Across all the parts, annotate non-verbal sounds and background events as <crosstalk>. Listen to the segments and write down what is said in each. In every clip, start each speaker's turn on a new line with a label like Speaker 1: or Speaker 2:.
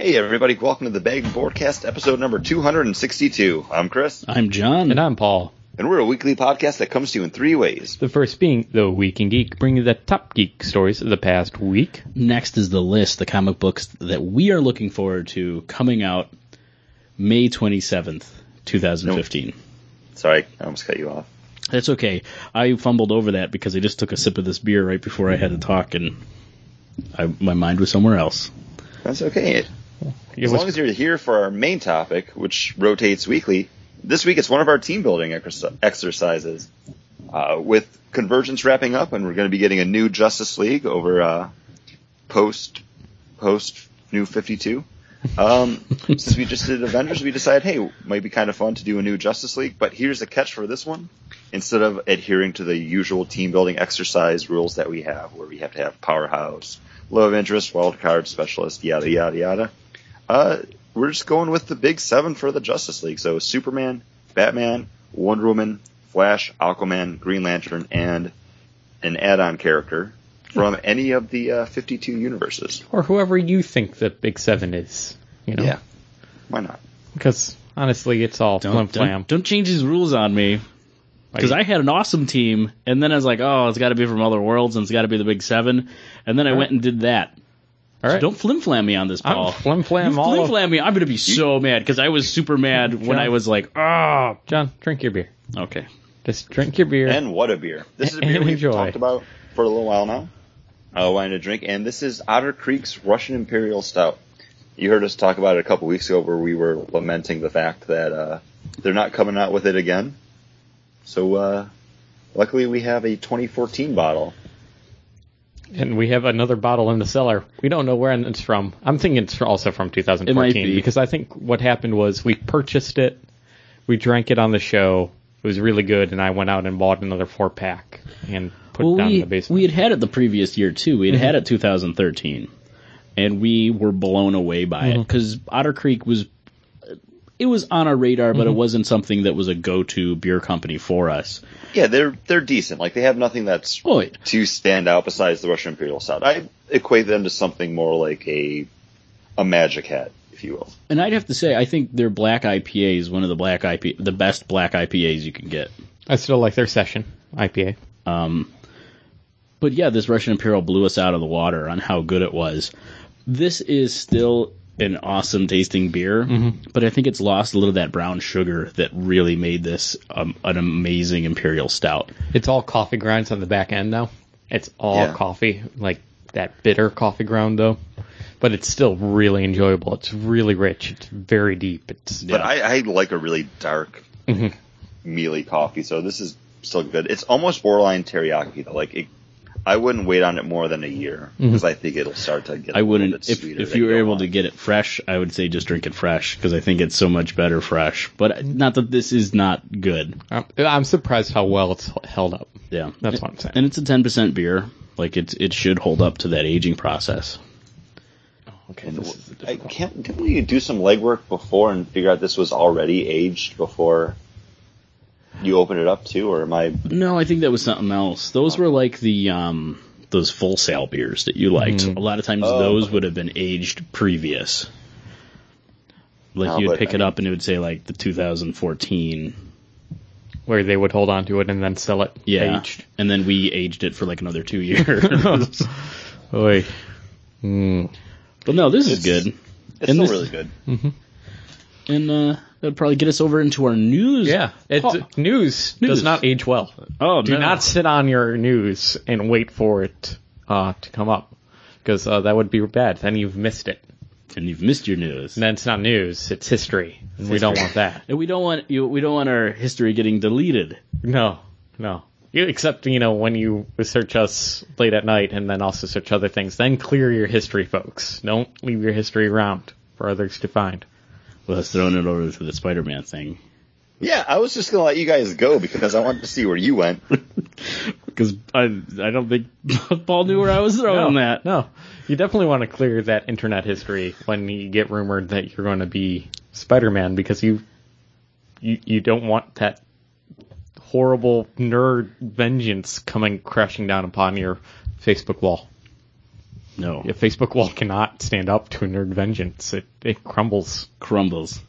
Speaker 1: Hey everybody, welcome to the Bag Broadcast episode number 262. I'm Chris,
Speaker 2: I'm John.
Speaker 3: And I'm Paul.
Speaker 1: and we're a weekly podcast that comes to you in three ways.
Speaker 3: The first being The Week in Geek, bringing you the top geek stories of the past week.
Speaker 2: Next is the list, the comic books that we are looking forward to coming out May 27th, 2015.
Speaker 1: Sorry, I almost cut you off.
Speaker 2: That's okay. I fumbled over that because I just took a sip of this beer right before I had to talk and I, my mind was somewhere else.
Speaker 1: That's okay. As long as you're here for our main topic, which rotates weekly, this week it's one of our team building ex- exercises. Uh, with Convergence wrapping up, and we're going to be getting a new Justice League over uh, post post New Fifty Two. Um, since we just did Avengers, we decided, hey, it might be kind of fun to do a new Justice League. But here's the catch for this one: instead of adhering to the usual team building exercise rules that we have, where we have to have powerhouse, love interest, wild card, specialist, yada yada yada, uh, we're just going with the big seven for the Justice League. So Superman, Batman, Wonder Woman, Flash, Aquaman, Green Lantern, and an add-on character from any of the uh, 52 universes.
Speaker 3: Or whoever you think the Big Seven is. You know?
Speaker 1: Yeah, why not?
Speaker 3: Because honestly, it's all flim
Speaker 2: Don't,
Speaker 3: flam.
Speaker 2: don't, don't change these rules on me. Because I had an awesome team, and then I was like, oh, it's got to be from other worlds, and it's got to be the Big Seven. And then I went and did that.
Speaker 3: All
Speaker 2: So don't flim flam me on this,
Speaker 3: I'm
Speaker 2: Paul.
Speaker 3: flim flam
Speaker 2: You
Speaker 3: all
Speaker 2: flim
Speaker 3: of-
Speaker 2: flam me. I'm gonna be so mad because I was super mad when I was like,
Speaker 3: Ah, John, drink your beer.
Speaker 2: okay,
Speaker 3: Just drink your beer.
Speaker 1: And what a beer! This is a beer
Speaker 3: And
Speaker 1: we've
Speaker 3: <laughs> enjoy.
Speaker 1: talked about for a little while now. I wanted to drink, and this is Otter Creek's Russian Imperial Stout. You heard us talk about it a couple weeks ago, where we were lamenting the fact that uh, they're not coming out with it again. So, uh, luckily, we have a 2014 bottle.
Speaker 3: And we have another bottle in the cellar. We don't know where it's from. I'm thinking it's also from 2014
Speaker 2: It might be.
Speaker 3: because I think what happened was we purchased it, we drank it on the show. It was really good, and I went out and bought another four pack and put
Speaker 2: well,
Speaker 3: it down
Speaker 2: we,
Speaker 3: in the basement.
Speaker 2: we had had it the Mm-hmm. previous year too. We had had it 2013, and we were blown away by it 'cause it because Otter Creek was it was on our radar, but it wasn't something that was a go-to beer company for us.
Speaker 1: Yeah, they're they're decent. Like they have nothing that's
Speaker 2: Oh, it-
Speaker 1: to stand out besides the Russian Imperial Stout. I equate them to something more like a a magic hat, if you will.
Speaker 2: and I'd have to say, I think their black IPA is one of the black IP, the best black IPAs you can get.
Speaker 3: I still like their session IPA.
Speaker 2: But yeah, this Russian Imperial blew us out of the water on how good it was. This is still an awesome tasting beer,
Speaker 3: Mm-hmm.
Speaker 2: but I think it's lost a little of that brown sugar that really made this um, an amazing Imperial Stout.
Speaker 3: It's all coffee grinds on the back end now. It's all
Speaker 1: Yeah.
Speaker 3: coffee, like that bitter coffee ground though. But it's still really enjoyable. It's really rich. It's very deep. It's
Speaker 1: But I, I like a really dark,
Speaker 2: Mm-hmm.
Speaker 1: mealy coffee, so this is still good. It's almost borderline teriyaki, though. Like, it, I wouldn't wait on it more than a year because I think it'll start to get. I
Speaker 2: Mm-hmm. I wouldn't
Speaker 1: Bit
Speaker 2: if,
Speaker 1: sweeter
Speaker 2: if
Speaker 1: they
Speaker 2: you were
Speaker 1: go
Speaker 2: able
Speaker 1: on.
Speaker 2: to get it fresh, I would say just drink it fresh because I think it's so much better fresh. But not that this is not good.
Speaker 3: I'm, I'm surprised how well it's held up.
Speaker 2: Yeah,
Speaker 3: That's what I'm saying.
Speaker 2: And it's a ten percent beer. Like it's it should hold up to that aging process.
Speaker 3: Okay,
Speaker 1: And w- I can't. Didn't we do some legwork before and figure out this was already aged before you opened it up too, or am I?
Speaker 2: No, I think that was something else. Those were like the um those full sale beers that you liked. A lot of times
Speaker 1: Oh.
Speaker 2: those would have been aged previous. Like
Speaker 1: No,
Speaker 2: you'd
Speaker 1: but
Speaker 2: pick
Speaker 1: I
Speaker 2: it up and it would say like the 2014.
Speaker 3: Where they would hold on to it and then sell it
Speaker 2: Yeah.
Speaker 3: aged.
Speaker 2: And then we aged it for like another 2 <laughs> years.
Speaker 3: Oy.
Speaker 2: but no, this
Speaker 1: It's-
Speaker 2: is good.
Speaker 1: It's
Speaker 2: And
Speaker 1: still
Speaker 2: this-
Speaker 1: really good.
Speaker 2: And uh that'd probably get us over into our news.
Speaker 3: Yeah, it's,
Speaker 2: Oh.
Speaker 3: news, does
Speaker 2: News.
Speaker 3: not age well.
Speaker 2: Oh,
Speaker 3: Do
Speaker 2: no.
Speaker 3: not sit on your news and wait for it uh, to come up because uh, that would be bad. Then you've missed it.
Speaker 2: And you've missed your news.
Speaker 3: And then it's not news; it's history. And We don't want that. <laughs>
Speaker 2: And we don't want you we don't want our history getting deleted.
Speaker 3: No, no. You, except you know when you search us late at night and then also search other things. Then clear your history, folks. Don't leave your history around for others to find.
Speaker 2: Well, us throwing it over to the Spider-Man thing.
Speaker 1: Yeah, I was just gonna let you guys go because I wanted to see where you went.
Speaker 2: Because I I don't think <laughs> Paul knew where I was throwing that.
Speaker 3: no. You definitely want to clear that internet history when you get rumored that you're going to be Spider-Man because you you you don't want that horrible nerd vengeance coming crashing down upon your Facebook wall.
Speaker 2: No.
Speaker 3: Your Facebook wall cannot stand up to Nerd Vengeance. It it crumbles.
Speaker 2: Crumbles.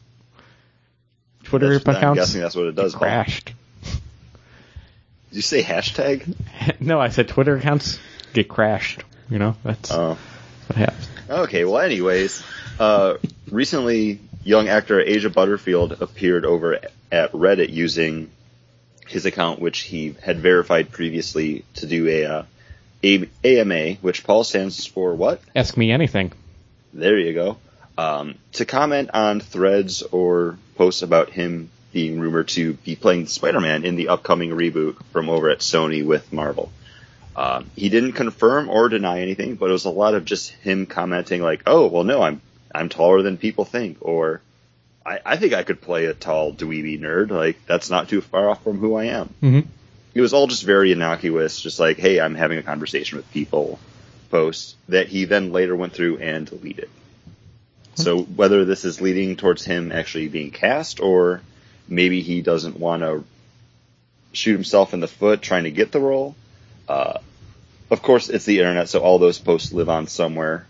Speaker 3: Twitter
Speaker 1: That's- I'm
Speaker 3: accounts
Speaker 1: guessing that's what it does. Paul.
Speaker 3: crashed. <laughs>
Speaker 1: Did you say hashtag?
Speaker 3: no, I said Twitter accounts get crashed. You know that's
Speaker 1: Oh.
Speaker 3: what happens.
Speaker 1: Okay, well, anyways, uh, recently, young actor Asia Butterfield appeared over at Reddit using his account, which he had verified previously, to do a, uh, a AMA, which Paul stands for what?
Speaker 3: Ask me anything.
Speaker 1: There you go. Um, to comment on threads or posts about him being rumored to be playing Spider-Man in the upcoming reboot from over at Sony with Marvel. Um, he didn't confirm or deny anything, but it was a lot of just him commenting like, "Oh, well, no, I'm I'm taller than people think," or "I, I think I could play a tall dweeby nerd. Like that's not too far off from who I am."
Speaker 3: Mhm.
Speaker 1: It was all just very innocuous, just like, "Hey, I'm having a conversation with people." Post that he then later went through and deleted. So whether this is leading towards him actually being cast, or maybe he doesn't want to shoot himself in the foot trying to get the role. Uh, of course, it's the internet, so all those posts live on somewhere.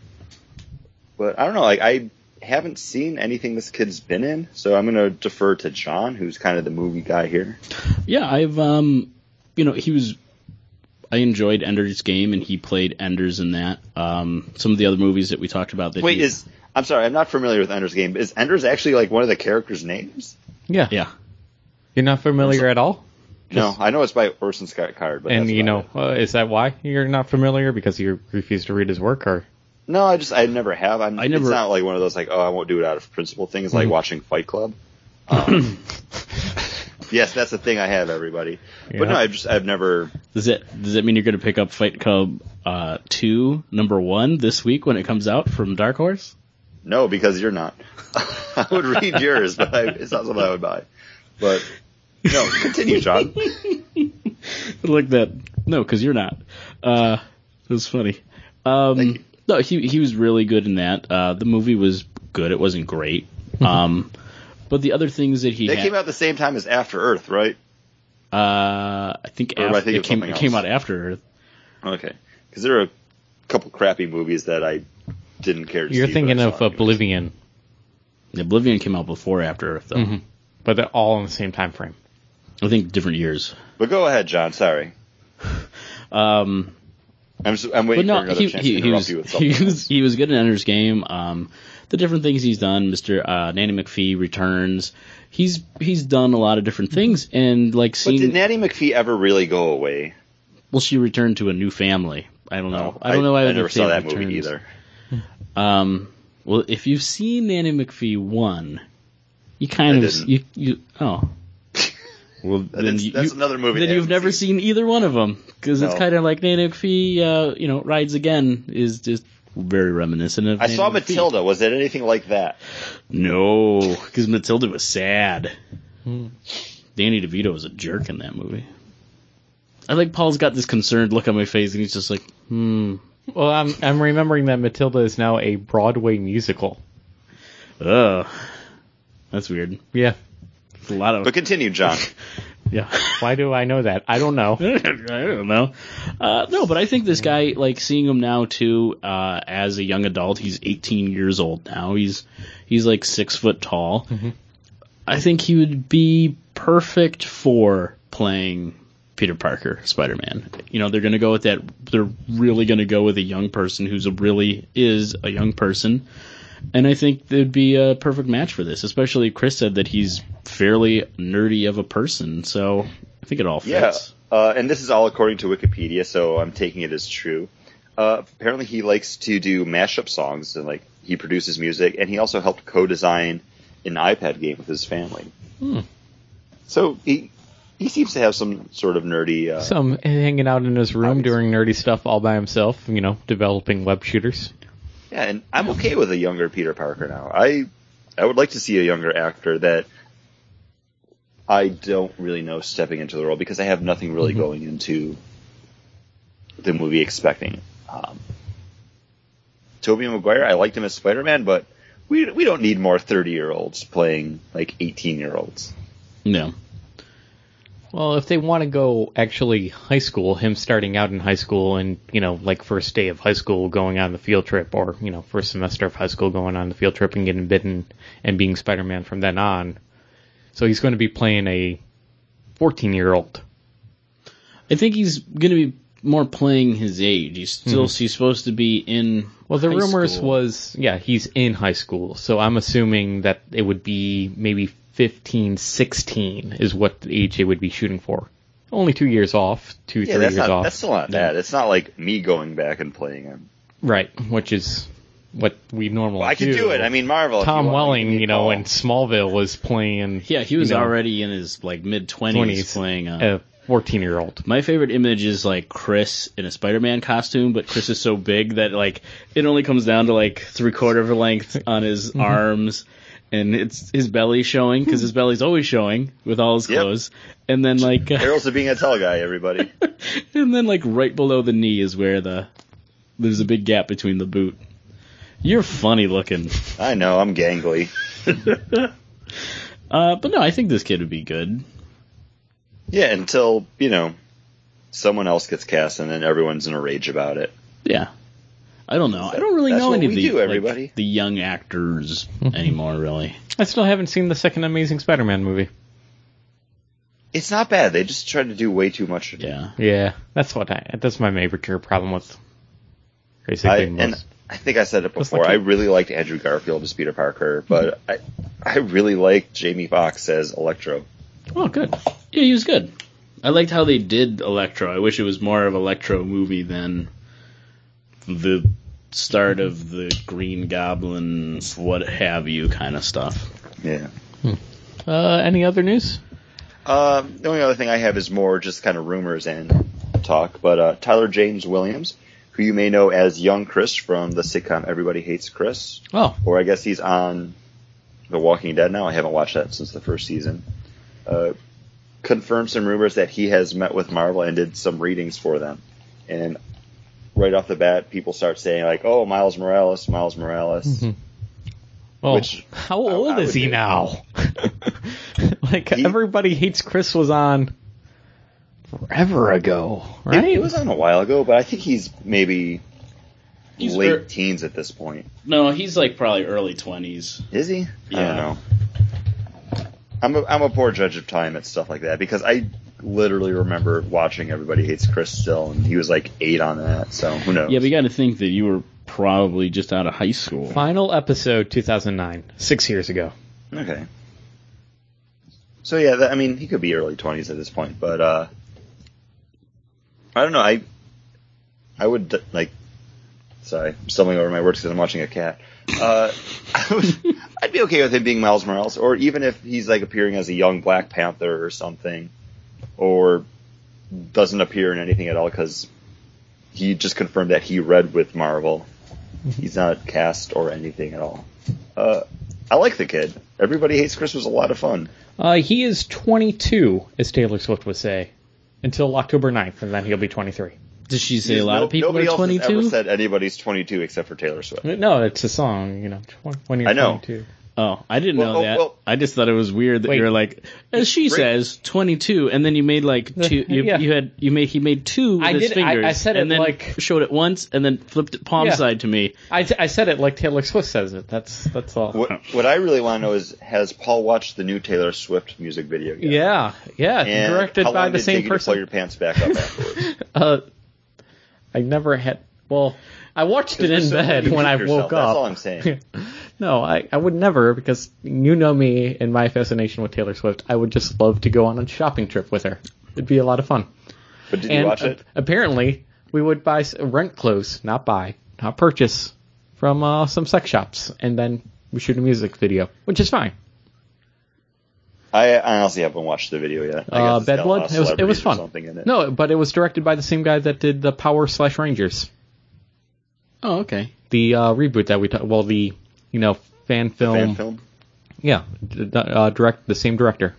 Speaker 1: But I don't know. Like I haven't seen anything this kid's been in, so I'm going to defer to John, who's kind of the movie guy here.
Speaker 2: Yeah, I've um, you know, he was. I enjoyed Ender's Game, and he played Ender's in that. Um, some of the other movies that we talked about. That
Speaker 1: Wait,
Speaker 2: he-
Speaker 1: is I'm sorry, I'm not familiar with Ender's Game. Is Ender's actually like one of the characters' names?
Speaker 3: Yeah.
Speaker 2: yeah,
Speaker 3: You're not familiar at all.
Speaker 1: No, I know it's by Orson Scott Card, but
Speaker 3: And
Speaker 1: that's
Speaker 3: you
Speaker 1: about
Speaker 3: know, uh, is that why you're not familiar? Because you refuse to read his work, or
Speaker 1: No, I just I never have. I'm,
Speaker 2: I never-
Speaker 1: It's not like one of those like oh I won't do it out of principle things
Speaker 3: Mm-hmm.
Speaker 1: like watching Fight
Speaker 3: <clears throat>
Speaker 1: Club. Um, yes, that's the thing I have, everybody. But
Speaker 3: Yeah.
Speaker 1: no, I've just I've never.
Speaker 2: does that does that mean you're going to pick up Fight Club uh, two number one this week when it comes out from Dark Horse?
Speaker 1: No, because you're not. <laughs> I would read yours, but I, it's not something I would buy. But no, continue,
Speaker 3: <laughs>
Speaker 1: John.
Speaker 2: like that. No, because you're not. Uh, it was funny. Um, no, he he was really good in that. Uh, the movie was good. It wasn't great. Um, but the other things that he
Speaker 1: Mm-hmm. They
Speaker 2: had,
Speaker 1: came out the same time as After Earth, right?
Speaker 2: uh, I think,
Speaker 1: Or am I
Speaker 2: after,
Speaker 1: thinking
Speaker 2: it
Speaker 1: of
Speaker 2: came
Speaker 1: something
Speaker 2: it came
Speaker 1: else?
Speaker 2: out after.
Speaker 1: Okay, because there are a couple crappy movies that I didn't care to
Speaker 3: you're
Speaker 1: see. but I
Speaker 3: thinking
Speaker 1: saw
Speaker 3: of
Speaker 1: anyways.
Speaker 3: Oblivion,
Speaker 2: Oblivion came out before After Earth, though.
Speaker 1: Mm-hmm.
Speaker 3: but they're all in the same time frame.
Speaker 2: I think different years.
Speaker 1: But go ahead, John. Sorry.
Speaker 2: Um,
Speaker 1: I'm just, I'm
Speaker 2: but
Speaker 1: waiting for
Speaker 2: no,
Speaker 1: another
Speaker 2: he,
Speaker 1: chance
Speaker 2: he,
Speaker 1: to
Speaker 2: he
Speaker 1: interrupt
Speaker 2: was
Speaker 1: you with
Speaker 2: he
Speaker 1: something.
Speaker 2: was he was good in Ender's Game. Um, the different things he's done, Mister uh, Nanny McPhee returns. He's he's done a lot of different things, and like
Speaker 1: But
Speaker 2: seeing
Speaker 1: did Natty McPhee ever really go away?
Speaker 2: Well, she returned to a new family. I don't know. I don't know.
Speaker 1: I,
Speaker 2: why
Speaker 1: never
Speaker 2: McPhee
Speaker 1: saw that
Speaker 2: returns.
Speaker 1: movie either.
Speaker 2: Um, well, if you've seen Nanny McPhee one, you kind
Speaker 1: I
Speaker 2: of
Speaker 1: didn't.
Speaker 2: you you
Speaker 1: <laughs>
Speaker 2: oh. Well, then
Speaker 1: is-
Speaker 2: you,
Speaker 1: that's
Speaker 2: you-
Speaker 1: another movie
Speaker 2: Then
Speaker 1: I
Speaker 2: you've
Speaker 1: haven't
Speaker 2: never seen. either one of them because it's
Speaker 1: No.
Speaker 2: kind of like Nanny McPhee. Uh, you know, rides again is just very reminiscent of.
Speaker 1: I
Speaker 2: Nanny
Speaker 1: saw
Speaker 2: McPhee.
Speaker 1: Matilda. Was it anything like that?
Speaker 2: No, because Matilda was sad.
Speaker 1: Hmm.
Speaker 2: Danny DeVito was a jerk in that movie. I think Paul's got this concerned look on my face, and he's just like, hmm.
Speaker 3: Well, I'm I'm remembering that Matilda is now a Broadway musical.
Speaker 2: Ugh. That's weird.
Speaker 3: Yeah.
Speaker 2: It's a lot of
Speaker 1: But continue, John.
Speaker 2: yeah.
Speaker 3: Why do I know that? I don't know.
Speaker 2: <laughs> I don't know. Uh, no, but I think this guy, like seeing him now too, uh, as a young adult, he's 18 years old now. He's he's like six foot tall. I think he would be perfect for playing Peter Parker, Spider Man. You know, they're going to go with that. They're really going to go with a young person who's a really is a young person. And I think there'd be a perfect match for this, especially Chris said that he's fairly nerdy of a person. So I think it all fits.
Speaker 1: yeah, uh, and this is all according to Wikipedia, so I'm taking it as true. Uh, apparently, he likes to do mashup songs and like he produces music, and he also helped co-design an iPad game with his family. So he he seems to have some sort of nerdy. Uh,
Speaker 3: Some hanging out in his room
Speaker 1: Hobbies.
Speaker 3: doing nerdy stuff all by himself, you know, developing web shooters.
Speaker 1: Yeah, and I'm okay with a younger Peter Parker now. I I would like to see a younger actor that I don't really know stepping into the role because I have nothing really going into the movie expecting. Um, Tobey Maguire, I liked him as Spider Man, but we we don't need more 30 year olds playing like 18 year olds.
Speaker 2: No.
Speaker 3: Well, if they want to go actually high school, him starting out in high school and, you know, like first day of high school going on the field trip or, you know, first semester of high school going on the field trip and getting bitten and being Spider Man from then on. So he's going to be playing a 14 year old.
Speaker 2: I think he's going to be more playing his age. He's still he's supposed to be in.
Speaker 3: Hmm. Well, the
Speaker 2: high
Speaker 3: rumors
Speaker 2: school.
Speaker 3: was, yeah, he's in high school. So I'm assuming that it would be maybe 15, 16 is what the age they would be shooting for. Only two years off, two,
Speaker 1: Yeah,
Speaker 3: three
Speaker 1: that's
Speaker 3: years
Speaker 1: not
Speaker 3: off.
Speaker 1: that's still not bad. It's not like me going back and playing him.
Speaker 3: Right, which is what we normally
Speaker 1: I could do it. I mean, Marvel. if
Speaker 3: Tom
Speaker 1: you want,
Speaker 3: Welling,
Speaker 1: give me
Speaker 3: you
Speaker 1: a
Speaker 3: know,
Speaker 1: call.
Speaker 3: in Smallville was playing
Speaker 2: Yeah, he was
Speaker 3: you know,
Speaker 2: already in his like mid
Speaker 3: 20s,
Speaker 2: twenties playing. Uh,
Speaker 3: a 14 year old.
Speaker 2: My favorite image is like Chris in a Spider-Man costume, but Chris is so big that like it only comes down to like three quarter of a length
Speaker 3: <laughs>
Speaker 2: on his
Speaker 3: Mm-hmm.
Speaker 2: arms, and it's his belly showing because his belly's always showing with all his
Speaker 1: Yep.
Speaker 2: clothes, and then
Speaker 3: <laughs>
Speaker 2: like uh,
Speaker 1: Harold's a being a tell guy, everybody.
Speaker 2: and then like right below the knee is where the there's a big gap between the boot. You're
Speaker 1: <laughs>
Speaker 2: funny looking,
Speaker 1: I know, I'm gangly.
Speaker 2: uh, but no, I think this kid would be good.
Speaker 1: Yeah, until, you know, someone else gets cast and then everyone's in a rage about it.
Speaker 2: Yeah. I don't know. I don't really
Speaker 1: That's
Speaker 2: know
Speaker 1: what
Speaker 2: any of
Speaker 1: we
Speaker 2: the
Speaker 1: do,
Speaker 2: like,
Speaker 1: everybody.
Speaker 2: the
Speaker 1: <laughs>
Speaker 2: young actors anymore, really.
Speaker 3: I still haven't seen the second Amazing Spider Man movie.
Speaker 1: It's not bad. They just tried to do way too much.
Speaker 2: Yeah.
Speaker 3: Yeah, that's what I, that's my major problem with
Speaker 1: I,
Speaker 3: basically
Speaker 1: and
Speaker 3: most.
Speaker 1: I think I said it
Speaker 3: Just
Speaker 1: before.
Speaker 3: like
Speaker 1: I
Speaker 3: you-
Speaker 1: really liked Andrew Garfield as Peter Parker, but I I really liked Jamie Foxx as Electro.
Speaker 2: Oh, good. Yeah, he was good. I liked how they did Electro. I wish it was more of Electro movie than the start of the Green Goblin, what have you kind of stuff.
Speaker 1: Yeah.
Speaker 3: Uh, any other news?
Speaker 1: Um, the only other thing I have is more just kind of rumors and talk, but uh, Tyler James Williams, who you may know as Young Chris from the sitcom Everybody Hates Chris,
Speaker 3: Oh,
Speaker 1: or I guess he's on The Walking Dead now. I haven't watched that since the first season. Uh, confirmed some rumors that he has met with Marvel and did some readings for them. And right off the bat, people start saying like, "Oh, Miles Morales, Miles Morales."
Speaker 3: Mm-hmm. well,
Speaker 1: Which-
Speaker 3: how old
Speaker 1: I
Speaker 3: is
Speaker 1: would
Speaker 3: he
Speaker 1: be- <laughs>
Speaker 3: now? <laughs> like
Speaker 1: He-
Speaker 3: everybody hates Chris was on forever ago, right?
Speaker 1: It was on a while ago, but I think he's maybe
Speaker 2: He's
Speaker 1: late
Speaker 2: er-
Speaker 1: teens at this point.
Speaker 2: No, he's like probably early 20s.
Speaker 1: Is he? Uh, I
Speaker 2: Yeah.
Speaker 1: don't know. I'm a, I'm a poor judge of time at stuff like that because I literally remember watching Everybody Hates Chris still, and he was like eight on that. So who knows?
Speaker 2: Yeah, but you got to think that you were probably just out of high school.
Speaker 3: Final episode 2009, six years ago.
Speaker 1: Okay. So yeah, that, I mean, he could be early twenties at this point, but uh, I don't know. I I would d- like. Sorry, I'm stumbling over my words because I'm watching a cat. Uh, <laughs> I would, I'd be okay with him being Miles Morales, or even if he's like appearing as a young Black Panther or something, or doesn't appear in anything at all because he just confirmed that he read with Marvel. He's not cast or anything at all. Uh, I like the kid. Everybody hates Chris was a lot of fun.
Speaker 3: Uh, he is 22, as Taylor Swift would say, until October 9th, and then he'll be 23.
Speaker 2: Did she say a lot
Speaker 1: No-
Speaker 2: of people
Speaker 1: nobody
Speaker 2: are Hmm.
Speaker 1: else has
Speaker 2: 22?
Speaker 1: ever said anybody's 22 except for Taylor Swift.
Speaker 3: No, it's a song, you know, tw- when you're
Speaker 1: I know.
Speaker 3: 22.
Speaker 2: Oh, I didn't
Speaker 1: Well,
Speaker 2: know
Speaker 1: oh,
Speaker 2: that.
Speaker 1: well-
Speaker 2: I just thought it was weird that
Speaker 3: Wait.
Speaker 2: you were like, as she says, twenty-two, and then you made like
Speaker 3: <laughs>
Speaker 2: two. You,
Speaker 3: yeah.
Speaker 2: you had you made he made two with
Speaker 3: I
Speaker 2: his
Speaker 3: did- I- I
Speaker 2: fingers.
Speaker 3: said
Speaker 2: and
Speaker 3: it
Speaker 2: then
Speaker 3: like-
Speaker 2: showed it once, and then flipped it palm
Speaker 3: Yeah.
Speaker 2: side to me.
Speaker 3: I, I said it like Taylor Swift says it. That's that's all.
Speaker 1: What, what I really want to know is has Paul watched the new Taylor Swift music video yet?
Speaker 3: Yeah, yeah,
Speaker 1: And
Speaker 3: directed
Speaker 1: how
Speaker 3: by
Speaker 1: long
Speaker 3: the
Speaker 1: did it
Speaker 3: same
Speaker 1: take you to pull
Speaker 3: person.
Speaker 1: your pants back up
Speaker 3: <laughs>
Speaker 1: afterwards.
Speaker 3: Uh, I never had. Well, I watched it in
Speaker 1: So
Speaker 3: bed
Speaker 1: you
Speaker 3: when I
Speaker 1: hate yourself,
Speaker 3: woke
Speaker 1: That's all
Speaker 3: up.
Speaker 1: I'm
Speaker 3: <laughs>
Speaker 1: saying.
Speaker 3: No, I, I would never because you know me and my fascination with Taylor Swift. I would just love to go on a shopping trip with her. It'd be a lot of fun.
Speaker 1: But did
Speaker 3: and uh,
Speaker 1: you watch
Speaker 3: a-
Speaker 1: it?
Speaker 3: apparently, we would buy s- rent clothes, not buy, not purchase, from uh, some sex shops, and then we shoot a music video, which is fine.
Speaker 1: I I honestly haven't watched the video yet. I guess
Speaker 3: Uh,
Speaker 1: it's got a lot
Speaker 3: Bedblood.
Speaker 1: of
Speaker 3: It was it was
Speaker 1: celebrities or
Speaker 3: fun.
Speaker 1: Something in it.
Speaker 3: No, but it was directed by the same guy that did the Power slash Rangers,
Speaker 2: Oh, okay.
Speaker 3: the uh, reboot that we talked. Well, the you know fan film.
Speaker 1: fan film. <laughs>
Speaker 3: Yeah, d- uh, direct the same director.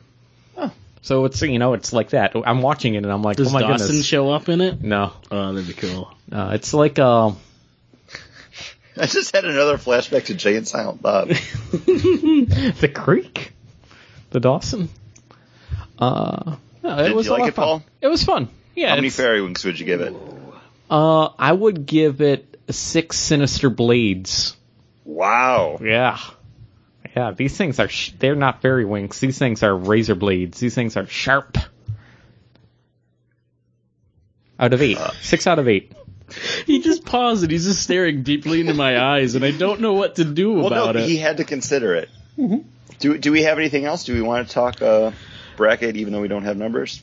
Speaker 1: Oh.
Speaker 3: So it's you know it's like that. I'm watching it and I'm like,
Speaker 2: Does
Speaker 3: oh my
Speaker 2: Dawson
Speaker 3: goodness.
Speaker 2: show up in it?
Speaker 3: no,
Speaker 2: Oh, that'd be cool.
Speaker 3: uh, it's
Speaker 1: <laughs>
Speaker 3: like uh,
Speaker 1: I just had another flashback to Jay and Silent
Speaker 3: <laughs>
Speaker 1: Bob.
Speaker 3: the creek, the Dawson. Uh, No, it
Speaker 1: Did
Speaker 3: was
Speaker 1: you
Speaker 3: a
Speaker 1: like
Speaker 3: lot
Speaker 1: it,
Speaker 3: of fun.
Speaker 1: Paul?
Speaker 3: It was fun. Yeah.
Speaker 1: How many
Speaker 3: it's-
Speaker 1: fairy winks would you give it?
Speaker 3: uh, I would give it six sinister blades.
Speaker 1: Wow.
Speaker 3: Yeah. Yeah, these things are, sh- they're not fairy winks. These things are razor blades. These things are sharp. Out of eight. Six out of eight.
Speaker 2: He just paused and he's just staring deeply into my eyes, and I don't know what to do
Speaker 1: Well,
Speaker 2: about
Speaker 1: no,
Speaker 2: it.
Speaker 1: he had to consider it. Do do we have anything else? Do we want to talk uh, bracket, even though we don't have numbers?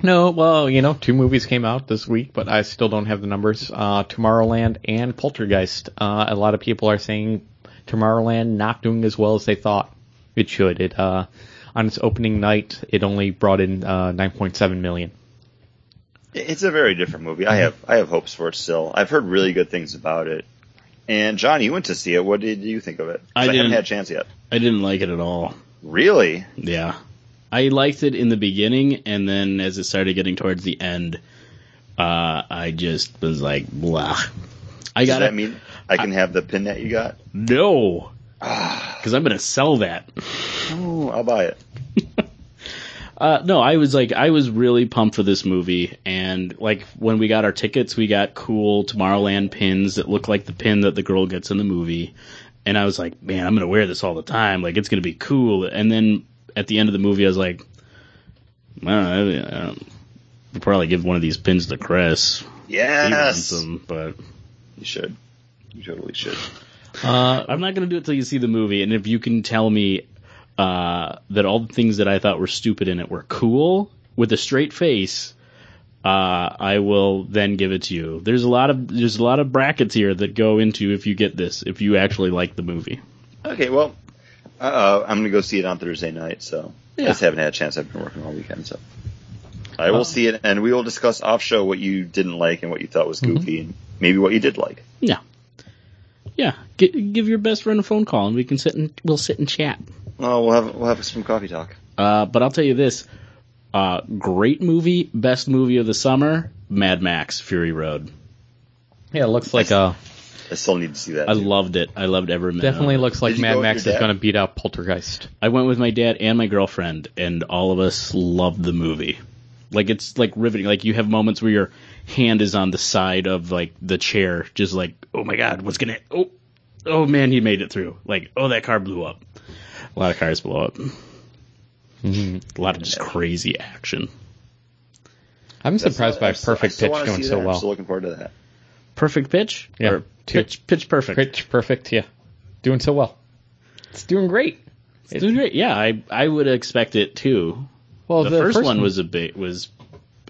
Speaker 3: No, well, you know, two movies came out this week, but I still don't have the numbers. Uh, Tomorrowland and Poltergeist. Uh, a lot of people are saying Tomorrowland not doing as well as they thought it should. It uh, on its opening night, it only brought in uh, 9.7 million.
Speaker 1: It's a very different movie. I have I have hopes for it still. I've heard really good things about it. And John, you went to see it. What did you think of it? 'Cause
Speaker 2: I
Speaker 1: haven't
Speaker 2: didn't.
Speaker 1: had a chance yet.
Speaker 2: I didn't like it at all.
Speaker 1: Really?
Speaker 2: Yeah. I liked it in the beginning, and then as it started getting towards the end, uh, I just was like, blah. I
Speaker 1: Does
Speaker 2: got
Speaker 1: that
Speaker 2: it.
Speaker 1: mean I can have the pin that you got?
Speaker 2: no.
Speaker 1: Ah.
Speaker 2: Because I'm going to sell that.
Speaker 1: Oh, I'll buy it.
Speaker 2: Uh, no, I was like, I was really pumped for this movie, and like when we got our tickets, we got cool Tomorrowland pins that look like the pin that the girl gets in the movie, and I was like, man, I'm gonna wear this all the time, like it's gonna be cool. And then at the end of the movie, I was like, well, I, I don't, I'll probably give one of these pins to Chris. He wants
Speaker 1: Yes.
Speaker 2: them, but
Speaker 1: You should. You totally should.
Speaker 3: Uh,
Speaker 2: I'm not gonna do it till you see the movie, and if you can tell me uh, that all the things that I thought were stupid in it were cool with a straight face, uh, I will then give it to you. There's a lot of there's a lot of brackets here that go into if you get this, if you actually like the movie.
Speaker 1: Okay, well, uh, I'm gonna go see it on Thursday night. So I just haven't had a chance. I've been working all weekend, so I
Speaker 3: Oh.
Speaker 1: will see it, and we will discuss off show what you didn't like and what you thought was
Speaker 3: Mm-hmm.
Speaker 1: goofy, and maybe what you did like.
Speaker 2: Yeah, yeah. G- give your best friend a phone call, and we can sit and we'll sit and chat.
Speaker 1: Oh, we'll have we'll have some coffee talk.
Speaker 2: Uh, but I'll tell you this: uh, great movie, best movie of the summer, Mad Max: Fury Road.
Speaker 3: yeah, it looks like uh,
Speaker 1: I still need to see that.
Speaker 2: I
Speaker 1: too.
Speaker 2: loved it. I loved every minute. of
Speaker 3: definitely
Speaker 2: it.
Speaker 3: looks like
Speaker 1: Did you
Speaker 3: Mad
Speaker 1: go with
Speaker 3: Max
Speaker 1: your
Speaker 3: is
Speaker 1: dad?
Speaker 3: going to beat out Poltergeist.
Speaker 2: I went with my dad and my girlfriend, and all of us loved the movie. Like it's like riveting. Like you have moments where your hand is on the side of like the chair, just like oh my god, what's gonna oh oh man, he made it through. Like oh that car blew up. A lot of cars blow up. A lot of just crazy action.
Speaker 3: I'm surprised by
Speaker 1: I'm still- I
Speaker 3: Perfect
Speaker 1: still
Speaker 3: Pitch
Speaker 1: wanna
Speaker 3: going
Speaker 1: see
Speaker 3: so
Speaker 1: that. I'm still
Speaker 3: well.
Speaker 1: looking forward to that.
Speaker 2: Perfect pitch.
Speaker 3: Yeah,
Speaker 2: Or
Speaker 3: two.
Speaker 2: pitch pitch perfect.
Speaker 3: Pitch Perfect, yeah, doing so well. It's doing great.
Speaker 2: It's doing great. Yeah, I I would expect it too.
Speaker 3: Well,
Speaker 2: the, first, one was a bit was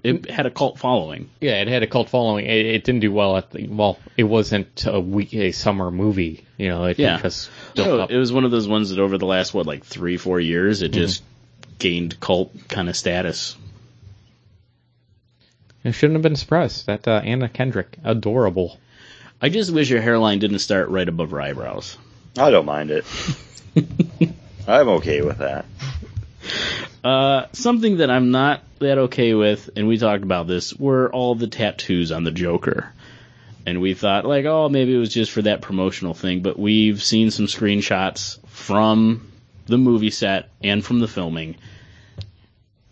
Speaker 2: it had a cult following.
Speaker 3: Yeah, it had a cult following. It, it didn't do well at the well. It wasn't a week a summer movie. You know, it
Speaker 2: Yeah.
Speaker 3: just built
Speaker 2: No,
Speaker 3: up.
Speaker 2: it was one of those ones that over the last what like three four years it just gained cult kind of status.
Speaker 3: I shouldn't have been surprised that uh, Anna Kendrick, adorable.
Speaker 2: I just wish your hairline didn't start right above her eyebrows.
Speaker 1: I don't mind
Speaker 3: <laughs>
Speaker 1: it. I'm okay with that.
Speaker 2: Uh, something that I'm not that okay with, and we talked about this, were all the tattoos on the Joker. And we thought like, oh, maybe it was just for that promotional thing, but we've seen some screenshots from the movie set and from the filming,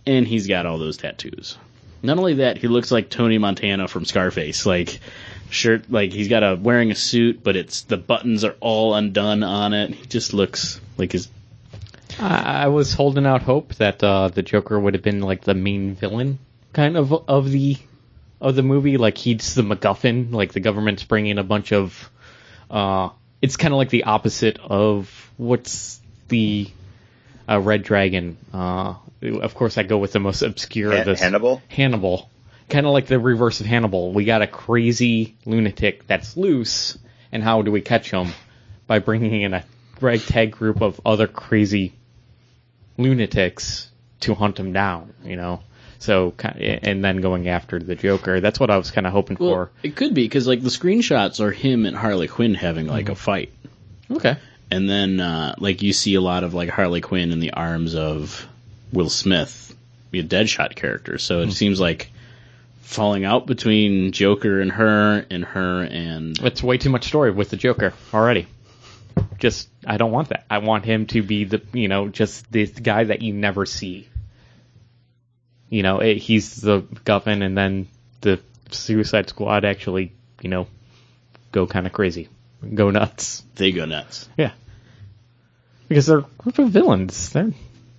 Speaker 2: and he's got all those tattoos. Not only that, he looks like Tony Montana from Scarface. Like shirt, like he's got a wearing a suit, but it's the buttons are all undone on it. He just looks like his
Speaker 3: I, I was holding out hope that uh, the Joker would have been like the main villain, kind of of the of the movie. Like he's the MacGuffin. Like the government's bringing a bunch of. Uh, it's kind of like the opposite of what's the uh, Red Dragon. Uh, of course, I go with the most obscure
Speaker 1: Han-
Speaker 3: of this.
Speaker 1: Hannibal?
Speaker 3: Hannibal. Kind of like the reverse of Hannibal. We got a crazy lunatic that's loose, and how do we catch him? By bringing in a ragtag group of other crazy lunatics to hunt him down, you know? So, ki- and then going after the Joker. That's what I was kind of hoping
Speaker 2: Well, it could be because like the screenshots are him and Harley Quinn having like a fight,
Speaker 3: for. Okay.
Speaker 2: and then uh, like you see a lot of like Harley Quinn in the arms of Will Smith, the Deadshot character. So it seems like falling out between Joker and her, and her and
Speaker 3: It's way too much story with the Joker already. Just, I don't want that. I want him to be the, you know, just this guy that you never see. You know, it, he's the guffin, and then the Suicide Squad actually, you know, go kind of crazy, go nuts.
Speaker 2: They go nuts.
Speaker 3: Yeah, because they're a group of villains. They're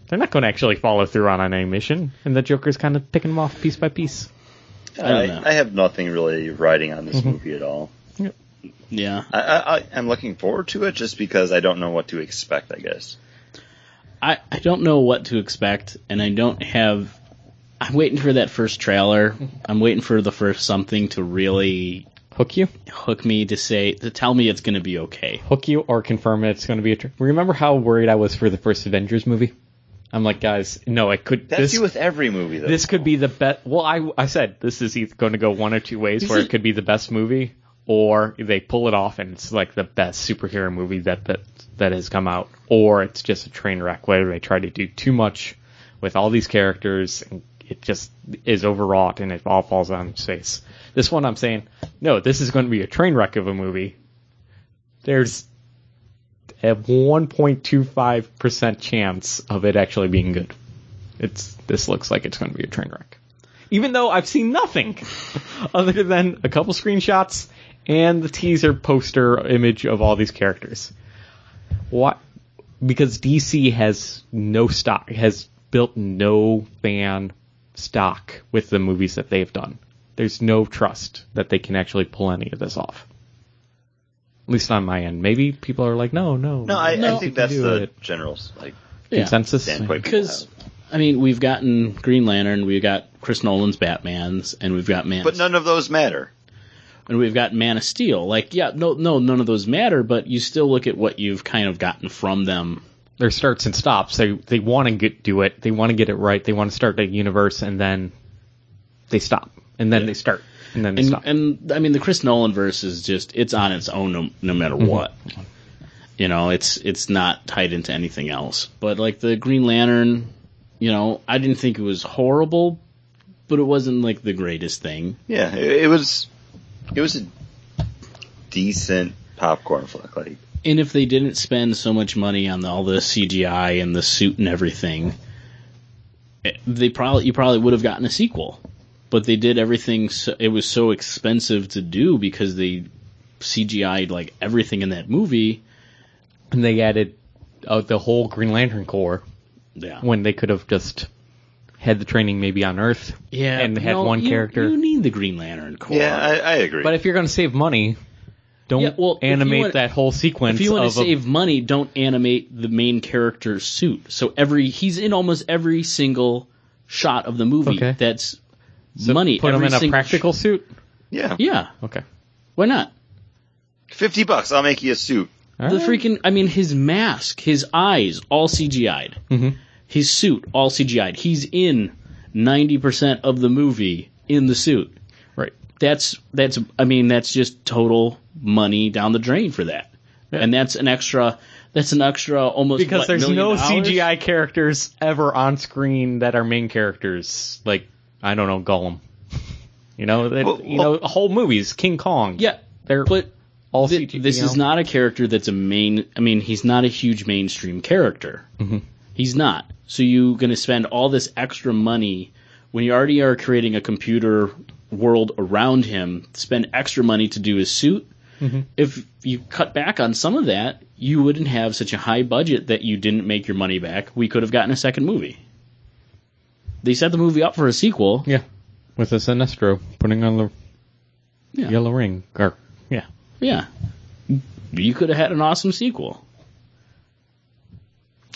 Speaker 3: they're not going to actually follow through on any mission, and the Joker's kind of picking them off piece by piece.
Speaker 2: I don't know.
Speaker 1: I, I have nothing really riding on
Speaker 3: Mm-hmm.
Speaker 1: this movie at all.
Speaker 2: Yeah.
Speaker 1: I, I, I, I'm looking forward to it just because I don't know what to expect. I guess.
Speaker 2: I, I don't know what to expect, and I don't have. I'm waiting for that first trailer. I'm waiting for the first something to really
Speaker 3: Hook you,
Speaker 2: hook me to say to tell me it's going to be okay.
Speaker 3: hook you, or confirm it's going to be a. Tr- Remember how worried I was for the first Avengers movie? I'm like, guys, no, I could.
Speaker 1: That's
Speaker 3: this,
Speaker 1: you with every movie though.
Speaker 3: this could be the best. Well, I, I said this is either going to go one or two ways, where
Speaker 2: is-
Speaker 3: it could be the best movie, or they pull it off and it's like the best superhero movie that that that has come out, or it's just a train wreck where they try to do too much with all these characters and it just is overwrought and it all falls on its face. This one, I'm saying, no, this is going to be a train wreck of a movie. There's a 1.25% chance of it actually being good. It's this looks like it's going to be a train wreck. Even though I've seen nothing other than a couple screenshots and the teaser poster image of all these characters. What because DC has no stock has built no fan stock with the movies that they've done. There's no trust that they can actually pull any of this off. At least on my end. Maybe people are like, no, no.
Speaker 1: No, I,
Speaker 2: No.
Speaker 1: I think
Speaker 3: You can
Speaker 1: that's
Speaker 3: do
Speaker 1: the
Speaker 3: it.
Speaker 1: general like
Speaker 2: Yeah.
Speaker 3: consensus.
Speaker 1: standpoint. people
Speaker 2: Because
Speaker 1: have.
Speaker 2: I mean, we've gotten Green Lantern, we've got Chris Nolan's Batman's, and we've got Man,
Speaker 1: but none of those matter.
Speaker 2: and we've got Man of Steel. Like, yeah, no, no, none of those matter, but you still look at what you've kind of gotten from them.
Speaker 3: their starts and stops. They they want to get do it. They want to get it right. They want to start the universe, and then they stop, and then they start, and then they
Speaker 2: And,
Speaker 3: stop.
Speaker 2: and I mean, the Chris Nolan verse is just it's on its own no, no matter what. You know, it's it's not tied into anything else. But like the Green Lantern, you know, I didn't think it was horrible, but it wasn't like the greatest thing.
Speaker 1: Yeah, it, it was it was a decent popcorn flick. Like
Speaker 2: And if they didn't spend so much money on all the CGI and the suit and everything, it- they probably you probably would have gotten a sequel. But they did everything. So, it was so expensive to do because they CGI'd like everything in that movie.
Speaker 3: And they added uh, the whole Green Lantern Corps
Speaker 2: Yeah.
Speaker 3: when they could have just had the training maybe on Earth,
Speaker 2: yeah.
Speaker 3: and had
Speaker 2: no,
Speaker 3: one
Speaker 2: you-
Speaker 3: character.
Speaker 2: You need the Green Lantern Corps.
Speaker 1: yeah, I, I agree.
Speaker 3: but if you're going to save money, don't
Speaker 2: Yeah, well, if you
Speaker 3: animate
Speaker 2: wanna-
Speaker 3: that whole sequence.
Speaker 2: if you want
Speaker 3: of
Speaker 2: to save money, don't animate the main character's suit. So every he's in almost every single shot of the movie.
Speaker 3: Okay.
Speaker 2: That's
Speaker 3: a,
Speaker 2: money.
Speaker 3: put them
Speaker 2: every
Speaker 3: in a
Speaker 2: single-
Speaker 3: practical suit.
Speaker 1: yeah,
Speaker 2: Yeah.
Speaker 3: Okay,
Speaker 2: Why not?
Speaker 1: fifty bucks, I'll make you a suit.
Speaker 3: All
Speaker 2: The
Speaker 3: right.
Speaker 2: freaking, I mean, his mask, his eyes, all CGI'd.
Speaker 3: Mhm.
Speaker 2: His suit, all CGI'd. He's in 90% of the movie in the suit.
Speaker 3: right.
Speaker 2: That's, that's, I mean, that's just total money down the drain for that. And that's an extra, that's an extra almost
Speaker 3: because
Speaker 2: what,
Speaker 3: there's
Speaker 2: million
Speaker 3: no
Speaker 2: dollars?
Speaker 3: CGI characters ever on screen that are main characters. Like I don't know Gollum. <laughs> You know, that,
Speaker 1: Well,
Speaker 3: you know, whole movies, King Kong.
Speaker 2: Yeah.
Speaker 3: they're
Speaker 2: But
Speaker 3: all
Speaker 2: thi-
Speaker 3: CGI.
Speaker 2: this
Speaker 3: you
Speaker 2: is
Speaker 3: know?
Speaker 2: not a character that's a main, I mean, he's not a huge mainstream character.
Speaker 3: Mm-hmm.
Speaker 2: He's not. So you're going to spend all this extra money when you already are creating a computer world around him. Spend extra money to do his suit.
Speaker 3: Mm-hmm.
Speaker 2: If you cut back on some of that, you wouldn't have such a high budget that you didn't make your money back. We could have gotten a second movie. They set the movie up for a sequel.
Speaker 3: Yeah, with a Sinestro putting on the
Speaker 2: Yeah.
Speaker 3: yellow ring. Or, yeah,
Speaker 2: Yeah. You could have had an awesome sequel.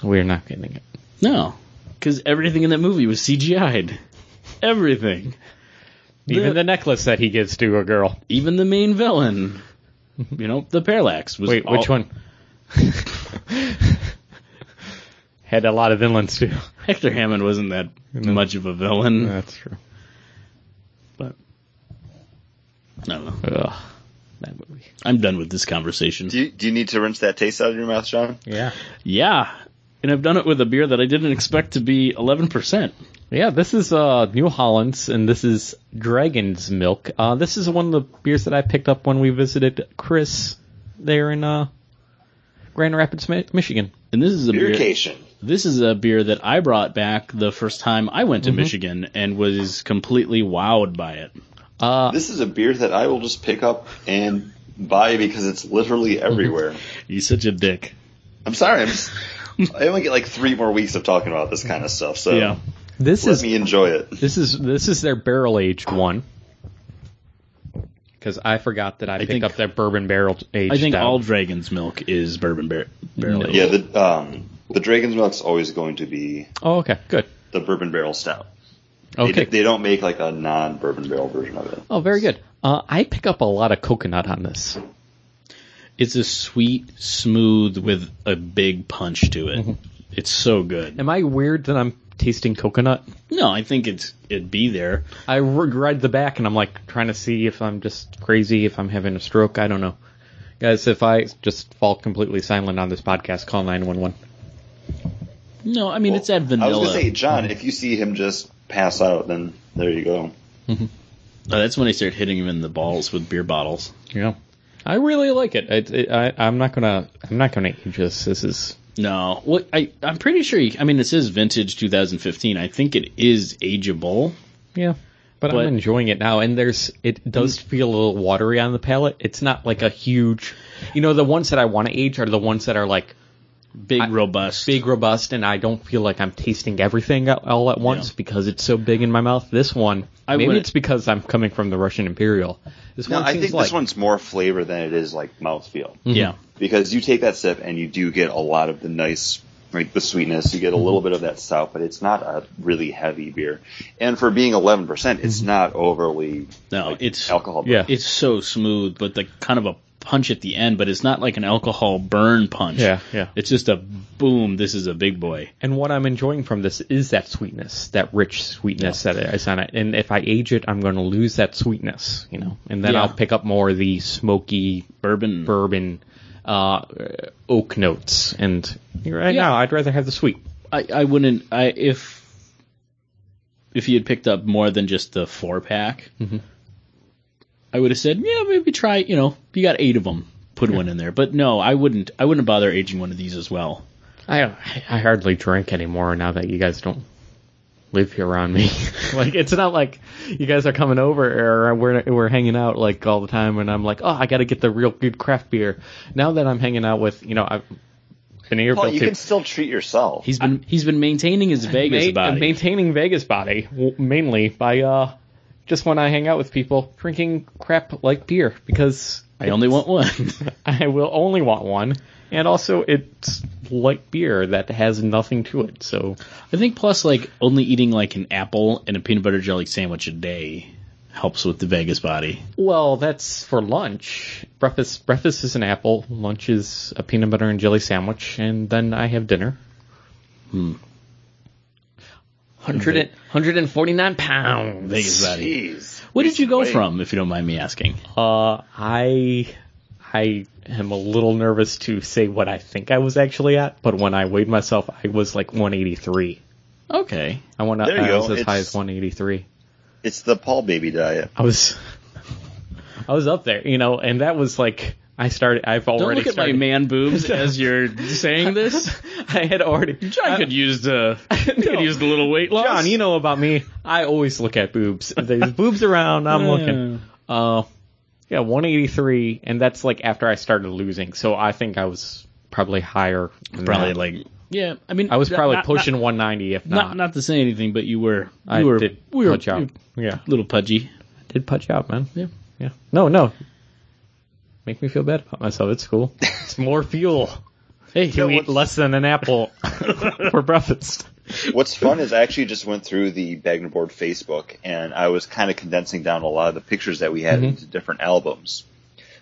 Speaker 3: we're not getting it.
Speaker 2: No, because everything in that movie was CGI'd. Everything.
Speaker 3: Even the necklace that he gives to a girl.
Speaker 2: Even the main villain. You know, the Parallax was.
Speaker 3: Wait, which
Speaker 2: all-
Speaker 3: one? <laughs> Had a lot of villains too.
Speaker 2: Hector Hammond wasn't that much of a villain.
Speaker 3: That's true.
Speaker 2: But I don't know.
Speaker 3: Ugh, that movie.
Speaker 2: I'm done with this conversation.
Speaker 1: Do you, do you need to rinse that taste out of your mouth, John?
Speaker 3: Yeah.
Speaker 2: Yeah, and I've done it with a beer that I didn't expect to be 11. percent
Speaker 3: Yeah, this is uh, New Holland's, and this is Dragon's Milk. Uh, this is one of the beers that I picked up when we visited Chris there in uh, Grand Rapids, Mi- Michigan.
Speaker 2: And this is a beer.
Speaker 1: Beercation.
Speaker 2: This is a beer that I brought back the first time I
Speaker 3: Mm-hmm.
Speaker 2: went to Michigan and was completely wowed by it.
Speaker 3: Uh,
Speaker 1: This is a beer that I will just pick up and buy because it's literally everywhere.
Speaker 2: He's such a dick.
Speaker 1: I'm sorry, I'm just, I only get like three more weeks of talking about this kind of stuff.
Speaker 3: Oh.
Speaker 1: So
Speaker 2: Yeah.
Speaker 3: this
Speaker 1: let
Speaker 3: is
Speaker 1: me enjoy it.
Speaker 3: this is this is their barrel aged one. Because I forgot that I, picked
Speaker 2: think-
Speaker 3: up that bourbon barrel aged.
Speaker 2: I think
Speaker 3: stout.
Speaker 2: all Dragon's Milk is bourbon bar- barrel. aged.
Speaker 1: Yeah, the um, the Dragon's Milk's always going to be
Speaker 3: Oh, okay, good.
Speaker 1: the bourbon barrel stout. They,
Speaker 3: Okay.
Speaker 1: they don't make like a non bourbon barrel version of it.
Speaker 3: Oh, very good. Uh, I pick up a lot of coconut on this.
Speaker 2: It's a sweet, smooth with a big punch to
Speaker 3: Mm-hmm.
Speaker 2: it. It's so good.
Speaker 3: Am I weird that I'm tasting coconut?
Speaker 2: No, I think it's it'd be there.
Speaker 3: I ride the back and I'm like trying to see if I'm just crazy, if I'm having a stroke. I don't know. Guys, if I just fall completely silent on this podcast, call 911.
Speaker 2: No, I mean it's that vanilla.
Speaker 1: I was gonna say, John, if you see him just pass out, then there you go.
Speaker 2: Uh, that's when I start hitting him in the balls with beer bottles.
Speaker 3: Yeah. I really like it. It, it. I, I'm not gonna. I'm not gonna age this. This is.
Speaker 2: No, well, I I'm pretty sure. You, I mean, this is vintage 2015. I think it is ageable.
Speaker 3: Yeah. But,
Speaker 2: But-
Speaker 3: I'm enjoying it now, and there's. It does feel a little watery on the palate. It's not like a huge. You know, the ones that I want to age are the ones that are like
Speaker 2: Big, robust.
Speaker 3: big, robust, and I don't feel like I'm tasting everything a- all at once
Speaker 2: Yeah.
Speaker 3: because it's so big in my mouth. This one,
Speaker 2: I
Speaker 3: maybe
Speaker 2: wouldn't-
Speaker 3: it's because I'm coming from the Russian Imperial. This
Speaker 1: No,
Speaker 3: one
Speaker 1: I
Speaker 3: seems
Speaker 1: think
Speaker 3: like
Speaker 1: this one's more flavor than it is like mouthfeel.
Speaker 2: Yeah.
Speaker 3: Mm-hmm.
Speaker 1: Because you take that sip and you do get a lot of the nice, like the sweetness. You get a little bit of that stout, but it's not a really heavy beer. And for being 11%, it's not overly
Speaker 2: No,
Speaker 1: like,
Speaker 2: it's-
Speaker 1: alcohol.
Speaker 3: yeah,
Speaker 2: It's so smooth, but the kind of a punch at the end. But it's not like an alcohol burn punch.
Speaker 3: Yeah, yeah.
Speaker 2: It's just a boom. This is a big boy.
Speaker 3: And what I'm enjoying from this is that sweetness, that rich sweetness that is on it. And if I age it, I'm going to lose that sweetness, you know. And then
Speaker 2: Yeah.
Speaker 3: I'll pick up more of the smoky
Speaker 2: Bourbon.
Speaker 3: bourbon uh, oak notes. And right
Speaker 2: Yeah.
Speaker 3: now, I'd rather have the sweet.
Speaker 2: I, I wouldn't. I if if you had picked up more than just the four pack, I would have said, yeah, maybe try. You know, you got eight of them, put one in there. But no, I wouldn't. I wouldn't bother aging one of these as well.
Speaker 3: I I hardly drink anymore now that you guys don't live here around me. <laughs> like it's not like you guys are coming over or we're we're hanging out like all the time and I'm like, "Oh, I got to get the real good craft beer." Now that I'm hanging out with, you know, I've been here
Speaker 1: Paul,
Speaker 3: built
Speaker 1: you
Speaker 3: to-
Speaker 1: can still treat yourself.
Speaker 2: He's been he's been maintaining <laughs> his Vegas
Speaker 3: Ma-
Speaker 2: body.
Speaker 3: maintaining Vegas body w- mainly by uh just when I hang out with people drinking crap like beer because
Speaker 2: I only want <laughs> one.
Speaker 3: I will only want one. And also, it's like beer that has nothing to it, so
Speaker 2: I think plus like only eating like an apple and a peanut butter jelly sandwich a day helps with the Vegas body.
Speaker 3: Well, that's for lunch. Breakfast breakfast is an apple. Lunch is a peanut butter and jelly sandwich, and then I have dinner. Hmm. 149 pounds.
Speaker 2: Vegas body.
Speaker 1: Jeez.
Speaker 2: Where did you go
Speaker 1: Wait.
Speaker 2: from, if you don't mind me asking?
Speaker 3: Uh, I I am a little nervous to say what I think I was actually at, but when I weighed myself, I was like 183.
Speaker 2: Okay.
Speaker 3: I want
Speaker 1: There you
Speaker 3: I
Speaker 1: go.
Speaker 3: was as high
Speaker 1: It's-
Speaker 3: as 183.
Speaker 1: It's the Paul Baby diet.
Speaker 3: I was <laughs> I was up there, you know, and that was like I started. I've already
Speaker 2: Don't look at
Speaker 3: started.
Speaker 2: my man <laughs> boobs as you're saying <laughs> this.
Speaker 3: <laughs> I had already.
Speaker 2: John could use the
Speaker 3: <laughs>
Speaker 2: could use the little weight loss.
Speaker 3: John, you know about me. I always look at boobs. If There's boobs around. I'm looking. Uh, yeah, 183, and that's like after I started losing. So I think I was probably higher. than
Speaker 2: probably
Speaker 3: that.
Speaker 2: like yeah. I mean,
Speaker 3: I was probably
Speaker 2: not,
Speaker 3: pushing 190, if
Speaker 2: Not,
Speaker 3: not.
Speaker 2: not not to say anything, but you were you
Speaker 3: I
Speaker 2: were
Speaker 3: did
Speaker 2: we were
Speaker 3: punch out. Yeah,
Speaker 2: little pudgy.
Speaker 3: did punch out, man.
Speaker 2: Yeah.
Speaker 3: yeah. No, no. Make me feel bad about myself. It's <laughs> cool. It's more fuel.
Speaker 2: Hey,
Speaker 3: You
Speaker 1: Yeah,
Speaker 3: eat
Speaker 1: what's-
Speaker 3: less than an apple <laughs> for breakfast.
Speaker 1: What's fun is I actually just went through the Bagner Board Facebook and I was kind of condensing down a lot of the pictures that we had into different albums.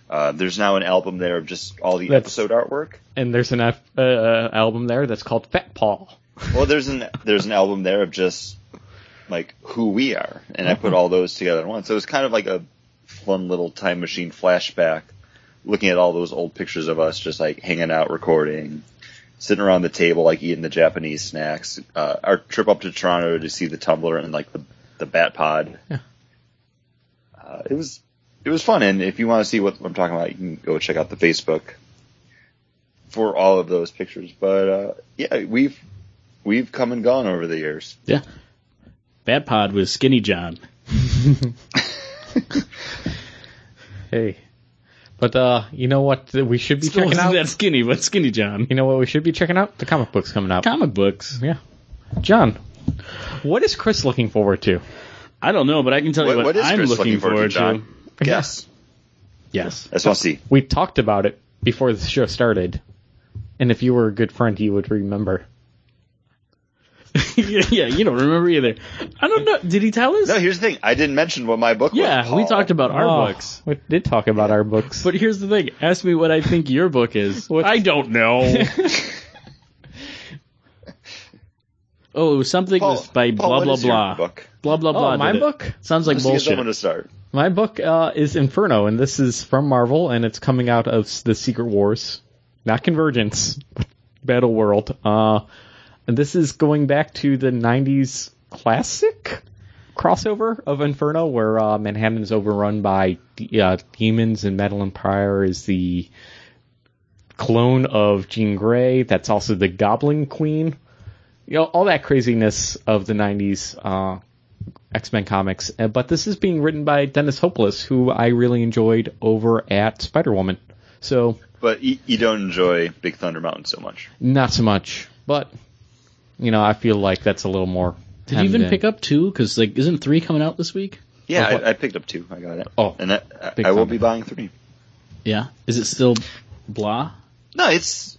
Speaker 1: Uh, there's now an album there of just all the
Speaker 3: That's-
Speaker 1: episode artwork.
Speaker 3: And there's an F, uh, uh, album there that's called Fat Paul.
Speaker 1: Well, there's an there's an album there of just like who we are, and I put all those together in one. So it's kind of like a fun little time machine flashback, looking at all those old pictures of us just like hanging out, recording, sitting around the table, like eating the Japanese snacks. Uh, our trip up to Toronto to see the Tumbler and like the the Bat Pod. Uh, it was it was fun, and if you want to see what I'm talking about, you can go check out the Facebook for all of those pictures. But uh, yeah, we've we've come and gone over the years.
Speaker 2: Yeah. Bad Pod was Skinny John.
Speaker 3: Hey, but uh, you know what? We should be
Speaker 2: Still
Speaker 3: checking
Speaker 2: wasn't
Speaker 3: out.
Speaker 2: that skinny, but Skinny John.
Speaker 3: You know what? We should be checking out the comic books coming out.
Speaker 2: Comic books.
Speaker 3: yeah, John, what is Chris looking forward to?
Speaker 2: I don't know, but I can tell
Speaker 1: What-
Speaker 2: you what,
Speaker 1: what is
Speaker 2: I'm
Speaker 1: Chris
Speaker 2: looking,
Speaker 1: looking
Speaker 2: forward to.
Speaker 1: John? Guess.
Speaker 2: Yes. <laughs>
Speaker 1: I just want to see.
Speaker 3: We talked about it before the show started, and if you were a good friend, you would remember.
Speaker 2: yeah, you don't remember either. I don't know. Did he tell us?
Speaker 1: No, here's the thing. I didn't mention what my book was.
Speaker 2: yeah, we
Speaker 1: Paul.
Speaker 2: talked about our
Speaker 3: Oh,
Speaker 2: books.
Speaker 3: We did talk about our books.
Speaker 2: But here's the thing. Ask me what I think your book <laughs> is.
Speaker 3: What-
Speaker 2: I don't know. oh, it was something
Speaker 1: Paul,
Speaker 2: with- by
Speaker 1: Paul,
Speaker 2: blah
Speaker 1: what
Speaker 2: blah
Speaker 1: is your
Speaker 2: blah.
Speaker 1: Book?
Speaker 2: blah blah blah.
Speaker 3: oh, my
Speaker 2: did it.
Speaker 3: book.
Speaker 2: sounds like
Speaker 1: Let's get someone to
Speaker 2: bullshit.
Speaker 1: start.
Speaker 3: My book uh, is Inferno, and this is from Marvel, and it's coming out of s- the Secret Wars, not Convergence, Battle World. Uh, and this is going back to the '90s classic crossover of Inferno, where uh, Manhattan is overrun by de- uh, demons, and Madeline Pryor is the clone of Jean Grey. That's also the Goblin Queen. You know, all that craziness of the '90s. Uh, X Men comics, uh, but this is being written by Dennis Hopeless, who I really enjoyed over at Spider Woman. So
Speaker 1: But you, you don't enjoy Big Thunder Mountain so much.
Speaker 3: not so much, but you know I feel like that's a little more.
Speaker 2: Did you even pick up two? Because like, isn't three coming out this week?
Speaker 1: Yeah,
Speaker 3: Oh, what?
Speaker 1: I, I picked up two. I got it.
Speaker 3: Oh,
Speaker 1: and that,
Speaker 3: Big
Speaker 1: I, I will
Speaker 3: Thunder.
Speaker 1: be buying three.
Speaker 2: Yeah. Is it still blah?
Speaker 1: No, it's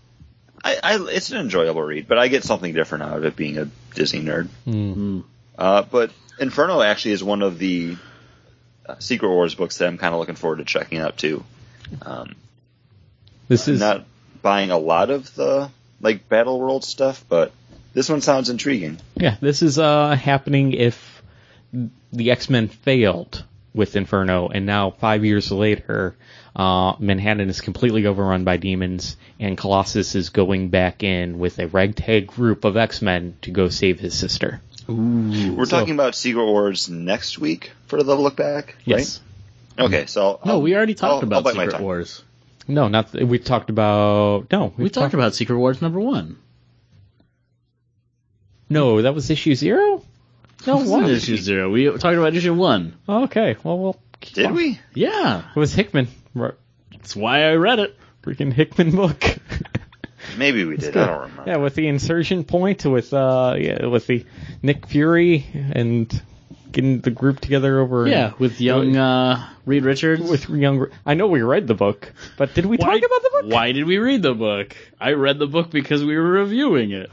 Speaker 1: I, I it's an enjoyable read, but I get something different out of it being a Disney nerd.
Speaker 3: Hmm.
Speaker 1: Uh, but Inferno actually is one of the uh, Secret Wars books that I'm kind of looking forward to checking out too. Um,
Speaker 3: This
Speaker 1: I'm
Speaker 3: is
Speaker 1: not buying a lot of the like Battle World stuff, but this one sounds intriguing.
Speaker 3: yeah, this is uh, happening if the X Men failed with Inferno, and now five years later, uh, Manhattan is completely overrun by demons, and Colossus is going back in with a ragtag group of X Men to go save his sister.
Speaker 1: We're talking about Secret Wars next week for the look back.
Speaker 3: Yes.
Speaker 1: Right? Okay, so
Speaker 2: No,
Speaker 1: I'll-
Speaker 2: we already
Speaker 1: I'll-
Speaker 2: talked
Speaker 1: I'll
Speaker 2: about
Speaker 1: bite my
Speaker 2: Secret
Speaker 1: tongue.
Speaker 2: Wars.
Speaker 3: No, not th- we talked about no.
Speaker 2: We talked about Secret Wars number one.
Speaker 3: no. That was issue zero. No,
Speaker 2: It wasn't
Speaker 3: what?
Speaker 2: issue zero. We talked about issue one.
Speaker 3: Oh, Okay, well, we'll keep
Speaker 1: Did
Speaker 3: on.
Speaker 1: we?
Speaker 2: Yeah,
Speaker 3: It was Hickman. Right.
Speaker 2: that's why I read it.
Speaker 3: Freaking Hickman book. <laughs>
Speaker 1: Maybe we did. I don't remember.
Speaker 3: yeah, with the insertion point, with uh, yeah, with the Nick Fury and getting the group together over.
Speaker 2: Yeah, with young uh, Reed Richards.
Speaker 3: with younger. I know we read the book, but did we
Speaker 2: why,
Speaker 3: talk about the book?
Speaker 2: Why did we read the book? I read the book because we were reviewing it.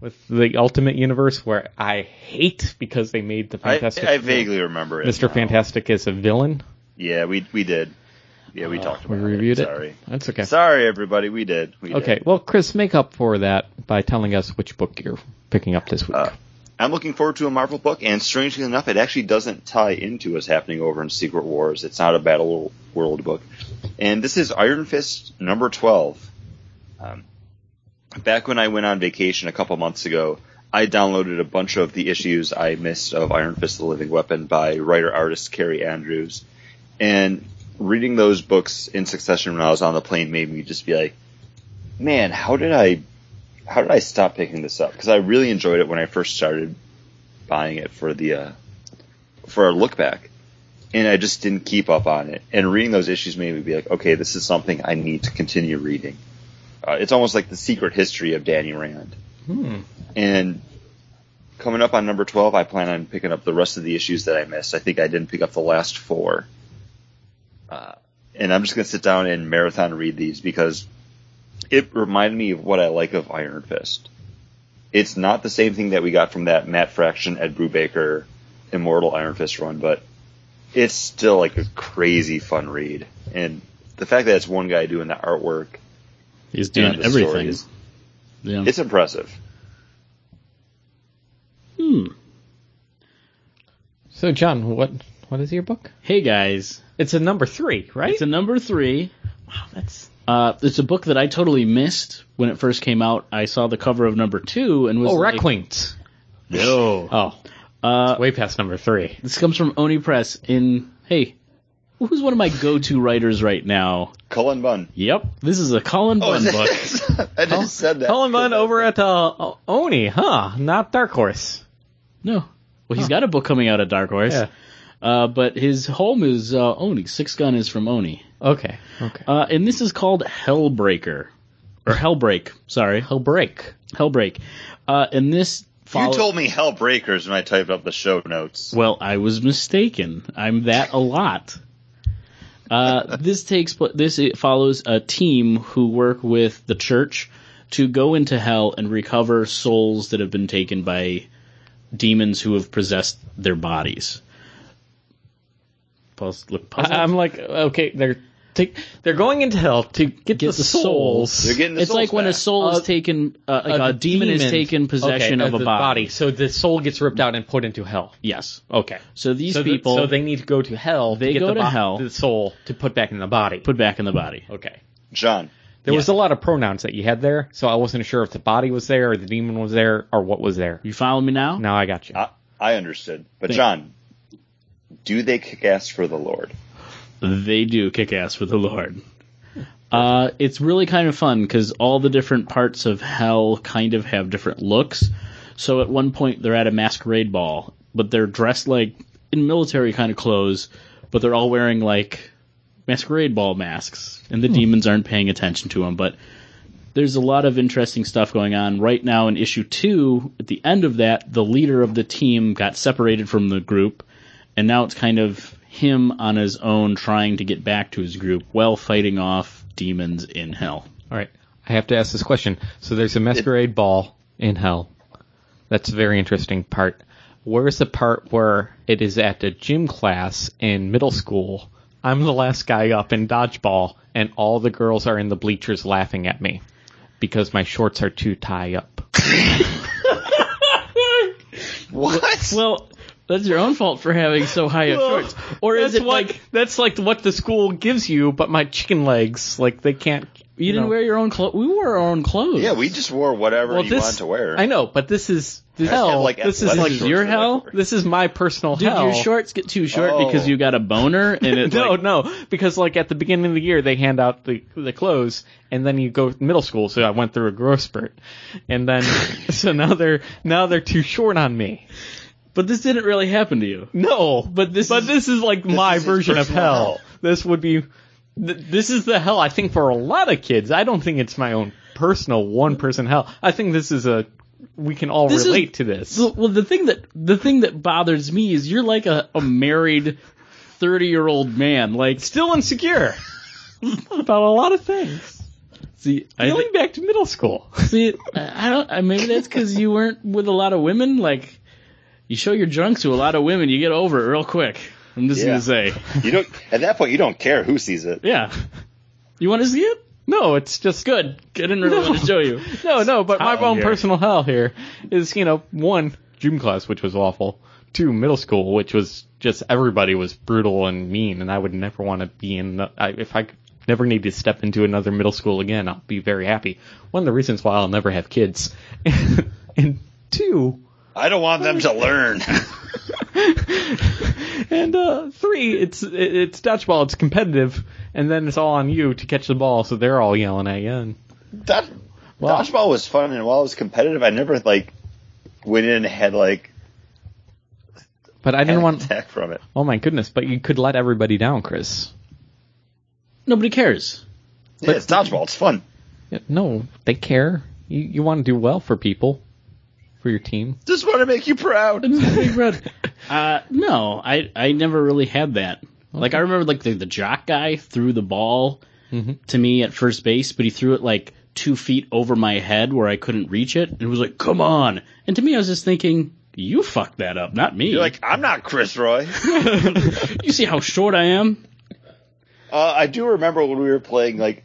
Speaker 3: With the Ultimate Universe, where I hate because they made the
Speaker 1: I,
Speaker 3: Fantastic.
Speaker 1: I vaguely remember it.
Speaker 3: Mr.
Speaker 1: now.
Speaker 3: Fantastic is a villain.
Speaker 1: Yeah, we we did. Yeah, we talked
Speaker 3: Oh, We
Speaker 1: about
Speaker 3: reviewed
Speaker 1: it.
Speaker 3: it.
Speaker 1: Sorry.
Speaker 3: That's okay.
Speaker 1: Sorry, everybody. We did. We did.
Speaker 3: Okay, well, Chris, make up for that by telling us which book you're picking up this week.
Speaker 1: Uh, I'm looking forward to a Marvel book, and strangely enough, it actually doesn't tie into what's happening over in Secret Wars. It's not a Battle World book. And this is Iron Fist number 12. Um, back when I went on vacation a couple months ago, I downloaded a bunch of the issues I missed of Iron Fist the Living Weapon by writer artist Carrie Andrews. And reading those books in succession when I was on the plane made me just be like, man, how did I how did I stop picking this up? Because I really enjoyed it when I first started buying it for the uh, for our look back, and I just didn't keep up on it. And reading those issues made me be like, okay, this is something I need to continue reading. Uh, it's almost like the secret history of Danny Rand.
Speaker 3: Hmm.
Speaker 1: And coming up on number twelve, I plan on picking up the rest of the issues that I missed. I think I didn't pick up the last four. Uh, and I'm just gonna sit down and marathon read these because it reminded me of what I like of Iron Fist. It's not the same thing that we got from that Matt Fraction, Ed Brubaker, Immortal Iron Fist run, but it's still like a crazy fun read. And the fact that it's one guy doing the artwork
Speaker 2: He's
Speaker 1: and
Speaker 2: doing
Speaker 1: the
Speaker 2: everything.
Speaker 1: stories,
Speaker 2: Yeah.
Speaker 1: it's impressive.
Speaker 2: Hmm.
Speaker 3: so, John, what what is your book?
Speaker 2: Hey guys,
Speaker 3: It's a number three, right?
Speaker 2: it's a number three.
Speaker 3: wow, that's
Speaker 2: Uh, it's a book that I totally missed when it first came out. I saw the cover of number two and was
Speaker 3: oh,
Speaker 2: like, Uh,
Speaker 3: Requint.
Speaker 2: No.
Speaker 3: Oh,
Speaker 2: Uh,
Speaker 3: way past number three.
Speaker 2: This comes from Oni Press in hey, who's one of my go-to writers right now?
Speaker 1: Cullen Bunn.
Speaker 2: Yep, this is a Colin
Speaker 1: Oh, is
Speaker 2: Bunn
Speaker 1: it-
Speaker 2: book.
Speaker 1: <laughs> I just said that.
Speaker 3: Cullen Bunn over at uh, Oni, huh? Not Dark Horse.
Speaker 2: No, well, he's got a book coming out at Dark Horse.
Speaker 3: Yeah.
Speaker 2: Uh, but his home is uh, Oni. Six Gun is from Oni,
Speaker 3: Okay. Okay.
Speaker 2: uh, and this is called Hellbreaker or Hellbreak. Sorry,
Speaker 3: He'll break.
Speaker 2: Hellbreak. Uh, and this
Speaker 1: You
Speaker 2: follow-
Speaker 1: told me Hellbreakers when I typed up the show notes.
Speaker 2: Well, I was mistaken. I'm that a lot. Uh, this takes pla- this it follows a team who work with the church to go into hell and recover souls that have been taken by demons who have possessed their bodies. Pause, look, puzzled.
Speaker 3: I, am like, okay, they're take, they're going into hell to get, the,
Speaker 2: the
Speaker 3: souls.
Speaker 2: souls.
Speaker 1: They're getting the
Speaker 2: it's like
Speaker 1: souls
Speaker 2: when a
Speaker 1: back.
Speaker 2: soul
Speaker 3: Uh,
Speaker 2: is taken, uh, like a, demon, is taken possession
Speaker 3: Okay,
Speaker 2: of
Speaker 3: the
Speaker 2: a body.
Speaker 3: So the soul gets ripped out and put into hell.
Speaker 2: Yes.
Speaker 3: Okay.
Speaker 2: So these
Speaker 3: so the-
Speaker 2: people
Speaker 3: so they need to go to hell.
Speaker 2: They
Speaker 3: to get
Speaker 2: go
Speaker 3: the
Speaker 2: to
Speaker 3: bo-
Speaker 2: hell.
Speaker 3: The soul to put back in the body.
Speaker 2: put back in the body.
Speaker 3: okay.
Speaker 1: John,
Speaker 3: There
Speaker 2: Yeah.
Speaker 3: was a lot of pronouns that you had there, so I wasn't sure if the body was there or the demon was there or what was there.
Speaker 2: You follow me now?
Speaker 3: Now I got you.
Speaker 2: Uh,
Speaker 1: I, I understood. But
Speaker 2: Thank-
Speaker 1: John, do they kick ass for the Lord?
Speaker 2: They do kick ass for the Lord. Uh, it's really kind of fun because all the different parts of hell kind of have different looks. So at one point they're at a masquerade ball, but they're dressed like in military kind of clothes, but they're all wearing like masquerade ball masks, and the demons aren't paying attention to them. But there's a lot of interesting stuff going on right now in issue two. At the end of that, the leader of the team got separated from the group, and now it's kind of him on his own trying to get back to his group while fighting off demons in hell.
Speaker 3: All right. I have to ask this question. So there's a masquerade ball in hell. That's a very interesting part. Where's the part where it is at a gym class in middle school? I'm the last guy up in dodgeball, and all the girls are in the bleachers laughing at me because my shorts are too tie up.
Speaker 1: What?
Speaker 2: Well, that's your own fault for having so high of shorts. Or is
Speaker 3: that's
Speaker 2: it
Speaker 3: what-
Speaker 2: like
Speaker 3: that's like what the school gives you? But my chicken legs, like they can't.
Speaker 2: you, didn't
Speaker 3: know.
Speaker 2: wear your own clothes? We wore our own clothes.
Speaker 1: yeah, we just wore whatever
Speaker 3: Well,
Speaker 1: you
Speaker 3: this-
Speaker 1: wanted to wear.
Speaker 3: I know, but this is this,
Speaker 1: I just had,
Speaker 3: hell.
Speaker 1: like,
Speaker 3: this is
Speaker 1: athletic
Speaker 3: like
Speaker 1: shorts
Speaker 2: your
Speaker 1: that I
Speaker 2: hell?
Speaker 1: wore.
Speaker 3: this is my personal
Speaker 2: Did
Speaker 3: hell.
Speaker 2: your shorts get too short
Speaker 1: Oh.
Speaker 2: because you got a boner and <laughs> it
Speaker 3: <laughs> no,
Speaker 2: like,
Speaker 3: no, because like at the beginning of the year they hand out the the clothes, and then you go middle school. So I went through a growth spurt, and then <laughs> so now they're now they're too short on me.
Speaker 2: But this didn't really happen to you.
Speaker 3: No, but this but this is like my
Speaker 1: is his
Speaker 3: version of
Speaker 1: personal
Speaker 3: hell.
Speaker 1: hell.
Speaker 3: This would be. th- This is the hell I think for a lot of kids. I don't think it's my own personal one person hell. I think this is a we can all
Speaker 2: This is-
Speaker 3: relate to this.
Speaker 2: So, well, the thing that the thing that bothers me is you're like a, a married thirty year old man. Like,
Speaker 3: Still insecure about a lot of things.
Speaker 2: see, I
Speaker 3: Feeling back to middle school.
Speaker 2: thi- see, I I don't. I, maybe that's because you weren't with a lot of women. Like, you show your junk to a lot of women, you get over it real quick. I'm just
Speaker 1: Yeah.
Speaker 2: gonna say,
Speaker 1: You don't. At that point, you don't care who sees it.
Speaker 2: yeah. You want to see it?
Speaker 3: <laughs> No, it's just
Speaker 2: Good. I didn't really
Speaker 3: No.
Speaker 2: want to show you.
Speaker 3: No, no, but my
Speaker 2: hot in
Speaker 3: own
Speaker 2: here.
Speaker 3: personal hell here is, you know, one, gym class, which was awful. Two, middle school, which was just everybody was brutal and mean, and I would never want to be in the. I, if I could never need to step into another middle school again, I'll be very happy. One of the reasons why I'll never have kids. <laughs> and two,
Speaker 1: I don't want them to <laughs> learn.
Speaker 3: and uh, three, it's it, it's dodgeball, it's competitive, and then it's all on you to catch the ball, so they're all yelling at you. And
Speaker 1: Dodge, dodgeball was fun, and while it was competitive, I never like went in and had like
Speaker 3: but I
Speaker 1: an
Speaker 3: didn't want.
Speaker 1: attack from it.
Speaker 3: Oh my goodness! But you could let everybody down, Chris.
Speaker 2: Nobody cares.
Speaker 1: yeah, it's dodgeball. It's fun.
Speaker 3: Yeah, No, they care. You, you want to do well for people, for your team.
Speaker 1: Just want to make you proud. <laughs>
Speaker 2: Big red. Uh, no, I I never really had that. Like I remember, like the, the jock guy threw the ball
Speaker 1: Mm-hmm.
Speaker 2: to me at first base, but he threw it like two feet over my head where I couldn't reach it, and it was like, "Come on!" And to me, I was just thinking, "You fucked that up, not me."
Speaker 1: You're like, I'm not Chris Roy.
Speaker 2: you see how short I am?
Speaker 1: Uh, I do remember when we were playing like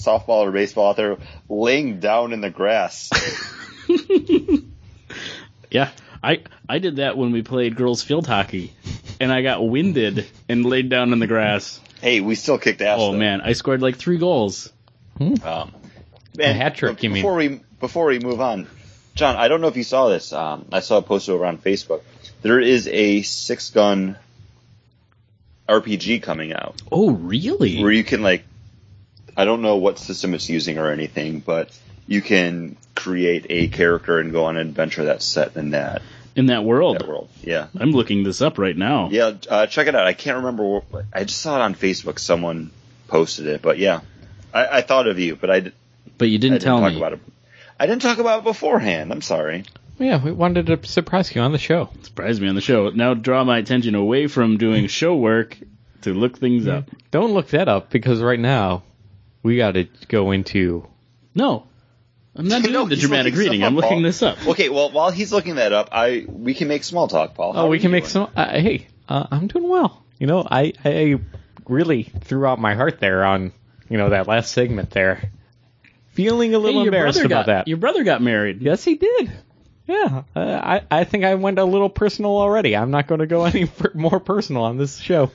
Speaker 1: softball or baseball out there, laying down in the grass.
Speaker 2: Yeah, I I did that when we played girls field hockey, and I got winded and laid down in the grass.
Speaker 1: hey, we still kicked ass.
Speaker 2: Oh
Speaker 1: though.
Speaker 2: man, I scored like three goals.
Speaker 1: Um, man,
Speaker 3: hat trick,
Speaker 1: but
Speaker 3: you mean.
Speaker 1: Before we before we move on, John, I don't know if you saw this. Um, I saw it posted over on Facebook. There is a six gun RPG coming out
Speaker 2: Oh, really?
Speaker 1: where you can like, I don't know what system it's using or anything, but you can create a character and go on an adventure that's set in that,
Speaker 2: In that world.
Speaker 1: that world. Yeah.
Speaker 2: I'm looking this up right now.
Speaker 1: Yeah, uh, check it out. I can't remember. What, I just saw it on Facebook. Someone posted it, but yeah, I, I thought of you, but I, d-
Speaker 2: But you
Speaker 1: I
Speaker 2: didn't,
Speaker 1: didn't
Speaker 2: tell
Speaker 1: talk
Speaker 2: me.
Speaker 1: about it. I didn't talk about it beforehand. I'm sorry.
Speaker 3: Yeah, we wanted to surprise you on the show.
Speaker 2: Surprised me on the show. Now draw my attention away from <laughs> doing show work to look things up.
Speaker 3: Don't look that up because right now we got to go into.
Speaker 2: <laughs> No. I'm not doing
Speaker 1: No,
Speaker 2: the
Speaker 1: he's
Speaker 2: dramatic
Speaker 1: looking stuff
Speaker 2: reading. I'm
Speaker 1: up,
Speaker 2: looking
Speaker 1: Paul.
Speaker 2: this up.
Speaker 1: Okay, well, while he's looking that up, I we can make small talk, Paul. How
Speaker 3: Oh,
Speaker 1: are
Speaker 3: we
Speaker 1: you
Speaker 3: can make
Speaker 1: doing?
Speaker 3: some. Uh, hey, uh, I'm doing well. You know, I I really threw out my heart there on you know that last segment there, feeling a
Speaker 2: Hey,
Speaker 3: little
Speaker 2: your
Speaker 3: embarrassed
Speaker 2: brother
Speaker 3: about
Speaker 2: got,
Speaker 3: that.
Speaker 2: Your brother got married.
Speaker 3: Yes, he did. Yeah, uh, I I think I went a little personal already. I'm not going to go <laughs> any fur- more personal on this show.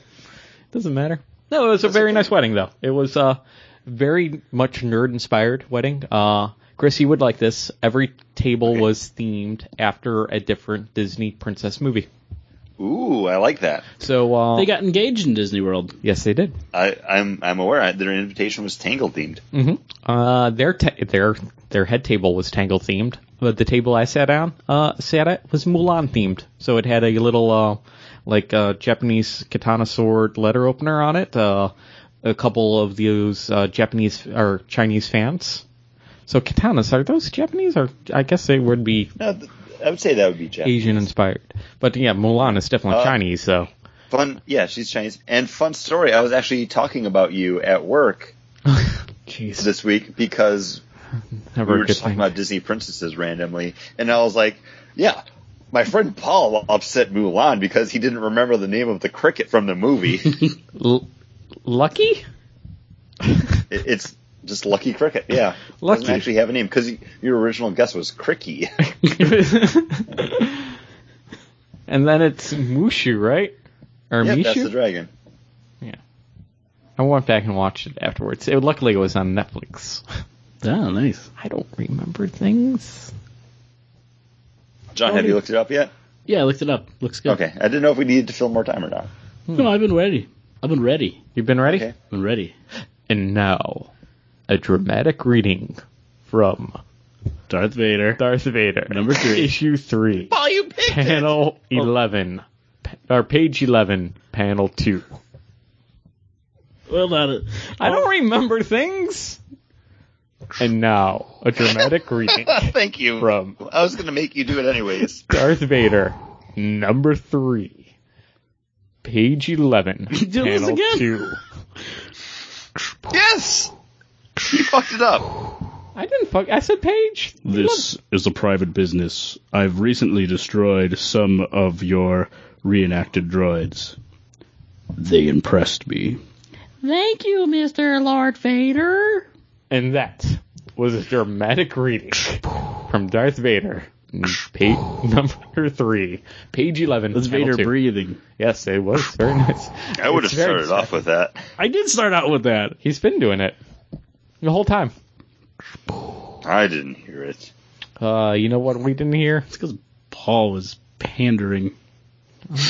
Speaker 3: Doesn't matter. No, it was a very nice wedding though. It was uh very much nerd inspired wedding. Uh, Chris, you would like this. Every table was themed after a different Disney princess movie.
Speaker 1: Ooh, I like that.
Speaker 3: So uh,
Speaker 2: They got engaged in Disney World.
Speaker 3: yes, they did.
Speaker 1: I, I'm I'm aware I, their invitation was Tangled themed.
Speaker 3: hmm Uh, their ta- their their head table was Tangle themed, but the table I sat on uh, sat at was Mulan themed. So it had a little uh, like uh, Japanese katana sword letter opener on it. Uh, a couple of those uh, Japanese or Chinese fans. So katanas are those Japanese or I guess they would be
Speaker 1: No, th- I would say that would be Japanese.
Speaker 3: Asian inspired. But yeah, Mulan is definitely
Speaker 1: Uh,
Speaker 3: Chinese. So
Speaker 1: Fun, yeah, she's Chinese. And fun story, I was actually talking about you at work
Speaker 3: jeez,
Speaker 1: this week because
Speaker 3: never
Speaker 1: we were
Speaker 3: a good
Speaker 1: just talking
Speaker 3: thing.
Speaker 1: about Disney princesses randomly, and I was like, yeah. My friend Paul upset Mulan because he didn't remember the name of the cricket from the movie.
Speaker 3: <laughs>
Speaker 1: it,
Speaker 3: L- lucky.
Speaker 1: it's just Lucky Cricket, yeah.
Speaker 3: Lucky.
Speaker 1: Doesn't actually have a name because your original guess was Cricky. <laughs>
Speaker 3: and then it's Mushu, right? Or
Speaker 1: yep, that's the
Speaker 3: Mishu?
Speaker 1: dragon.
Speaker 3: I went back and watched it afterwards. It, luckily, it was on Netflix.
Speaker 2: Oh, nice.
Speaker 3: I don't remember things.
Speaker 1: John, have you looked it up yet?
Speaker 2: Yeah, I looked it up. Looks good. Hmm.
Speaker 1: Okay, I didn't know if we needed to fill more time or not.
Speaker 2: No, I've been ready. I've been ready.
Speaker 3: You've been ready?
Speaker 1: Okay.
Speaker 2: I've been ready.
Speaker 3: And now, a dramatic reading from
Speaker 2: Darth Vader.
Speaker 3: Darth Vader.
Speaker 2: Number three.
Speaker 3: Issue 3.
Speaker 1: Paul, you picked
Speaker 3: Panel 11. Pa- Or page 11, panel 2.
Speaker 2: <laughs> Well, not a,
Speaker 3: I don't remember things! And now, a dramatic
Speaker 1: <laughs>
Speaker 3: reading
Speaker 1: Thank you.
Speaker 3: from
Speaker 1: I was going to make you do it anyways.
Speaker 3: Darth Vader, number three,
Speaker 2: <laughs>
Speaker 3: page eleven,
Speaker 2: did this
Speaker 3: panel
Speaker 2: again.
Speaker 3: two.
Speaker 1: yes! You fucked it up.
Speaker 3: I didn't fuck. I said page.
Speaker 2: This is a private business. I've recently destroyed some of your reenacted droids. They impressed me.
Speaker 4: Thank you, Mr. Lord Vader.
Speaker 3: And that was a dramatic reading from Darth Vader, page number three, page eleven.
Speaker 2: That's
Speaker 3: panel
Speaker 2: Vader
Speaker 3: two.
Speaker 2: breathing.
Speaker 3: Yes, it was very nice.
Speaker 1: I would have
Speaker 3: It's very
Speaker 1: started off with that.
Speaker 2: I did start out with that.
Speaker 3: He's been doing it the whole time.
Speaker 1: I didn't hear it.
Speaker 3: Uh, you know what we didn't hear?
Speaker 2: It's because Paul was pandering.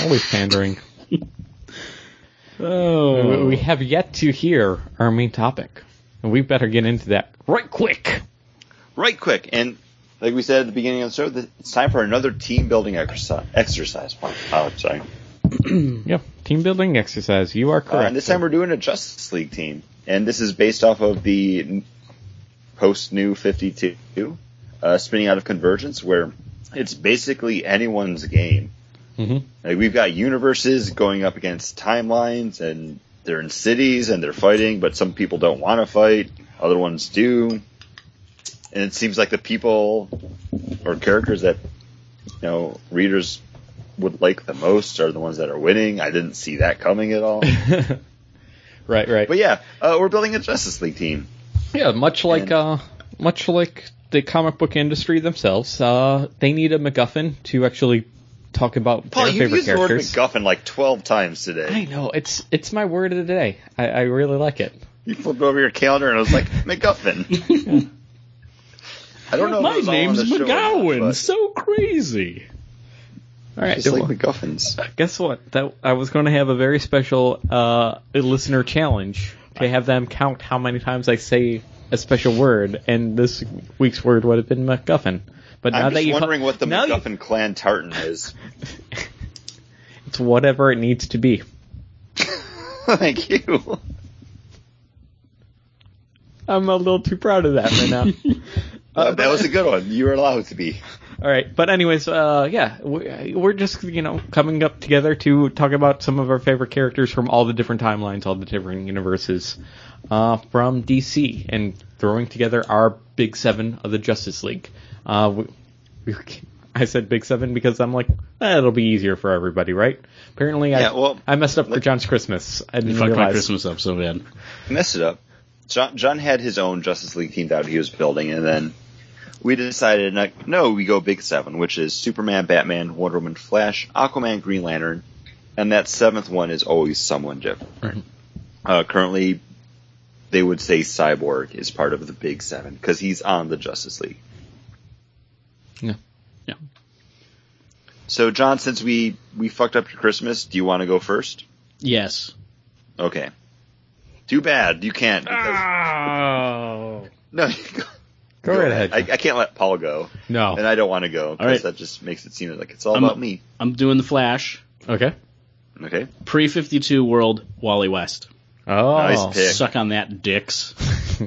Speaker 3: Always pandering.
Speaker 2: Oh,
Speaker 3: We- We have yet to hear our main topic. And we better get into that right quick.
Speaker 1: Right quick. And like we said at the beginning of the show, that it's time for another team building exercise. exercise. Wow, I'm sorry.
Speaker 3: Yep. Team building exercise. You are
Speaker 1: Uh,
Speaker 3: correct.
Speaker 1: and this time we're doing a Justice League team. And this is based off of the post New 52, uh, spinning out of Convergence, where it's basically anyone's game.
Speaker 3: Mhm.
Speaker 1: Like we've got universes going up against timelines, and they're in cities and they're fighting, but some people don't want to fight, other ones do. And it seems like the people or characters that you know readers would like the most are the ones that are winning. I didn't see that coming at all.
Speaker 3: right, right.
Speaker 1: But yeah, uh, we're building a Justice League team.
Speaker 3: yeah, much like uh, much like the comic book industry themselves, uh, they need a MacGuffin to actually talk about
Speaker 1: Paul,
Speaker 3: their
Speaker 1: you
Speaker 3: favorite
Speaker 1: used
Speaker 3: characters.
Speaker 1: the word MacGuffin like twelve times today.
Speaker 3: I know it's it's my word of the day. I, I really like it.
Speaker 1: You flipped over your calendar and I <laughs> was like, MacGuffin. I don't know. if it
Speaker 2: my
Speaker 1: was all on
Speaker 2: name's
Speaker 1: the show or not,
Speaker 2: McGowan.
Speaker 1: but-
Speaker 2: So crazy.
Speaker 3: All right.
Speaker 1: Just like MacGuffins.
Speaker 3: Guess what? That I was going to have a very special uh, listener challenge to have them count how many times I say a special word, and this week's word would have been MacGuffin. But now
Speaker 1: I'm
Speaker 3: that
Speaker 1: just
Speaker 3: you
Speaker 1: wondering what the
Speaker 3: now you-
Speaker 1: MacGuffin clan tartan is.
Speaker 3: it's whatever it needs to be.
Speaker 1: <laughs> Thank you.
Speaker 3: I'm a little too proud of that
Speaker 2: <laughs>
Speaker 3: right now.
Speaker 1: Uh, that was a good one. You were allowed to be.
Speaker 3: All right, but anyways, uh, yeah, we- we're just you know coming up together to talk about some of our favorite characters from all the different timelines, all the different universes uh, from DC, and throwing together our big seven of the Justice League. Uh, we, we, I said big seven because I'm like eh, it'll be easier for everybody, right? Apparently, I
Speaker 1: Yeah, well,
Speaker 3: I messed up for
Speaker 1: let-
Speaker 3: John's Christmas. I didn't
Speaker 2: Fuck my
Speaker 3: realize.
Speaker 2: Christmas up so bad.
Speaker 1: I messed it up. John, John had his own Justice League team out he was building, and then we decided like, no, we go Big Seven, which is Superman, Batman, Wonder Woman, Flash, Aquaman, Green Lantern, and that seventh one is always someone different. Uh, currently, they would say Cyborg is part of the Big Seven because he's on the Justice League.
Speaker 3: Yeah.
Speaker 2: Yeah.
Speaker 1: So, John, since we we fucked up your Christmas, do you want to go first?
Speaker 2: Yes.
Speaker 1: Okay. Too bad you can't.
Speaker 3: Ah!
Speaker 1: Because,
Speaker 4: Oh.
Speaker 1: no, <laughs>
Speaker 3: Go right ahead.
Speaker 1: I, I can't let Paul go.
Speaker 3: no.
Speaker 1: and I don't want to go
Speaker 2: Oh. All right.
Speaker 1: because that just makes it seem like it's all
Speaker 2: I'm-
Speaker 1: about me.
Speaker 2: I'm doing the Flash.
Speaker 3: okay.
Speaker 1: Okay,
Speaker 2: Pre 52 world, Wally West.
Speaker 3: Oh,
Speaker 1: Nice pick.
Speaker 2: Suck on that, dicks.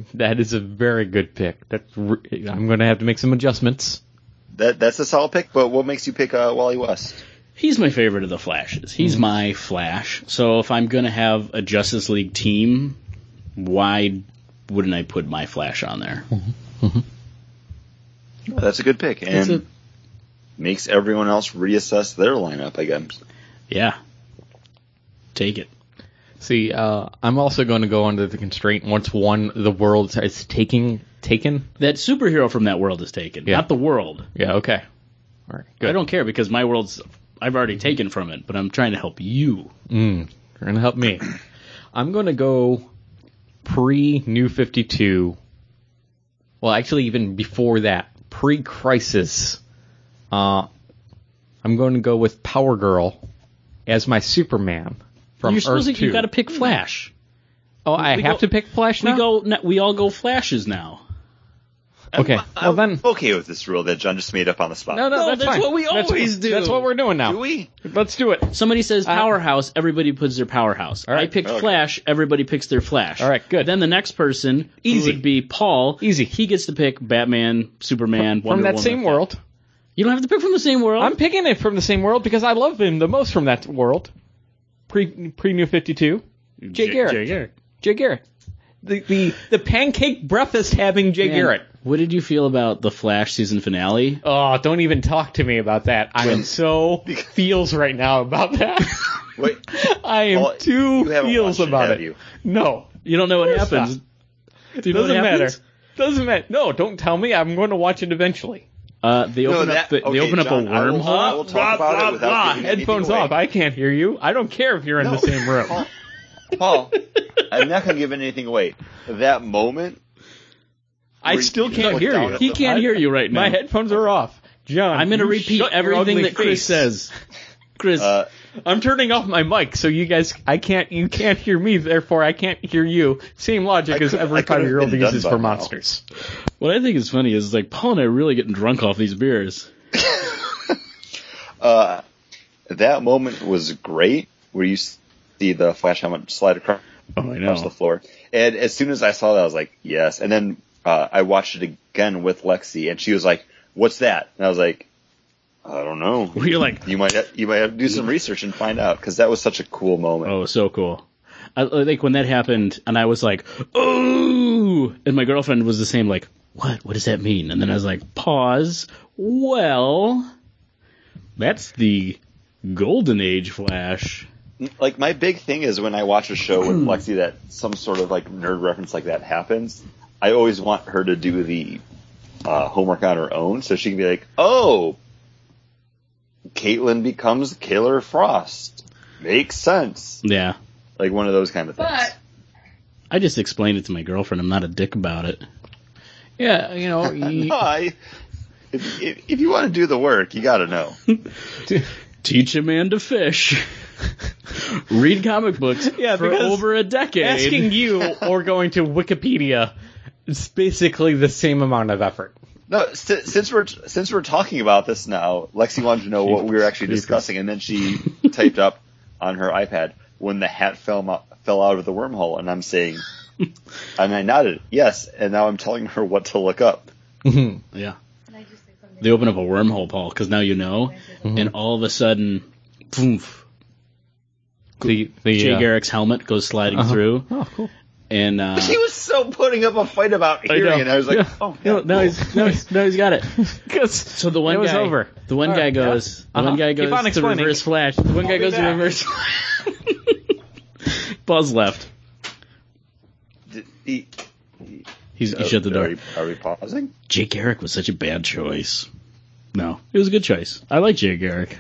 Speaker 3: <laughs> that is a very good pick. That's re- I'm going to have to make some adjustments.
Speaker 1: that that's a solid pick. But what makes you pick uh, Wally West?
Speaker 2: He's my favorite of the Flashes.
Speaker 3: Hmm.
Speaker 2: He's my Flash. So if I'm going to have a Justice League team, why wouldn't I put my Flash on there?
Speaker 3: Hmm.
Speaker 1: That's a good pick, and
Speaker 2: a-
Speaker 1: makes everyone else reassess their lineup. I guess.
Speaker 2: Yeah. Take it.
Speaker 3: See, uh, I'm also going to go under the constraint once one the world is taking taken.
Speaker 2: That superhero from that world is taken,
Speaker 3: Yeah.
Speaker 2: not the world.
Speaker 3: Yeah. Okay. All right. Good.
Speaker 2: I don't care because my world's I've already taken from it, but I'm trying to help you.
Speaker 3: You're going to help me. <clears throat> I'm going to go pre New 52. Well, actually, even before that, pre Crisis. Uh, I'm going to go with Power Girl as my Superman from
Speaker 2: You're
Speaker 3: Earth
Speaker 2: supposed to
Speaker 3: 2.
Speaker 2: you got to pick Flash.
Speaker 3: oh, I
Speaker 2: we
Speaker 3: have
Speaker 2: go-
Speaker 3: to pick Flash now.
Speaker 2: We go no, we all go Flashes now.
Speaker 3: Okay. Well then,
Speaker 1: Okay with this rule that John just made up on the spot.
Speaker 3: Hmm. no, no,
Speaker 2: No,
Speaker 3: that's,
Speaker 2: that's
Speaker 3: fine.
Speaker 2: what we
Speaker 3: That's-
Speaker 2: always do.
Speaker 3: That's what we're doing now.
Speaker 1: Do
Speaker 3: <laughs>
Speaker 1: we?
Speaker 3: Let's do it.
Speaker 2: Somebody says powerhouse, everybody puts their powerhouse.
Speaker 3: Uh, right.
Speaker 2: I picked
Speaker 1: Okay.
Speaker 2: Flash, everybody picks their Flash.
Speaker 3: All right, good.
Speaker 2: Then the next person who
Speaker 3: Easy.
Speaker 2: would be Paul.
Speaker 3: Easy.
Speaker 2: He gets to pick Batman, Superman, Wonder
Speaker 3: from that
Speaker 2: Woman.
Speaker 3: same world.
Speaker 2: You don't have to pick from the same world.
Speaker 3: I'm picking it from the same world because I love him the most from that world. Pre pre New Fifty Two, Jay Garrick.
Speaker 2: Jay Garrick.
Speaker 3: Jay Garrett, the the the pancake breakfast having Jay
Speaker 2: And
Speaker 3: Garrett.
Speaker 2: What did you feel about the Flash season finale?
Speaker 3: Oh, don't even talk to me about that. I am so feels right now about that.
Speaker 1: Wait,
Speaker 3: I am
Speaker 1: Paul,
Speaker 3: too
Speaker 1: you haven't watched
Speaker 3: feels
Speaker 1: it,
Speaker 3: about
Speaker 1: have
Speaker 3: it.
Speaker 1: you?
Speaker 3: No,
Speaker 2: You don't know what
Speaker 3: course
Speaker 2: happens. Do you know what
Speaker 3: doesn't matter.
Speaker 2: happens?
Speaker 3: Doesn't matter. No, don't tell me. I'm going to watch it eventually.
Speaker 2: Uh, they
Speaker 1: No,
Speaker 2: open
Speaker 1: that-
Speaker 2: up. The,
Speaker 1: okay,
Speaker 2: they open
Speaker 1: John,
Speaker 2: up a
Speaker 1: I will-
Speaker 2: wormhole.
Speaker 1: I will talk about it without giving anything
Speaker 3: Headphones
Speaker 1: away.
Speaker 3: off. I can't hear you. I don't care if you're in
Speaker 1: No.
Speaker 3: the same room.
Speaker 1: <laughs> Paul, Paul, I'm not going to give anything away. That moment,
Speaker 3: I
Speaker 1: Were
Speaker 3: still
Speaker 1: you
Speaker 3: can't
Speaker 1: looked
Speaker 3: hear
Speaker 1: down
Speaker 3: you.
Speaker 1: at
Speaker 2: He
Speaker 1: the-
Speaker 2: can't hear you right now.
Speaker 3: My headphones are off. John,
Speaker 2: I'm going to
Speaker 3: you
Speaker 2: repeat
Speaker 3: shut your
Speaker 2: everything
Speaker 3: ugly
Speaker 2: that Chris
Speaker 3: face.
Speaker 2: says. Chris,
Speaker 1: uh,
Speaker 3: I'm turning off my mic so you guys I can't you can't hear me, therefore I can't hear you. Same logic
Speaker 1: I
Speaker 3: as
Speaker 1: could- I
Speaker 3: every
Speaker 1: could have
Speaker 3: five year old
Speaker 1: been done
Speaker 3: uses
Speaker 1: by
Speaker 3: for
Speaker 1: now.
Speaker 3: monsters.
Speaker 2: what I think is funny is like Paul and I are really getting drunk off these beers.
Speaker 1: uh, that moment was great where you see the flash helmet slide across
Speaker 2: Oh, I
Speaker 1: across the floor. And as soon as I saw that, I was like, yes. And then uh, I watched it again with Lexi, and she was like, "What's that?" And I was like, "I don't know."
Speaker 2: We're like,
Speaker 1: You might have, you might have to do some research and find out because that was such a cool moment.
Speaker 2: oh, so cool. I, I think when that happened, and I was like, oh, and my girlfriend was the same, like, what? What does that mean? And then I was like, pause. Well, that's the golden age Flash.
Speaker 1: Like my big thing is when I watch a show with Lexi that some sort of like nerd reference like that happens, I always want her to do the uh, homework on her own so she can be like, "Oh, Caitlin becomes Killer Frost." Makes sense.
Speaker 2: Yeah.
Speaker 1: Like one of those kind of things.
Speaker 4: But
Speaker 2: I just explained it to my girlfriend. I'm not a dick about it.
Speaker 3: Yeah,
Speaker 2: <laughs>
Speaker 3: you know, you,
Speaker 1: No, I, if, if, if you want to do the work, you got to know.
Speaker 2: teach a man to fish, read comic books
Speaker 3: <laughs> Yeah,
Speaker 2: for
Speaker 3: because
Speaker 2: over a decade.
Speaker 3: Asking you or going to Wikipedia is basically the same amount of effort. <laughs>
Speaker 1: No, si- since we're since we're talking about this now, Lexi wanted to know what we were actually
Speaker 2: Creepers.
Speaker 1: discussing, and then she typed up on her iPad when the hat fell mo- fell out of the wormhole, and I'm
Speaker 2: <laughs>
Speaker 1: saying, and I nodded yes, and now I'm telling her what to look up.
Speaker 2: yeah,
Speaker 5: Can I just say something?
Speaker 2: they open up a wormhole, Paul, because now you know, and all of a sudden, boom,
Speaker 3: The, the,
Speaker 2: Jay
Speaker 3: uh,
Speaker 2: Garrick's helmet goes sliding
Speaker 3: uh-huh.
Speaker 2: <laughs> through,
Speaker 3: Oh, cool.
Speaker 2: and uh,
Speaker 1: <laughs> She was so putting up a fight about
Speaker 2: I know.
Speaker 1: hearing, and I was like,
Speaker 2: Yeah.
Speaker 1: oh,
Speaker 2: no,
Speaker 1: yeah,
Speaker 2: now he's no, he's no, he's got <laughs> it. So the one
Speaker 3: It was
Speaker 2: guy,
Speaker 3: over.
Speaker 2: The one
Speaker 3: All
Speaker 2: guy
Speaker 3: right, yeah.
Speaker 2: goes. The
Speaker 3: Uh-huh.
Speaker 2: one guy
Speaker 3: Keep
Speaker 2: goes
Speaker 3: on
Speaker 2: to
Speaker 3: explaining.
Speaker 2: reverse flash. The one guy
Speaker 3: be
Speaker 2: goes to
Speaker 3: back.
Speaker 2: <laughs> reverse. Buzz left.
Speaker 1: D- he- uh,
Speaker 2: He's he shut the door.
Speaker 1: Are we, are we pausing?
Speaker 2: Jay Garrick was such a bad choice. No, it was a good choice. I like Jay Garrick.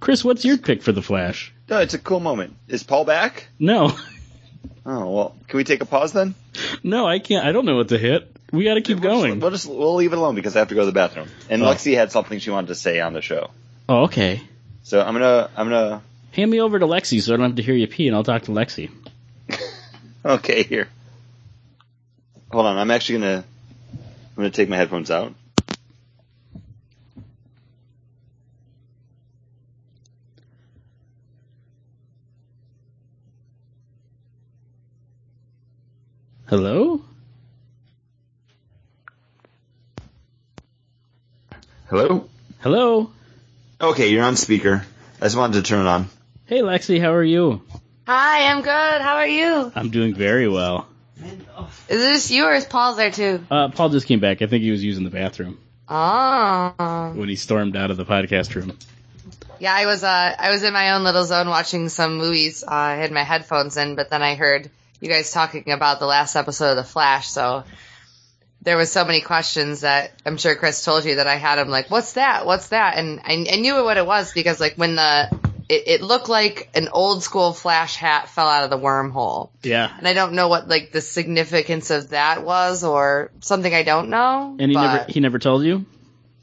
Speaker 2: Chris, what's your pick for the Flash?
Speaker 1: No, it's a cool moment. Is Paul back?
Speaker 2: No, <laughs>
Speaker 1: Oh well, can we take a pause then?
Speaker 2: no, I can't. I don't know what to hit. We got to keep going.
Speaker 1: We'll just we'll leave it alone because I have to go to the bathroom. And
Speaker 2: Oh.
Speaker 1: Lexi had something she wanted to say on the show,
Speaker 2: Oh, okay.
Speaker 1: so I'm gonna I'm gonna <laughs>
Speaker 2: Hand me over to Lexi so I don't have to hear you pee, and I'll talk to Lexi.
Speaker 1: Okay, here. Hold on, I'm actually gonna I'm gonna take my headphones out.
Speaker 2: Hello.
Speaker 1: Hello?
Speaker 2: Hello.
Speaker 1: Okay, you're on speaker. I just wanted to turn it on.
Speaker 2: Hey, Lexi, how are you?
Speaker 5: Hi, I'm good. How are you?
Speaker 2: I'm doing very well.
Speaker 5: Is this you or is Paul there too?
Speaker 2: Uh, Paul just came back. I think he was using the bathroom
Speaker 5: Oh.
Speaker 2: when he stormed out of the podcast room.
Speaker 5: Yeah, I was uh I was in my own little zone watching some movies. Uh, I had my headphones in, but then I heard you guys talking about the last episode of The Flash, so there was so many questions that I'm sure Chris told you that I had. I'm like, what's that? What's that? And I, I knew what it was because like when the it, it looked like an old school Flash hat fell out of the wormhole.
Speaker 2: Yeah.
Speaker 5: and I don't know what like the significance of that was or something I don't know.
Speaker 2: And he
Speaker 5: but-
Speaker 2: never he never told you?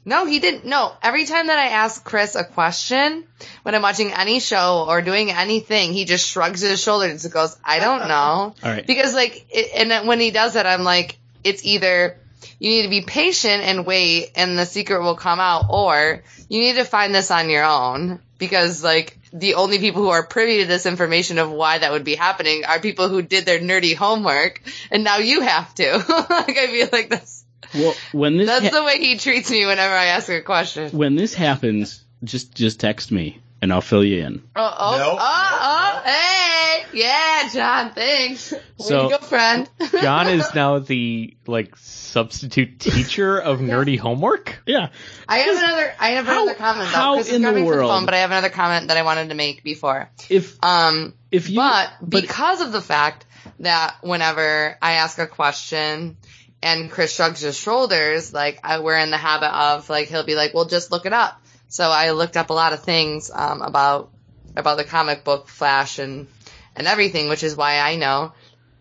Speaker 5: no, he didn't. No, every time that I ask Chris a question when I'm watching any show or doing anything, he just shrugs his shoulders and just goes, "I don't
Speaker 2: <laughs>
Speaker 5: know."
Speaker 2: All right.
Speaker 5: Because like, it, and then when he does that, I'm like, it's either you need to be patient and wait, and the secret will come out, or you need to find this on your own because like. The only people who are privy to this information of why that would be happening are people who did their nerdy homework, and now you have to. <laughs> like I feel like that's
Speaker 2: Well, when this
Speaker 5: that's
Speaker 2: ha-
Speaker 5: the way he treats me whenever I ask a question.
Speaker 2: when this happens, just just text me and I'll fill you in.
Speaker 5: Oh, oh,
Speaker 1: Nope,
Speaker 5: oh, oh, hey, yeah, John, thanks. Way
Speaker 2: So-
Speaker 5: to go, friend.
Speaker 3: John
Speaker 5: <laughs>
Speaker 3: is now the like substitute teacher of nerdy homework.
Speaker 2: Yeah.
Speaker 5: I have another. I have
Speaker 2: How-
Speaker 5: another comment. Though.
Speaker 2: how
Speaker 5: Chris is
Speaker 2: in the
Speaker 5: grabbing for
Speaker 2: world?
Speaker 5: phone, but I have another comment that I wanted to make before.
Speaker 2: If
Speaker 5: Um,
Speaker 2: if you
Speaker 5: but, because of the fact that whenever I ask a question and Chris shrugs his shoulders, like I, we're in the habit of like he'll be like, "Well, just look it up." So I looked up a lot of things um, about about the comic book Flash and and everything, which is why I know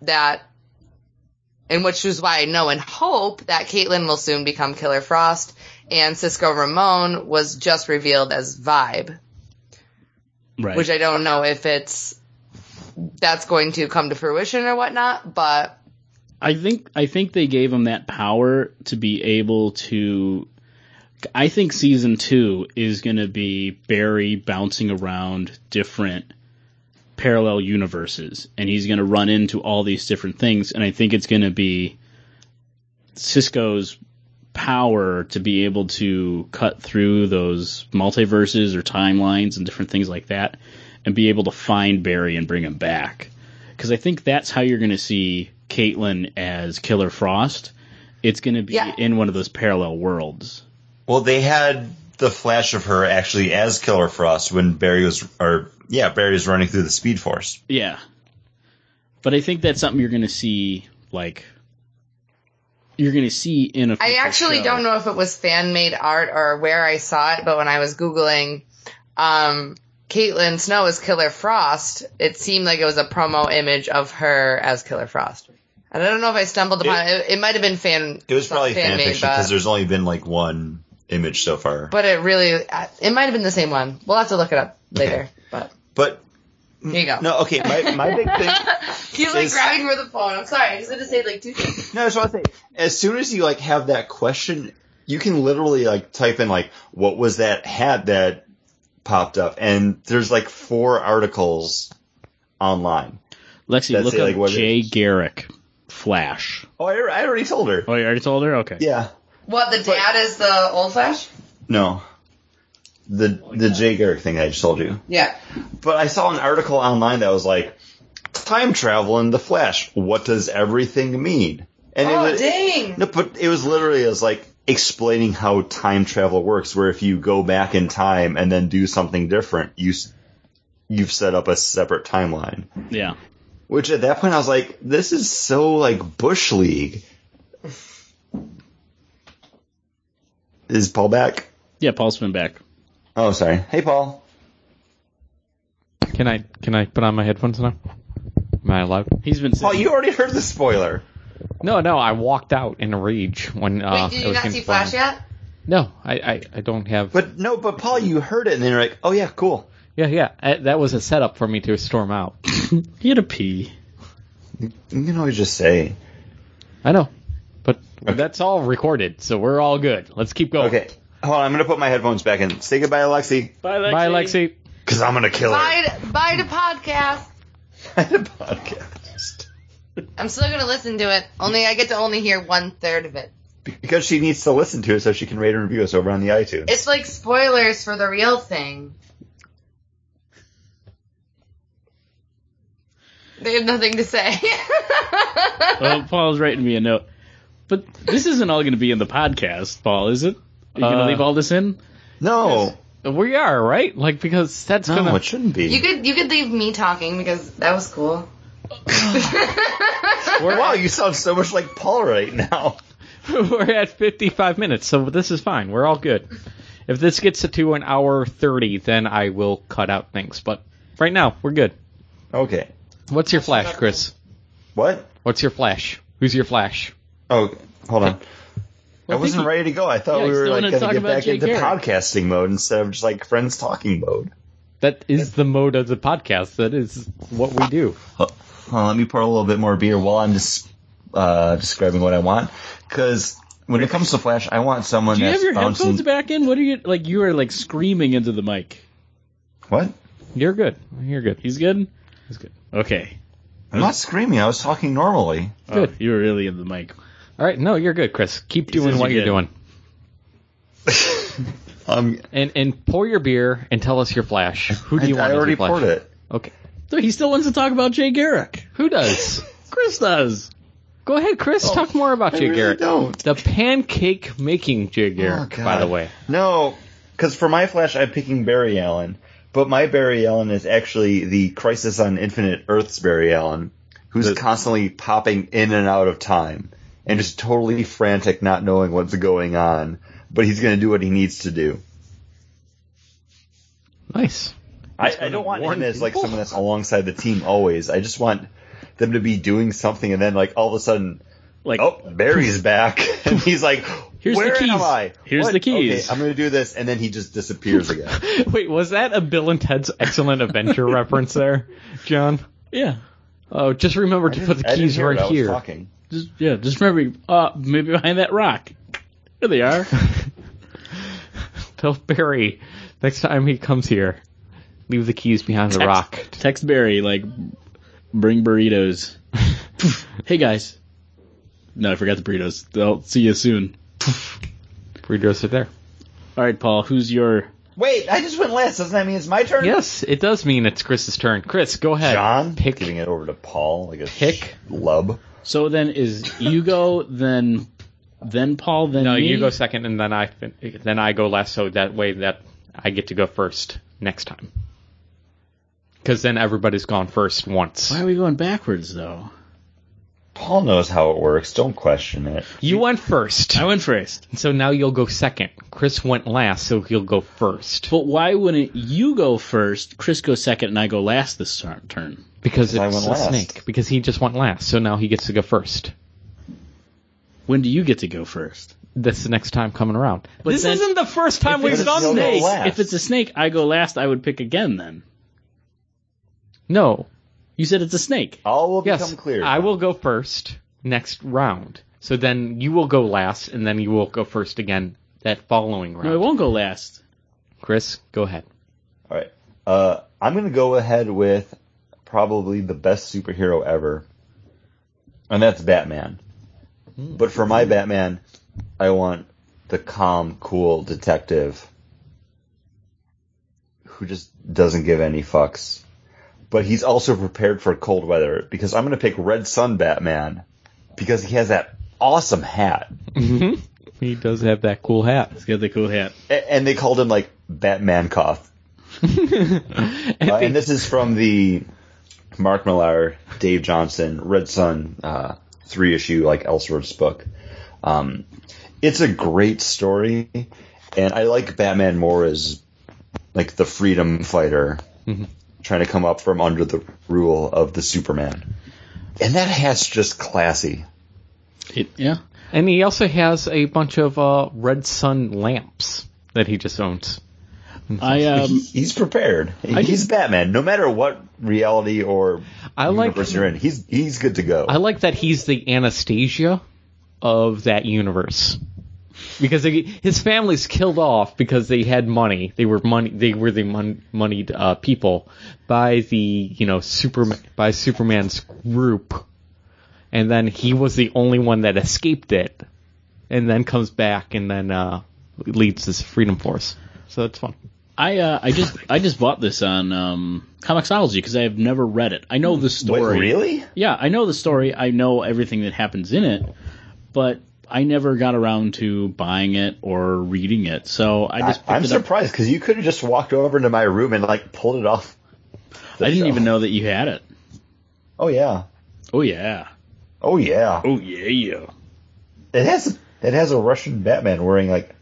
Speaker 5: that, and which is why I know and hope that Caitlyn will soon become Killer Frost. And Cisco Ramon was just revealed as Vibe
Speaker 2: right.
Speaker 5: which I don't know if it's that's going to come to fruition or whatnot, but
Speaker 2: I think I think they gave him that power to be able to. I think season two is going to be Barry bouncing around different parallel universes, and he's going to run into all these different things. And I think it's going to be Cisco's power to be able to cut through those multiverses or timelines and different things like that, and be able to find Barry and bring him back because I think that's how you're going to see Caitlyn as Killer Frost. It's going to be
Speaker 5: Yeah.
Speaker 2: in one of those parallel worlds.
Speaker 1: Well they had the flash of her actually as Killer Frost when Barry was or yeah, Barry was running through the speed force.
Speaker 2: Yeah, but I think that's something you're going to see, like you're going to see in a.
Speaker 5: I
Speaker 2: future
Speaker 5: actually
Speaker 2: show.
Speaker 5: don't know if it was fan made art or where I saw it, but when I was Googling um Caitlyn Snow as Killer Frost, it seemed like it was a promo image of her as Killer Frost. And I don't know if I stumbled upon it. It, might have been fan.
Speaker 6: It was probably
Speaker 5: fan
Speaker 6: fan
Speaker 5: made,
Speaker 6: fiction
Speaker 5: but-
Speaker 6: because there's only been like one
Speaker 1: image so far.
Speaker 5: But it really, it might have been the same one. We'll have to look it up later. But
Speaker 1: But
Speaker 5: here you go.
Speaker 1: no, okay. My my big thing.
Speaker 5: He's like
Speaker 1: is-
Speaker 5: grabbing for the phone. I'm sorry. I just had to say like two things.
Speaker 1: No, I just want to say, as soon as you like have that question, you can literally like type in like, "What was that hat that popped up?" And there's like four articles online.
Speaker 2: Lexi,
Speaker 1: That's
Speaker 2: look
Speaker 1: it,
Speaker 2: up
Speaker 1: like, what it
Speaker 2: Jay
Speaker 1: is.
Speaker 2: Garrick Flash.
Speaker 1: Oh, I, I already told her.
Speaker 2: Oh, you already told her? Okay.
Speaker 1: Yeah.
Speaker 5: What the dad is the old flash?
Speaker 1: No. The the Jay Garrick thing I just told you.
Speaker 5: Yeah.
Speaker 1: But I saw an article online that was like, "Time travel in the Flash. What does everything mean?" And
Speaker 5: Oh
Speaker 1: it was,
Speaker 5: dang.
Speaker 1: No, but it was literally as like explaining how time travel works, where if you go back in time and then do something different, you s- you've set up a separate timeline.
Speaker 2: Yeah.
Speaker 1: Which at that point I was like, this is so like Bush League. Is Paul back?
Speaker 2: Yeah, Paul's been back.
Speaker 1: Oh, sorry. Hey, Paul.
Speaker 3: Can I can I put on my headphones now? Am I allowed?
Speaker 2: He's been
Speaker 1: Paul,
Speaker 2: sitting.
Speaker 1: you already heard the spoiler.
Speaker 3: No, no. I walked out in a rage when. Uh,
Speaker 5: Wait,
Speaker 3: it
Speaker 5: did you
Speaker 3: was
Speaker 5: not
Speaker 3: getting
Speaker 5: see Flash
Speaker 3: spoiled.
Speaker 5: yet?
Speaker 3: No, I, I, I don't have.
Speaker 1: But no, but Paul, you heard it and then you're like, oh yeah, cool.
Speaker 3: yeah, yeah. I, that was a setup for me to storm out.
Speaker 2: <laughs> He had a pee.
Speaker 1: You can always just say.
Speaker 3: I know, but that's all recorded, so we're all good. Let's keep going.
Speaker 1: Okay. Hold on, I'm going to put my headphones back in. Say goodbye, Alexi,
Speaker 2: Bye, Lexi.
Speaker 3: Bye, Lexi.
Speaker 1: because I'm going to kill her.
Speaker 5: Bye, to- bye to podcast.
Speaker 1: the podcast.
Speaker 5: I'm still gonna listen to it. Only I get to only hear one third of it.
Speaker 1: Because she needs to listen to it so she can rate and review us over on the iTunes.
Speaker 5: It's like spoilers for the real thing. They have nothing to say. <laughs>
Speaker 2: Oh, Paul's writing me a note. But this isn't all going to be in the podcast, Paul, is it? Are you going to
Speaker 3: Uh,
Speaker 2: leave all this in?
Speaker 1: No,
Speaker 3: We are right, like because that's
Speaker 1: no,
Speaker 3: gonna.
Speaker 1: it shouldn't be.
Speaker 5: you could you could leave me talking because that was cool.
Speaker 1: wow, you sound so much like Paul right now.
Speaker 3: <laughs> we're at 55 minutes, so this is fine. We're all good. If this gets to an hour 30, then I will cut out things. But right now, we're good.
Speaker 1: Okay.
Speaker 3: What's your flash, Chris?
Speaker 1: What?
Speaker 3: What's your flash? Who's your flash?
Speaker 1: Oh, hold on. I
Speaker 2: Well,
Speaker 1: wasn't
Speaker 2: Vicky-
Speaker 1: ready to go. I thought
Speaker 2: Yeah,
Speaker 1: we
Speaker 2: you
Speaker 1: were
Speaker 2: still
Speaker 1: like
Speaker 2: wanna
Speaker 1: going to
Speaker 2: talk
Speaker 1: get
Speaker 2: about
Speaker 1: back
Speaker 2: Jay
Speaker 1: into
Speaker 2: Garrick.
Speaker 1: podcasting mode instead of just like friends talking mode.
Speaker 3: That is the mode of the podcast. That is what we do.
Speaker 1: Hold on, let me pour a little bit more beer while I'm just uh, describing what I want. Because when it comes to Flash, I want someone
Speaker 2: Do you
Speaker 1: that's
Speaker 2: have your
Speaker 1: bouncing.
Speaker 2: headphones back in? What are you like? You are like screaming into the mic.
Speaker 1: What?
Speaker 3: You're good. You're good.
Speaker 2: He's good.
Speaker 3: He's good.
Speaker 2: Okay.
Speaker 1: I'm not screaming. I was talking normally.
Speaker 2: Good. you were really in the mic.
Speaker 3: All right. No, you're good, Chris. Keep doing
Speaker 2: says
Speaker 3: what
Speaker 2: you're
Speaker 3: you're doing.
Speaker 2: good.
Speaker 1: Um,
Speaker 3: And and pour your beer and tell us your flash. Who do you
Speaker 1: I,
Speaker 3: want?
Speaker 1: I
Speaker 3: as your
Speaker 1: already
Speaker 3: flash?
Speaker 1: poured it.
Speaker 3: Okay.
Speaker 2: So he still wants to talk about Jay Garrick.
Speaker 1: <laughs>
Speaker 3: Who does?
Speaker 2: Chris does.
Speaker 3: Go ahead, Chris. talk more about Jay
Speaker 1: Oh, really
Speaker 3: Garrick.
Speaker 1: don't.
Speaker 3: The pancake making Jay Garrick,
Speaker 1: Oh,
Speaker 3: by the
Speaker 1: God.
Speaker 3: way.
Speaker 1: No, because for my Flash, I'm picking Barry Allen, but my Barry Allen is actually the Crisis on Infinite Earths Barry Allen, who's constantly popping in and out of time and just totally frantic, not knowing what's going on. But he's going to do what he needs to do.
Speaker 3: Nice. <laughs>
Speaker 1: I, I don't want him as like
Speaker 3: people?
Speaker 1: someone that's alongside the team always. I just want them to be doing something, and then like all of a sudden,
Speaker 2: Like
Speaker 1: oh,
Speaker 3: <laughs>
Speaker 1: Barry's back, <laughs> and he's like,
Speaker 2: Here's the
Speaker 1: "Where
Speaker 2: keys.
Speaker 1: am I?
Speaker 2: Here's the keys."
Speaker 1: Okay, I'm going to do this," and then he just disappears
Speaker 3: <laughs>
Speaker 1: again.
Speaker 3: Wait, was that a Bill and Ted's Excellent Adventure <laughs> reference there, John?
Speaker 2: yeah.
Speaker 3: Oh, just remember to put the
Speaker 1: I didn't
Speaker 3: keys
Speaker 1: hear
Speaker 3: right
Speaker 1: what I was
Speaker 3: here.
Speaker 1: talking.
Speaker 2: Just yeah. Just remember, uh, maybe behind that rock. There they <laughs> are.
Speaker 3: <laughs> Tell Barry next time he comes here, leave the keys behind the rock.
Speaker 2: Text Barry like, bring
Speaker 3: <laughs>
Speaker 2: burritos. hey guys. No, I forgot the burritos. I'll see you soon.
Speaker 3: Redress it there.
Speaker 2: All right, Paul. Who's your?
Speaker 1: Wait, I just went last. Doesn't that mean it's my turn?
Speaker 3: Yes, it does mean it's Chris's turn. Chris, go ahead.
Speaker 1: John,
Speaker 3: pick.
Speaker 1: giving it over to Paul like a
Speaker 3: Pick.
Speaker 1: lub.
Speaker 2: So then
Speaker 3: <laughs>
Speaker 2: is Hugo then then Paul then
Speaker 3: No,
Speaker 2: me?
Speaker 3: you go second, and then I fin- then I go last. So that way, that I get to go first next time. Because then everybody's gone first once.
Speaker 2: Why are we going backwards though?
Speaker 1: Paul knows how it works. Don't question it.
Speaker 3: You went first,
Speaker 2: I went first.
Speaker 3: so now you'll go second. Chris went last, so he'll go first.
Speaker 2: But why wouldn't you go first, Chris goes second, and I go last this tur- turn?
Speaker 3: Because
Speaker 1: I
Speaker 3: it's
Speaker 1: went
Speaker 3: a
Speaker 1: last.
Speaker 3: snake. Because he just went last, so now he gets to go first.
Speaker 2: When do you get to go first?
Speaker 3: That's the next time coming around.
Speaker 2: But
Speaker 3: this
Speaker 2: then-
Speaker 3: isn't the first time we've
Speaker 1: it's
Speaker 3: done
Speaker 1: no-
Speaker 3: this.
Speaker 2: snake,
Speaker 1: last.
Speaker 2: if it's a snake, I go last. I would pick again. Then
Speaker 3: No.
Speaker 2: you said it's a snake.
Speaker 1: All will
Speaker 3: Yes.
Speaker 1: become clear.
Speaker 3: I will go first next round. So then you will go last, and then you will go first again that following round.
Speaker 2: No, it won't go last.
Speaker 3: Chris, go ahead.
Speaker 1: All right. Uh, I'm going to go ahead with probably the best superhero ever, and that's Batman. But for my Batman, I want the calm, cool detective who just doesn't give any fucks. But he's also prepared for cold weather because I'm going to pick Red Sun Batman because he has that awesome hat.
Speaker 3: Mm-hmm. He does have that cool hat.
Speaker 2: Let's get the cool hat.
Speaker 1: A- And they called him like Batman Cough Uh, and this is from the Mark Millar, Dave Johnson, Red Sun, uh, three issue like Elseworlds book. Um, it's a great story, and I like Batman more as like the freedom fighter trying to come up from under the rule of the Superman. And that hat's just classy.
Speaker 2: It- yeah.
Speaker 3: and he also has a bunch of uh, red sun lamps that he just owns.
Speaker 2: <laughs> I um.
Speaker 1: He's prepared. He's Batman. No matter what reality or
Speaker 3: I like-
Speaker 1: universe you're in, he's he's good to go.
Speaker 3: I like that he's the Anastasia of that universe because they, his family's killed off because they had money. They were money. They were the mon- moneyed uh, people by the you know Superman by Superman's group, and then he was the only one that escaped it, and then comes back and then uh, leads this Freedom Force. So that's fun.
Speaker 2: I uh, I just I just bought this on um, Comixology because I have never read it. I know the
Speaker 1: Wait,
Speaker 2: story.
Speaker 1: really?
Speaker 2: Yeah, I know the story. I know everything that happens in it, but I never got around to buying it or reading it. So I just picked
Speaker 1: I, am
Speaker 2: it up.
Speaker 1: surprised because you could have just walked over into my room and like pulled it off. the
Speaker 2: I didn't
Speaker 1: shelf.
Speaker 2: even know that you had it.
Speaker 1: Oh yeah.
Speaker 2: Oh yeah.
Speaker 1: Oh yeah.
Speaker 2: Oh yeah. Yeah.
Speaker 1: It has it has a Russian Batman wearing like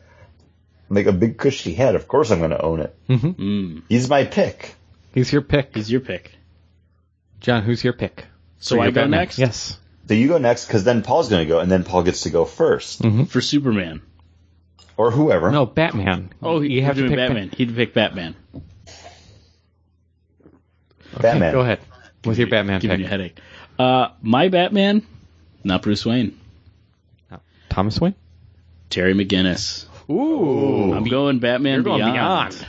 Speaker 1: like a big cushy hat. Of course I'm going to own it.
Speaker 2: Mm.
Speaker 1: He's my pick.
Speaker 3: Mm-hmm. He's your pick,
Speaker 2: Is your pick?
Speaker 3: John. Who's your pick?
Speaker 2: So
Speaker 3: For
Speaker 2: I
Speaker 3: your
Speaker 2: go
Speaker 3: Batman.
Speaker 2: next
Speaker 3: Yes.
Speaker 1: So you go next because then Paul's going to go and then Paul gets to go 1st
Speaker 2: for Superman.
Speaker 1: or whoever.
Speaker 3: No, Batman.
Speaker 2: Oh, you have
Speaker 3: to
Speaker 2: doing
Speaker 3: pick
Speaker 2: Batman. He'd pick Batman.
Speaker 1: Batman.
Speaker 3: Go ahead with your Batman
Speaker 2: Giving you a
Speaker 3: pick.
Speaker 2: headache. Uh, my Batman, not Bruce Wayne.
Speaker 3: Thomas Wayne.
Speaker 2: Terry McGinnis.
Speaker 3: Ooh.
Speaker 2: I'm going Batman
Speaker 3: You're going beyond.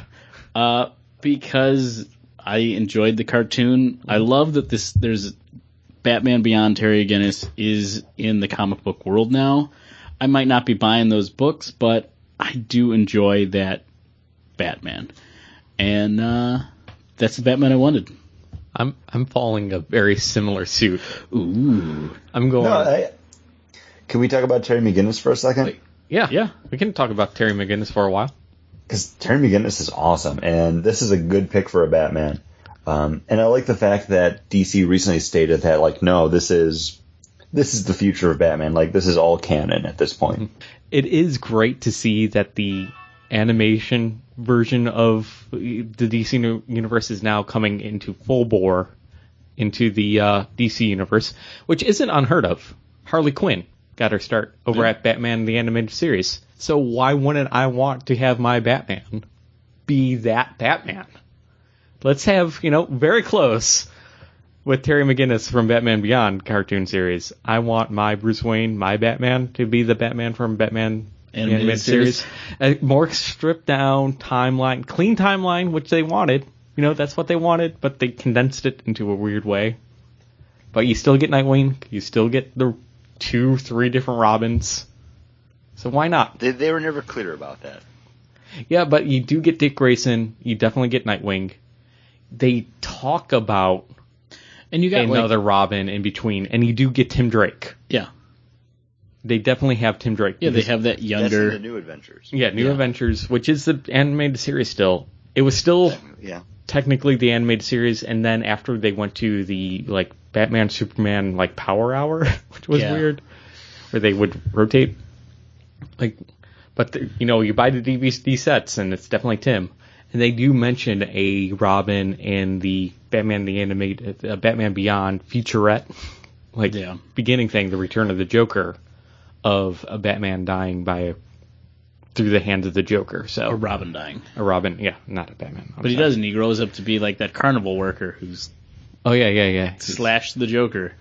Speaker 2: Uh, because I enjoyed the cartoon. I love that this there's Batman Beyond Terry Guinness is in the comic book world now. I might not be buying those books, but I do enjoy that Batman, and uh, that's the Batman I wanted.
Speaker 3: I'm I'm following a very similar suit.
Speaker 2: Ooh,
Speaker 3: I'm going.
Speaker 1: No, I, can we talk about Terry McGinnis for a second?
Speaker 3: yeah,
Speaker 2: yeah.
Speaker 3: We can talk about Terry McGinnis for a while.
Speaker 1: because Terry McGinnis is awesome, and this is a good pick for a Batman. Um, and I like the fact that DC recently stated that, like, no, this is this is the future of Batman. Like, this is all canon at this point.
Speaker 3: It is great to see that the animation version of the DC nu- universe is now coming into full bore into the uh, DC universe, which isn't unheard of. Harley Quinn got her start over at Batman the Animated Series, so why wouldn't I want to have my Batman be that Batman? Let's have you know very close with Terry McGinnis from Batman Beyond cartoon series. I want my Bruce Wayne, my Batman, to be the Batman from Batman
Speaker 2: Animated
Speaker 3: animated, series. A more stripped down timeline, clean timeline, which they wanted. You know, that's what they wanted, but they condensed it into a weird way. But you still get Nightwing. You still get the two, three different Robins. So why not?
Speaker 1: They, they were never clear about that.
Speaker 3: Yeah, but you do get Dick Grayson. You definitely get Nightwing. They talk about
Speaker 2: and you got like-
Speaker 3: another Robin in between, and you do get Tim Drake.
Speaker 2: yeah,
Speaker 3: They definitely have Tim Drake.
Speaker 2: yeah. They
Speaker 3: because-
Speaker 2: have that
Speaker 1: That's in the
Speaker 2: younger.
Speaker 1: new adventures.
Speaker 3: yeah, New Adventures, which is the animated series still. It was still
Speaker 1: Yeah,
Speaker 3: technically the animated series, and then after they went to the like Batman Superman like Power Hour, <laughs> which was
Speaker 2: Yeah.
Speaker 3: weird, where they would rotate. Like, but the, you know, you buy the DVD sets, and it's definitely Tim. And they do mention a Robin in the Batman the animated uh, Batman Beyond featurette, <laughs> like
Speaker 2: Yeah.
Speaker 3: beginning thing, the Return of the Joker. of a Batman dying by through the hands of the Joker. So
Speaker 2: Or Robin dying.
Speaker 3: a Robin, yeah, not a Batman. I'm
Speaker 2: But he
Speaker 3: sorry.
Speaker 2: doesn't. He grows up to be like that carnival worker who's
Speaker 3: Oh yeah, yeah, yeah.
Speaker 2: slash the Joker.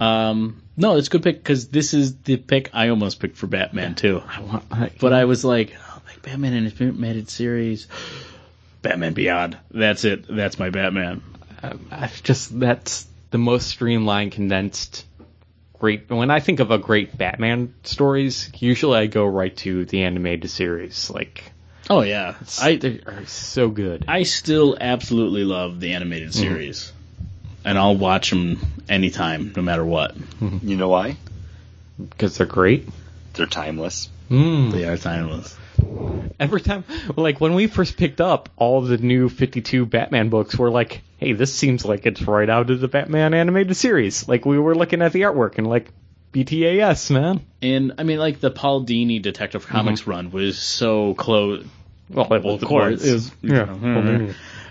Speaker 2: Um, no, it's a good pick because this is the pick I almost picked for Batman too.
Speaker 3: I want- I-
Speaker 2: But I was like, oh, like Batman and his animated series, Batman Beyond. That's it. That's my Batman.
Speaker 3: I've just that's the most streamlined, condensed. Great. When I think of a great Batman stories, usually I go right to the animated series. Like
Speaker 2: Oh yeah, I
Speaker 3: they are so good.
Speaker 2: I still absolutely love the animated series, and I'll watch them anytime, no matter what.
Speaker 1: You know why?
Speaker 3: because they're great.
Speaker 1: They're timeless.
Speaker 2: They are timeless.
Speaker 3: Every time, like when we first picked up all the new 52 Batman books, we're like, hey, this seems like it's right out of the Batman animated series. Like we were looking at the artwork and like, BTAS, man.
Speaker 2: And I mean, like the Paul Dini Detective Comics run was so close.
Speaker 3: Well,
Speaker 2: Mm-hmm. of course.
Speaker 3: it was, yeah.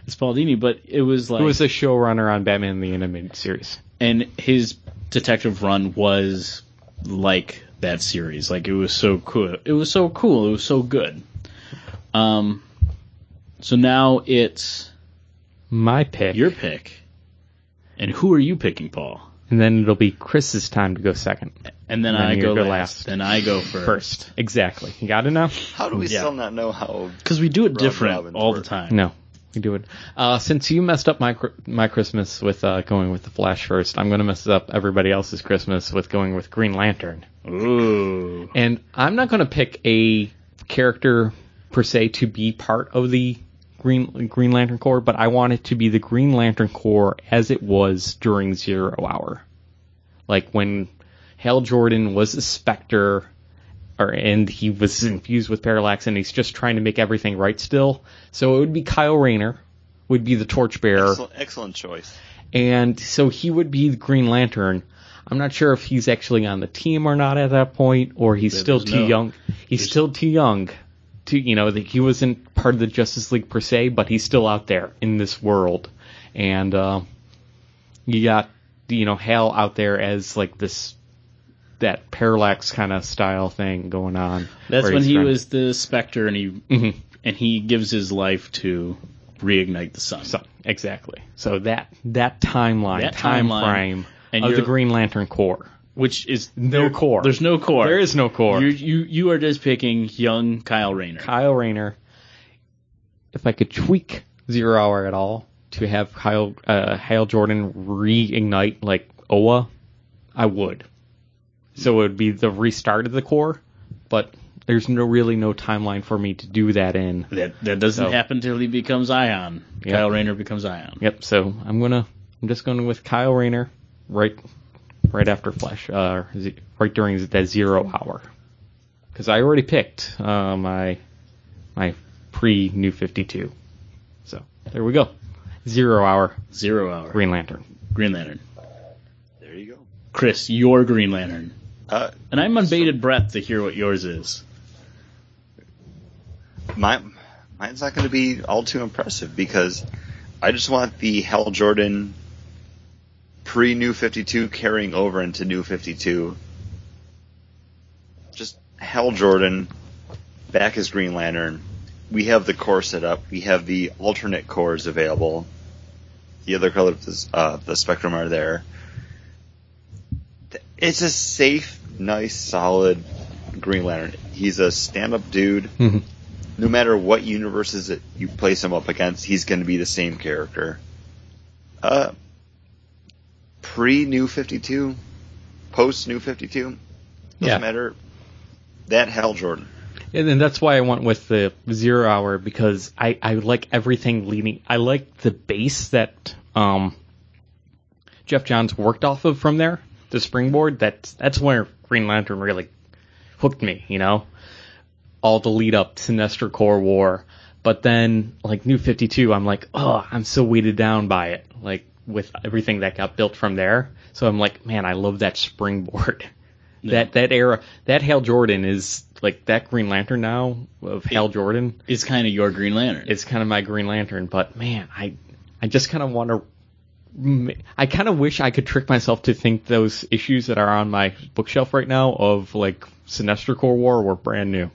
Speaker 2: It's Paul Dini, but it was like
Speaker 3: Who was the showrunner on Batman the Animated Series?
Speaker 2: and his detective run was like that series. Like it was so cool. It was so cool. It was so good. Um, so now it's
Speaker 3: My pick.
Speaker 2: your pick, and who are you picking, Paul?
Speaker 3: and then it'll be Chris's time to go second.
Speaker 2: And then,
Speaker 3: And
Speaker 2: I
Speaker 3: you
Speaker 2: go
Speaker 3: go
Speaker 2: last.
Speaker 3: last.
Speaker 2: Then I go first.
Speaker 3: First. Exactly. You gotta know?
Speaker 1: How do we
Speaker 2: Yeah.
Speaker 1: still not know how?
Speaker 2: because we do it different
Speaker 1: Robin's
Speaker 2: all
Speaker 1: work.
Speaker 2: the time.
Speaker 3: No. You do it. Uh, since you messed up my cr- my Christmas with uh, going with the Flash first, I'm gonna mess up everybody else's Christmas with going with Green Lantern.
Speaker 2: Ooh,
Speaker 3: And I'm not going to pick a character per se to be part of the Green Green Lantern Corps, but I want it to be the Green Lantern Corps as it was during Zero Hour, like when Hal Jordan was a Spectre, or and he was infused with Parallax, and he's just trying to make everything right still. So it would be Kyle Rayner would be the Torchbearer
Speaker 1: Excellent, excellent choice.
Speaker 3: and so he would be the Green Lantern. I'm not sure if he's actually on the team or not at that point, or he's still
Speaker 2: there's
Speaker 3: too
Speaker 2: no-
Speaker 3: young. He's still too young to, you know, that he wasn't part of the Justice League per se, but he's still out there in this world. And uh, you got, you know, Hal out there as like this, that parallax kind of style thing going on.
Speaker 2: that's
Speaker 3: where
Speaker 2: when
Speaker 3: he's
Speaker 2: he
Speaker 3: trying-
Speaker 2: was the Spectre, and he
Speaker 3: Mm-hmm.
Speaker 2: and he gives his life to reignite the sun.
Speaker 3: So, exactly. So that that timeline,
Speaker 2: That
Speaker 3: time
Speaker 2: timeline,
Speaker 3: frame
Speaker 2: and
Speaker 3: of the
Speaker 2: you're-
Speaker 3: Green Lantern Corps.
Speaker 2: which is
Speaker 3: No
Speaker 2: there-
Speaker 3: core.
Speaker 2: There's no core.
Speaker 3: There is no core.
Speaker 2: You you you are just picking young Kyle Rayner.
Speaker 3: Kyle Rayner, if I could tweak Zero Hour at all to have Kyle uh, Hale Jordan reignite like Oa, I would. So it would be the restart of the core, but there's no really no timeline for me to do that in.
Speaker 2: That that doesn't
Speaker 3: So-
Speaker 2: happen till he becomes Ion. Kyle Rayner becomes Ion.
Speaker 3: Yep. So I'm gonna I'm just going with Kyle Rayner right right after Flash, uh, z- right during that zero hour, because I already picked uh, my my pre New Fifty Two. So there we go. Zero hour
Speaker 2: Zero hour. Green,
Speaker 3: Green Lantern.
Speaker 2: Lantern.
Speaker 1: There you go.
Speaker 2: Chris, your Green Lantern.
Speaker 1: Uh,
Speaker 2: And I'm on bated breath to hear what yours is.
Speaker 1: my mine's not going to be all too impressive because I just want the Hal Jordan pre New Fifty Two carrying over into New Fifty Two. Just Hal Jordan back as Green Lantern. We have the core set up. We have the alternate cores available. The other colors of uh, the spectrum are there. Th- It's a safe, nice, solid Green Lantern. He's a stand-up dude no matter what universes that you place him up against, he's going to be the same character. Uh, pre New Fifty Two, post New Fifty Two, doesn't
Speaker 3: Yeah.
Speaker 1: matter. That Hal Jordan.
Speaker 3: And then that's why I went with the zero hour because I, I like everything leading. I like the base that um, Jeff Johns worked off of from there, the springboard. That's that's where Green Lantern really hooked me. You know, all the lead up Sinestro Core War, but then like New Fifty Two, I'm like, oh, I'm so weighted down by it. Like with everything that got built from there, so I'm like, man, I love that springboard. <laughs> That that era, that Hal Jordan is like that Green Lantern now of Hal Jordan
Speaker 2: It's kind of your Green Lantern.
Speaker 3: is kind of my Green Lantern, but man, I I just kind of want to I kind of wish I could trick myself to think those issues that are on my bookshelf right now of like Sinestro Core War were brand new.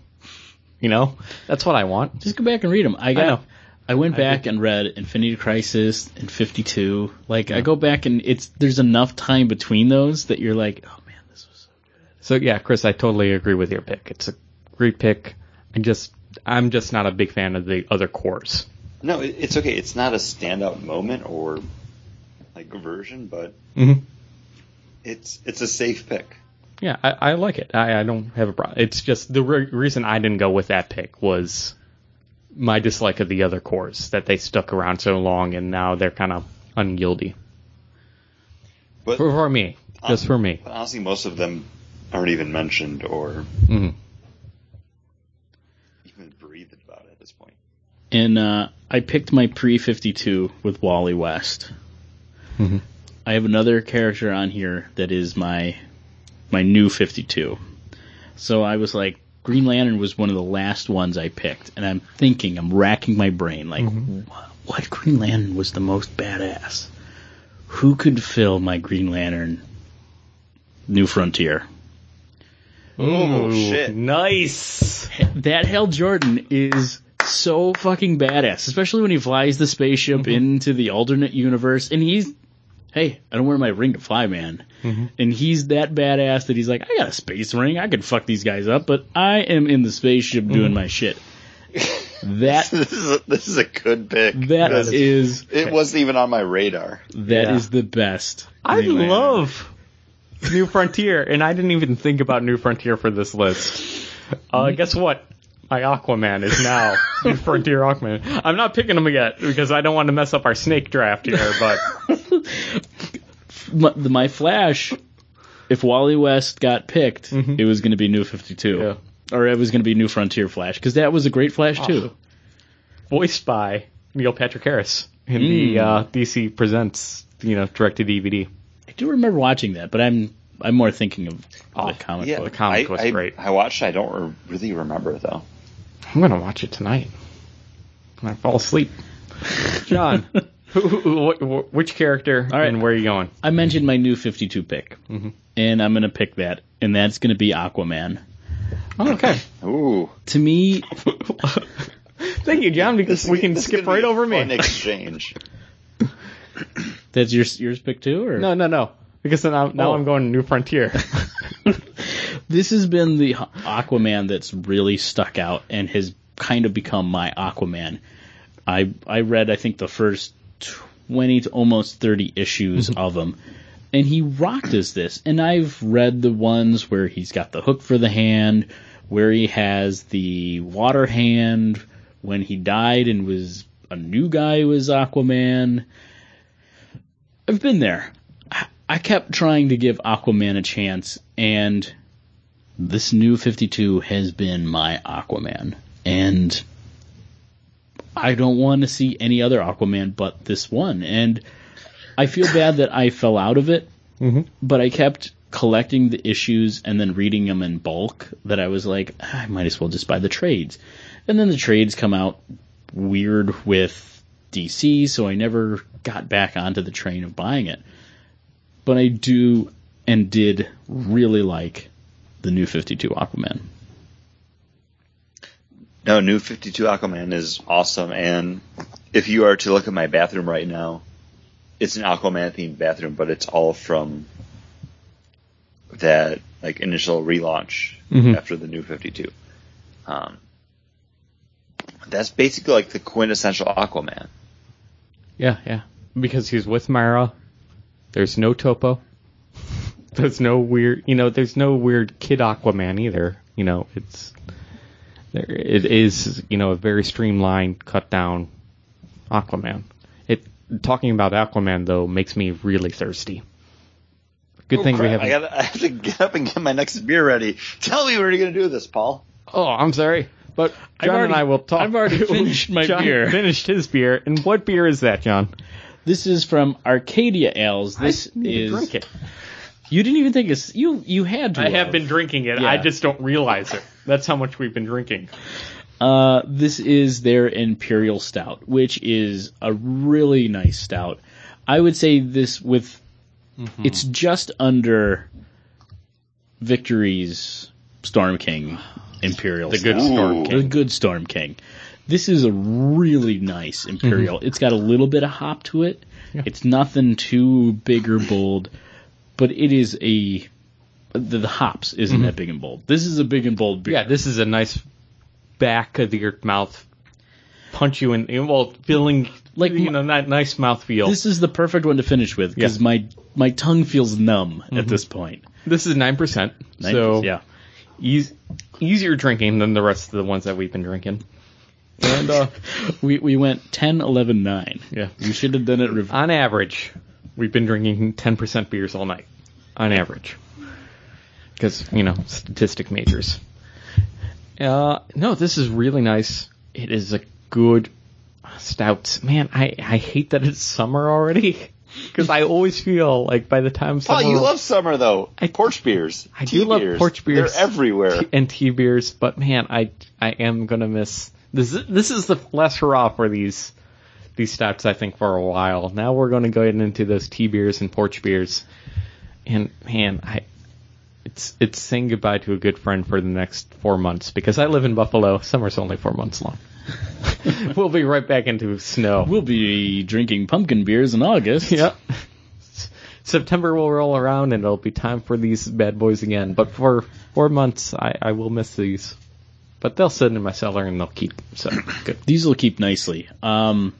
Speaker 3: You know, that's what I want.
Speaker 2: Just go back and read them. I got. I,
Speaker 3: know.
Speaker 2: went back and read Infinity Crisis and Fifty Two. Like I go back and it's there's enough time between those that you're like, oh man, this was.
Speaker 3: So yeah, Chris, I totally agree with your pick. It's a great pick. I just, I'm just not a big fan of the other cores.
Speaker 1: No, it- it's okay. It's not a standout moment or like a version, but
Speaker 3: Mhm.
Speaker 1: it's it's a safe pick.
Speaker 3: Yeah, I, I like it. I, I don't have a problem. It's just the re- reason I didn't go with that pick was my dislike of the other cores that they stuck around so long and now they're kind of unyieldy
Speaker 1: But
Speaker 3: for, for me, just for me.
Speaker 1: but honestly, most of them aren't even mentioned or
Speaker 3: Mhm.
Speaker 1: even breathed about at this point.
Speaker 2: And uh, I picked my pre fifty two with Wally West.
Speaker 3: Mhm.
Speaker 2: I have another character on here that is my my new fifty two. So I was like, Green Lantern was one of the last ones I picked, and I'm thinking, I'm racking my brain, like, wh- what Green Lantern was the most badass? Who could fill my Green Lantern New Frontier?
Speaker 1: Oh shit!
Speaker 3: Nice.
Speaker 2: that Hal Jordan is so fucking badass, especially when he flies the spaceship into the alternate universe. And he's, hey, I don't wear my ring to fly, man. And he's that badass that he's like, I got a space ring. I could fuck these guys up, but I am in the spaceship doing my shit. That
Speaker 1: <laughs> this is a, this is a good pick.
Speaker 2: that
Speaker 1: Because
Speaker 2: is
Speaker 1: It wasn't even on my radar.
Speaker 2: that is
Speaker 3: Yeah.
Speaker 2: the best.
Speaker 3: I
Speaker 2: Green Lantern.
Speaker 3: love New Frontier, and I didn't even think about New Frontier for this list. Uh, guess what? My Aquaman is
Speaker 1: <laughs>
Speaker 3: now New Frontier Aquaman. I'm not picking him yet because I don't want to mess up our snake draft here, but
Speaker 2: my, my Flash. If Wally West got picked, it was going to be New Fifty Two,
Speaker 3: Yeah. Ah.
Speaker 2: or it was going to be New Frontier Flash because that was a great Flash too.
Speaker 3: voiced by Neil Patrick Harris in the uh, DC Presents, you know, direct to DVD.
Speaker 2: I do remember watching that, but I'm I'm more thinking of the comic
Speaker 1: Yeah,
Speaker 2: book.
Speaker 3: comic
Speaker 1: I,
Speaker 3: was
Speaker 1: I-
Speaker 3: great.
Speaker 1: I watched. it. I don't re- really remember it, though.
Speaker 3: I'm gonna watch it tonight. When I fall asleep. <laughs> John, who, who, who, wh- which character
Speaker 2: right.
Speaker 3: and where are you going?
Speaker 2: I mentioned my new 52 pick,
Speaker 1: Mm-hmm.
Speaker 2: and I'm going to pick that, and that's going to be Aquaman.
Speaker 3: Oh, okay.
Speaker 1: Ooh,
Speaker 2: To me,
Speaker 3: <laughs> Thank you, John, because
Speaker 1: This-
Speaker 3: we can
Speaker 1: this is
Speaker 3: skip
Speaker 1: gonna be
Speaker 3: right
Speaker 1: a
Speaker 3: over
Speaker 1: Fun
Speaker 3: me. <laughs>
Speaker 1: exchange.
Speaker 2: that's your yours pick too, or
Speaker 3: No, no, no. Because then I'm, now
Speaker 2: Oh.
Speaker 3: I'm going to New Frontier.
Speaker 2: This has been the Aquaman that's really stuck out and has kind of become my Aquaman. I I read I think the first twenty to almost thirty issues of him, and he rocked as this. And I've read the ones where he's got the hook for the hand, where he has the water hand when he died and was a new guy who was Aquaman. I've been there. I- I kept trying to give Aquaman a chance, and this new 52 has been my Aquaman. And I don't want to see any other Aquaman but this one. And I feel bad that I fell out of it, but I kept collecting the issues and then reading them in bulk that I was like, "Ah, I might as well just buy the trades. And then the trades come out weird with DC, so I never got back onto the train of buying it. But I do and did really like the new 52 Aquaman.
Speaker 1: No, new Fifty Two Aquaman is awesome, and if you are to look at my bathroom right now, it's an Aquaman themed bathroom, but it's all from that like initial relaunch
Speaker 3: Mm-hmm.
Speaker 1: after the new Fifty Two. Um, that's basically like the quintessential Aquaman.
Speaker 3: yeah, yeah. Because he's with Mara. There's no Topo. <laughs> There's no weird, you know, there's no weird kid Aquaman either. You know, it's there. It is, you know, a very streamlined, cut down Aquaman. It talking about Aquaman though makes me really thirsty. Good thing we
Speaker 1: Crap,
Speaker 3: have.
Speaker 1: I, gotta, <laughs> I have to get up and get my next beer ready. Tell me we're going to do this, Paul.
Speaker 3: Oh, I'm sorry. But John
Speaker 2: already-
Speaker 3: and I will talk.
Speaker 2: I've already
Speaker 3: <laughs>
Speaker 2: finished my
Speaker 3: John
Speaker 2: beer.
Speaker 3: Finished his beer. And what beer is that, John?
Speaker 2: This is from Arcadia Ales. This is you didn't even think it's you. You had to.
Speaker 3: I have been drinking it. I
Speaker 2: Yeah.
Speaker 3: just don't realize it. That's how much we've been drinking.
Speaker 2: Uh, this is their Imperial Stout, which is a really nice stout. I would say this with it's just under Victory's Storm King Imperial.
Speaker 3: The good
Speaker 2: style.
Speaker 3: Storm
Speaker 1: Ooh.
Speaker 2: The
Speaker 3: King.
Speaker 2: good Storm King. This is a really nice Imperial.
Speaker 3: Mm-hmm.
Speaker 2: It's got a little bit of hop to it. It's nothing too big or bold, but it is a the, the hops isn't that big and bold. This is a big and bold beer.
Speaker 3: Mm-hmm. Yeah, this is a nice back of your mouth punch you in. Well, feeling
Speaker 2: Like
Speaker 3: like you
Speaker 2: m-
Speaker 3: know, that nice mouth feel.
Speaker 2: This is the perfect one to finish with because
Speaker 3: Yeah.
Speaker 2: my my tongue feels numb at this point.
Speaker 3: This is nine percent,
Speaker 2: Nice.
Speaker 3: so
Speaker 2: yeah,
Speaker 3: eas- easier drinking than the rest of the ones that we've been drinking. And uh,
Speaker 2: we we went 10, 11, 9.
Speaker 3: <laughs> Yeah.
Speaker 2: you should have done it. Rev-
Speaker 3: on average, we've been drinking ten percent beers all night, on average, because you know statistic majors. Uh, no, this is really nice. It is a good stout. Man, I, I hate that it's summer already <laughs> because I always feel like by the time
Speaker 1: Oh,
Speaker 3: summer
Speaker 1: you love summer though.
Speaker 3: I-
Speaker 1: porch beers.
Speaker 3: I
Speaker 1: tea
Speaker 3: do love
Speaker 1: beers.
Speaker 3: porch beers.
Speaker 1: They're
Speaker 3: <laughs>
Speaker 1: everywhere.
Speaker 3: and tea beers, but man, I I am gonna miss this. is- This is the last hurrah for these these stouts, I think, for a while. Now we're gonna go into those tea beers and porch beers, and man, I it's it's saying goodbye to a good friend for the next four months because I live in Buffalo. Summer's only four months long. <laughs> we'll be right back into snow.
Speaker 2: we'll be drinking pumpkin beers in August.
Speaker 3: Yep. <laughs> September will roll around and it'll be time for these bad boys again. But for four months, I, I will miss these. But they'll sit in my cellar and they'll keep. So good.
Speaker 2: these will keep nicely. Um,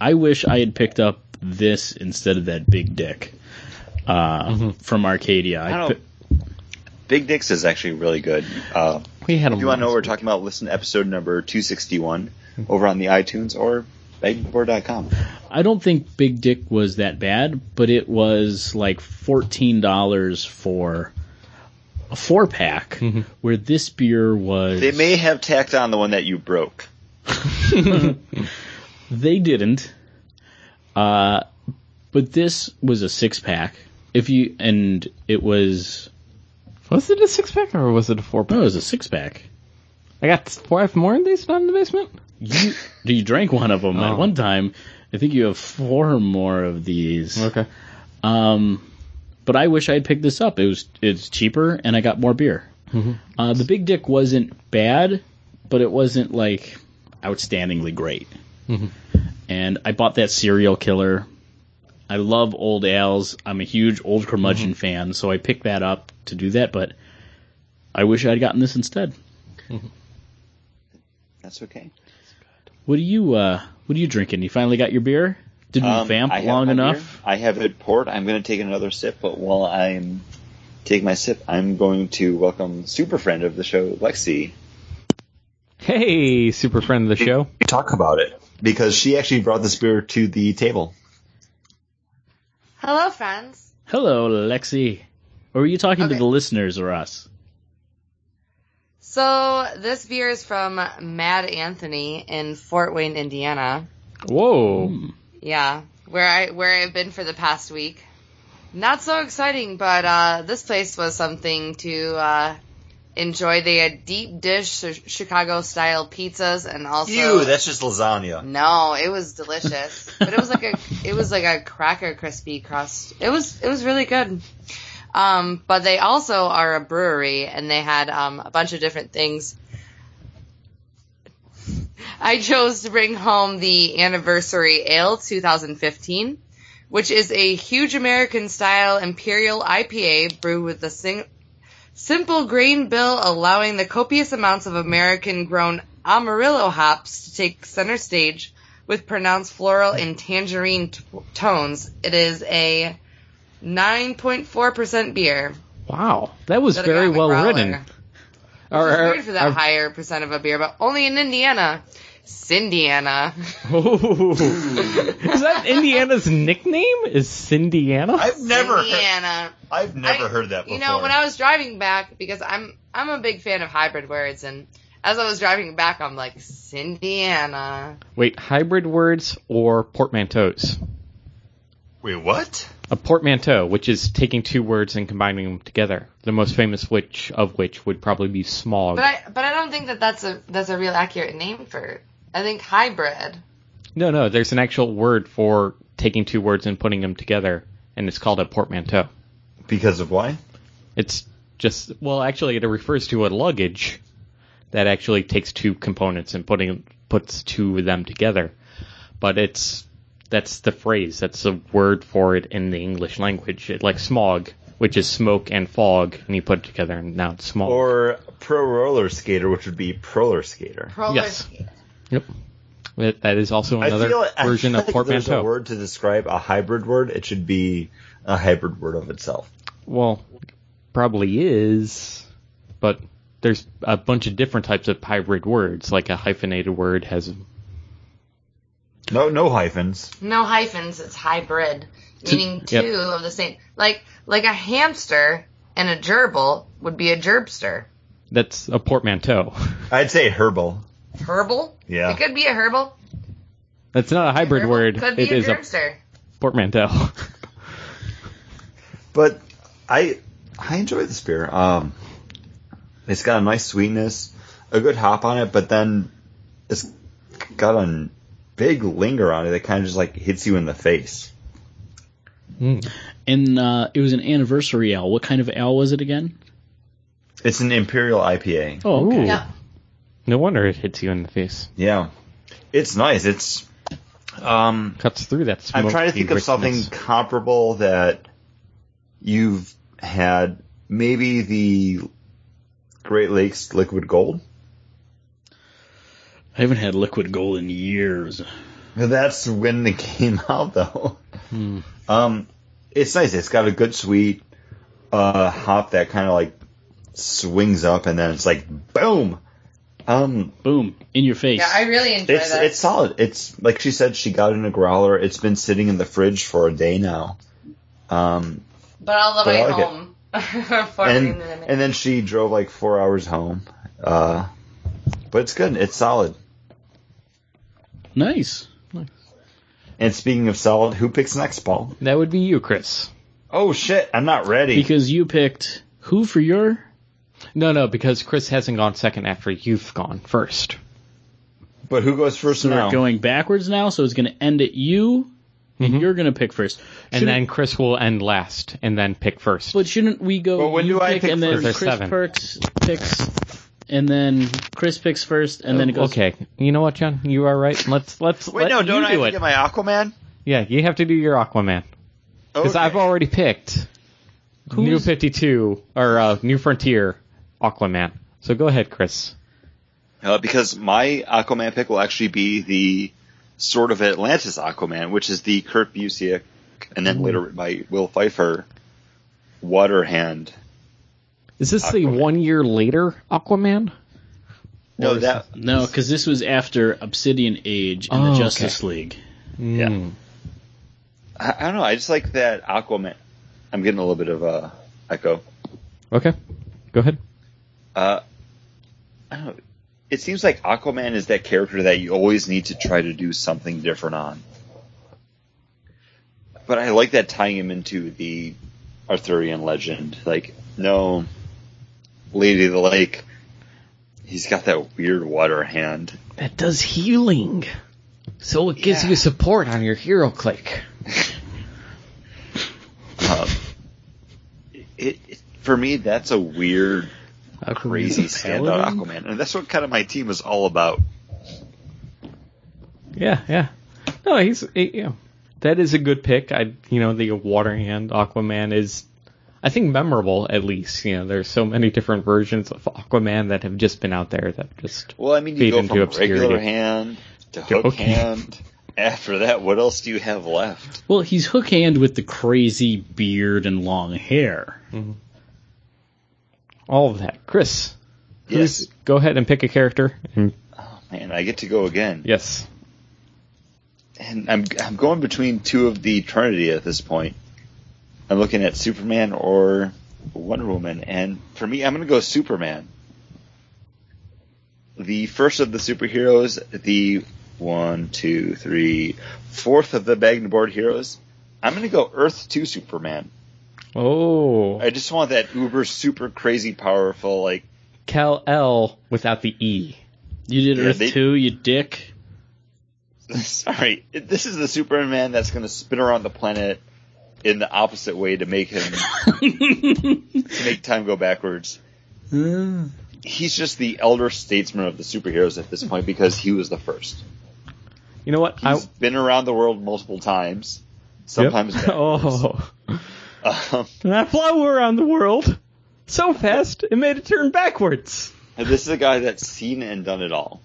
Speaker 2: I wish I had picked up this instead of that big dick uh, from Arcadia.
Speaker 1: I
Speaker 2: I
Speaker 1: don't.
Speaker 2: pi-
Speaker 1: Big Dicks is actually really good. Uh,
Speaker 3: <clears throat> We had them.
Speaker 1: if you want to know what we're talking about, listen to episode number 261 over on the iTunes or bagboard.com.
Speaker 2: I don't think Big Dick was that bad, but it was like fourteen dollars for a four pack, where this beer was.
Speaker 1: They may have tacked on the one that you broke.
Speaker 2: They didn't. Uh, but this was a six pack. If you and it was
Speaker 3: Was it a six pack or was it a four
Speaker 2: no,
Speaker 3: pack?
Speaker 2: it was a six pack.
Speaker 3: I got five more of these down in the basement.
Speaker 2: You you drank one of them
Speaker 3: Oh.
Speaker 2: at one time. I think you have four more of these.
Speaker 3: Okay.
Speaker 2: Um, but I wish I had picked this up. It was it's cheaper, and I got more beer.
Speaker 3: Mm-hmm.
Speaker 2: Uh, the Big Dick wasn't bad, but it wasn't like outstandingly great.
Speaker 3: Mm-hmm.
Speaker 2: And I bought that Serial Killer. I love old ales. I'm a huge old curmudgeon
Speaker 3: Mm-hmm.
Speaker 2: fan, so I picked that up to do that. But I wish I'd gotten this instead.
Speaker 1: That's okay.
Speaker 2: What do you uh, What are you drinking? You finally got your beer? Didn't
Speaker 1: Um,
Speaker 2: vamp
Speaker 1: I have
Speaker 2: long
Speaker 1: my beer.
Speaker 2: enough.
Speaker 1: I have it poured. I'm going to take another sip, but while I'm taking my sip, I'm going to welcome super friend of the show, Lexi.
Speaker 3: Hey, super friend of the show.
Speaker 1: Talk about it because she actually brought this beer to the table.
Speaker 5: Hello, friends.
Speaker 2: Hello, Lexi. Or were you talking to
Speaker 5: Okay.
Speaker 2: the listeners or us?
Speaker 5: So this beer is from Mad Anthony in Fort Wayne, Indiana.
Speaker 3: Whoa.
Speaker 5: Yeah, where I where I've been for the past week. Not so exciting, but uh, this place was something to uh, enjoy. They had deep dish Chicago style pizzas and also
Speaker 1: just lasagna.
Speaker 5: no, it was delicious. but it was like a it was like a cracker crispy crust. It was it was really good. Um, but they also are a brewery and they had um, a bunch of different things. <laughs> I chose to bring home the anniversary ale 2015, which is a huge American style imperial IPA brewed with a sing- simple grain bill allowing the copious amounts of American grown Amarillo hops to take center stage with pronounced floral and tangerine t- tones. It is a 9.4% beer.
Speaker 3: Wow. That was
Speaker 5: that I got
Speaker 3: very
Speaker 5: in the
Speaker 3: well
Speaker 5: growler.
Speaker 3: written. Our-
Speaker 5: It's
Speaker 3: our-
Speaker 5: weird for
Speaker 3: <laughs>
Speaker 5: that
Speaker 3: our-
Speaker 5: higher percent of a beer, but only in Indiana. Cindiana. <laughs>
Speaker 3: Oh. is that Indiana's nickname? Is Cindiana?
Speaker 5: Indiana.
Speaker 1: I've
Speaker 5: uh, I- You know, when I was driving back, because I'm I'm a big fan of hybrid words, and as I was driving back, I'm like, Cindiana.
Speaker 3: Wait, hybrid words or portmanteaus?
Speaker 1: Wait, what?
Speaker 3: A portmanteau, which is taking two words and combining them together. The most famous which of which would probably be smog.
Speaker 5: But I but I don't think that that's a that's a real accurate name for it. I think hybrid.
Speaker 3: No, no, there's an actual word for taking two words and putting them together, and it's called a portmanteau.
Speaker 1: Because of why?
Speaker 3: It's just well, actually, it refers to a luggage that actually takes two components and putting puts two of them together. But it's that's the phrase. That's the word for it in the English language. It, like smog, which is smoke and fog, and you put it together, and now it's smog.
Speaker 1: Or pro roller skater, which would be proler skater.
Speaker 5: Roller
Speaker 3: Yes.
Speaker 5: skate.
Speaker 3: yep. That that is also another version of
Speaker 1: like if there's a
Speaker 3: portmanteau.
Speaker 1: word to describe a hybrid word, it should be a hybrid word of itself.
Speaker 3: Well, probably is, but there's a bunch of different types of hybrid words. Like a hyphenated word has
Speaker 1: No, no hyphens.
Speaker 5: No hyphens. It's hybrid,
Speaker 3: T-
Speaker 5: meaning two
Speaker 3: yep.
Speaker 5: of the same. Like like a hamster and a gerbil would be a gerbster.
Speaker 3: that's a portmanteau.
Speaker 1: I'd say herbal.
Speaker 5: Herbal.
Speaker 1: Yeah.
Speaker 5: It could be a herbal.
Speaker 3: <laughs> That's not a hybrid
Speaker 5: Herbal
Speaker 3: word.
Speaker 5: Could be
Speaker 3: It
Speaker 5: a
Speaker 3: is a
Speaker 5: gerbster.
Speaker 1: <laughs>
Speaker 3: portmanteau.
Speaker 1: But I I enjoy this beer. Um, it's got a nice sweetness, a good hop on it, but then it's got a big linger on it that kind of just like hits you in the face.
Speaker 2: And uh, it was an anniversary ale. What kind of ale was it again?
Speaker 1: It's an imperial IPA.
Speaker 2: Oh, okay.
Speaker 5: Yeah.
Speaker 3: No wonder it hits you in the face.
Speaker 1: Yeah, it's nice. It's um,
Speaker 3: Cuts through that smoke.
Speaker 1: I'm trying to think of something comparable that you've had. Maybe the Great Lakes Liquid Gold.
Speaker 2: I haven't had liquid gold in years.
Speaker 1: That's when they came <laughs> out, though. Um, it's nice. It's got a good sweet uh, hop that kind of like swings up, and then it's like boom. Um,
Speaker 2: Boom, in your face.
Speaker 5: Yeah, I really enjoy
Speaker 1: it's
Speaker 5: that.
Speaker 1: it's solid. It's like she said, she got it in a growler. It's been sitting in the fridge for a day now. Um,
Speaker 5: but all the
Speaker 1: but I
Speaker 5: way
Speaker 1: like it.
Speaker 5: home. <laughs> For
Speaker 1: and
Speaker 5: me,
Speaker 1: and then she drove like four hours home. Uh, but it's good. It's solid.
Speaker 2: nice.
Speaker 1: And speaking of solid, who picks next, Paul?
Speaker 3: That would be you, Chris.
Speaker 1: Oh shit, I'm not ready.
Speaker 2: Because you picked who for your?
Speaker 3: No, no, because Chris hasn't gone second after you've gone first.
Speaker 1: but who goes first
Speaker 2: So
Speaker 1: now?
Speaker 2: we're going backwards now, so it's going to end at you, and you're going to pick first.
Speaker 3: Mm-hmm. And
Speaker 2: Shouldn't-
Speaker 3: then Chris will end last and then pick first.
Speaker 2: But shouldn't we go?
Speaker 1: But when
Speaker 2: you
Speaker 1: do I
Speaker 2: pick,
Speaker 1: pick
Speaker 2: and then
Speaker 3: first? There's
Speaker 2: Chris
Speaker 3: seven.
Speaker 2: Perks picks, and then Chris picks first, and then it goes.
Speaker 3: Oh, okay. You know what, John? You are right. Let's let's
Speaker 1: Wait,
Speaker 3: let
Speaker 1: no, don't
Speaker 3: you
Speaker 1: I
Speaker 3: do
Speaker 1: have to
Speaker 3: it.
Speaker 1: get my Aquaman?
Speaker 3: Yeah, you have to do your Aquaman. Because
Speaker 1: Okay.
Speaker 3: I've already picked New
Speaker 2: Who's-
Speaker 3: 52 or uh, New Frontier Aquaman. So go ahead, Chris.
Speaker 1: Uh, because my Aquaman pick will actually be the sort of Atlantis Aquaman, which is the Kurt Busiek and then later written by Will Pfeiffer Water Hand.
Speaker 3: Is this the
Speaker 1: Aquaman.
Speaker 3: one year later Aquaman?
Speaker 1: No, that
Speaker 2: No, because this was after Obsidian Age and
Speaker 3: Oh,
Speaker 2: the
Speaker 3: okay.
Speaker 2: Justice League.
Speaker 1: Yeah.
Speaker 3: Hmm.
Speaker 1: I, I don't know. I just like that Aquaman. I'm getting a little bit of uh, echo.
Speaker 3: Okay. Go ahead.
Speaker 1: Uh, I don't know. It seems like Aquaman is that character that you always need to try to do something different on. But I like that tying him into the Arthurian legend. Like, no, Lady of the Lake, he's got that weird water hand.
Speaker 3: That does healing. So it gives you support on your hero click.
Speaker 1: Um, it, it, for me, that's a weird, crazy standout
Speaker 2: paladin?
Speaker 1: Aquaman. And that's what kind of my team is all about.
Speaker 3: Yeah, yeah. No, he's he, yeah. That is a good pick. I you know the water hand Aquaman is I think memorable at least. You know, there's so many different versions of Aquaman that have just been out there that just
Speaker 1: Well, I mean, you
Speaker 3: Fade
Speaker 1: go
Speaker 3: into
Speaker 1: from
Speaker 3: obscurity.
Speaker 1: regular hand to hook
Speaker 3: okay.
Speaker 1: hand. <laughs> After that, what else do you have left?
Speaker 2: Well, he's hook hand with the crazy beard and long hair.
Speaker 3: all of that. Chris,
Speaker 1: Yes,
Speaker 3: go ahead and pick a character.
Speaker 1: man, I get to go again,
Speaker 3: Yes.
Speaker 1: and I'm I'm going between two of the Trinity at this point. I'm looking at Superman or Wonder Woman, and for me, I'm going to go Superman. The first of the superheroes, the one, two, three, fourth of the Bagna board heroes. I'm going to go Earth Two Superman.
Speaker 3: Oh,
Speaker 1: I just want that uber super crazy powerful like
Speaker 3: Cal L without the E.
Speaker 2: You did
Speaker 1: Yeah,
Speaker 2: Earth
Speaker 1: they-
Speaker 2: Two, you dick.
Speaker 1: <laughs> sorry, this is the Superman that's going to spin around the planet in the opposite way to make him to make time go
Speaker 3: <sighs>
Speaker 1: backwards. He's just the elder statesman of the superheroes at this point because he was the first.
Speaker 3: You know what? I,
Speaker 1: He's been around the world multiple times, sometimes.
Speaker 3: Yep. <laughs>
Speaker 1: backwards.
Speaker 3: Oh.
Speaker 1: Um,
Speaker 3: And that flew around the world so fast it made it turn backwards.
Speaker 1: And this is a guy that's seen and done it
Speaker 3: <laughs>
Speaker 1: all.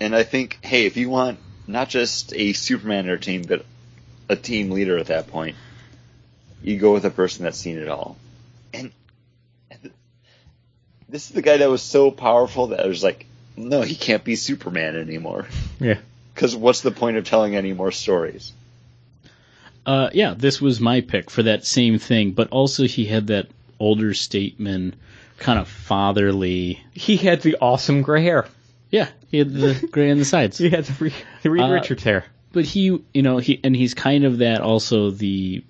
Speaker 1: and I think, hey, if you want not just a Superman or team, but a team leader at that point, you go with a person that's seen it all. And and this is the guy that was so powerful that I was like, no, he can't be Superman anymore.
Speaker 3: Yeah.
Speaker 1: Because what's the point of telling any more stories?
Speaker 2: Uh, yeah, this was my pick for that same thing, but also he had that older statement, kind of fatherly.
Speaker 3: He had the awesome gray hair.
Speaker 2: Yeah, he had the gray on the sides.
Speaker 3: He had the Reed, the Reed
Speaker 2: Uh,
Speaker 3: Richards hair.
Speaker 2: But he, you know, he and he's kind of that also the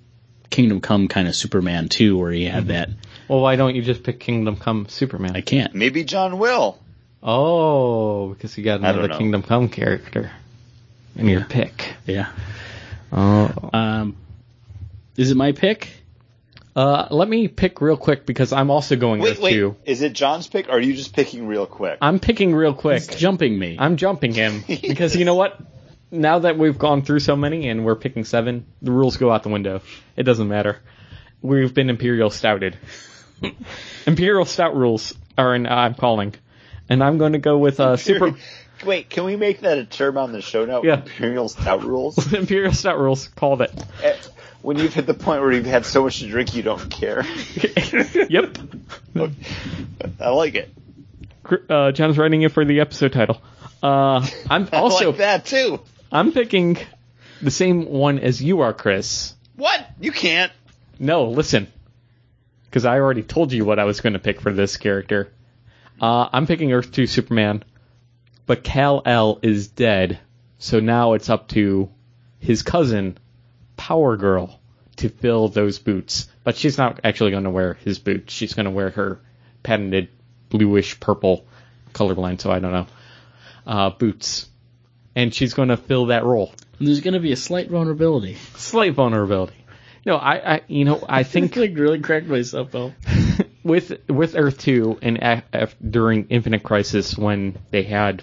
Speaker 2: Kingdom Come kind of Superman too, where he had that
Speaker 3: Well, why don't you just pick Kingdom Come Superman?
Speaker 2: I can't.
Speaker 1: Maybe John will.
Speaker 3: oh, because you got
Speaker 1: I don't
Speaker 3: another
Speaker 1: know.
Speaker 3: Kingdom Come character in your pick.
Speaker 2: Yeah.
Speaker 3: Oh.
Speaker 2: Um, is it my pick?
Speaker 3: Uh, let me pick real quick because I'm also going
Speaker 1: Wait,
Speaker 3: with
Speaker 1: wait.
Speaker 3: you.
Speaker 1: Is it John's pick, or are you just picking real quick?
Speaker 3: I'm picking real quick.
Speaker 2: It's jumping me.
Speaker 3: I'm jumping him because you know what? Now that we've gone through so many and we're picking seven, the rules go out the window. It doesn't matter. We've been imperial stouted. <laughs> imperial stout rules are in. I'm calling, and I'm going to go with
Speaker 1: <laughs>
Speaker 3: uh, super <laughs>
Speaker 1: Wait, can we make that a term on the show note?
Speaker 3: Yeah.
Speaker 1: Imperial Stout rules?
Speaker 3: imperial stout rules. Called it.
Speaker 1: Eh, when you've hit the point where you've had so much to drink you don't care.
Speaker 3: yep.
Speaker 1: I like it.
Speaker 3: Cr- Uh, John's writing it for the episode title. Uh, I'm
Speaker 1: <laughs> I
Speaker 3: also
Speaker 1: like that too.
Speaker 3: I'm picking the same one as you are, Chris.
Speaker 1: What? You can't.
Speaker 3: No, listen. Because I already told you what I was going to pick for this character. Uh, I'm picking Earth 2 Superman, but Cal L is dead, so now it's up to his cousin, Power Girl, to fill those boots. But she's not actually going to wear his boots. She's going to wear her patented bluish purple, colorblind, so I don't know, uh, boots. And she's going to fill that role
Speaker 2: There's going to be a slight vulnerability. <laughs>
Speaker 3: slight vulnerability. No, I, I you know,
Speaker 2: <laughs>
Speaker 3: I think
Speaker 2: like really cracked myself up.
Speaker 3: with with Earth Two and a af- during Infinite Crisis when they had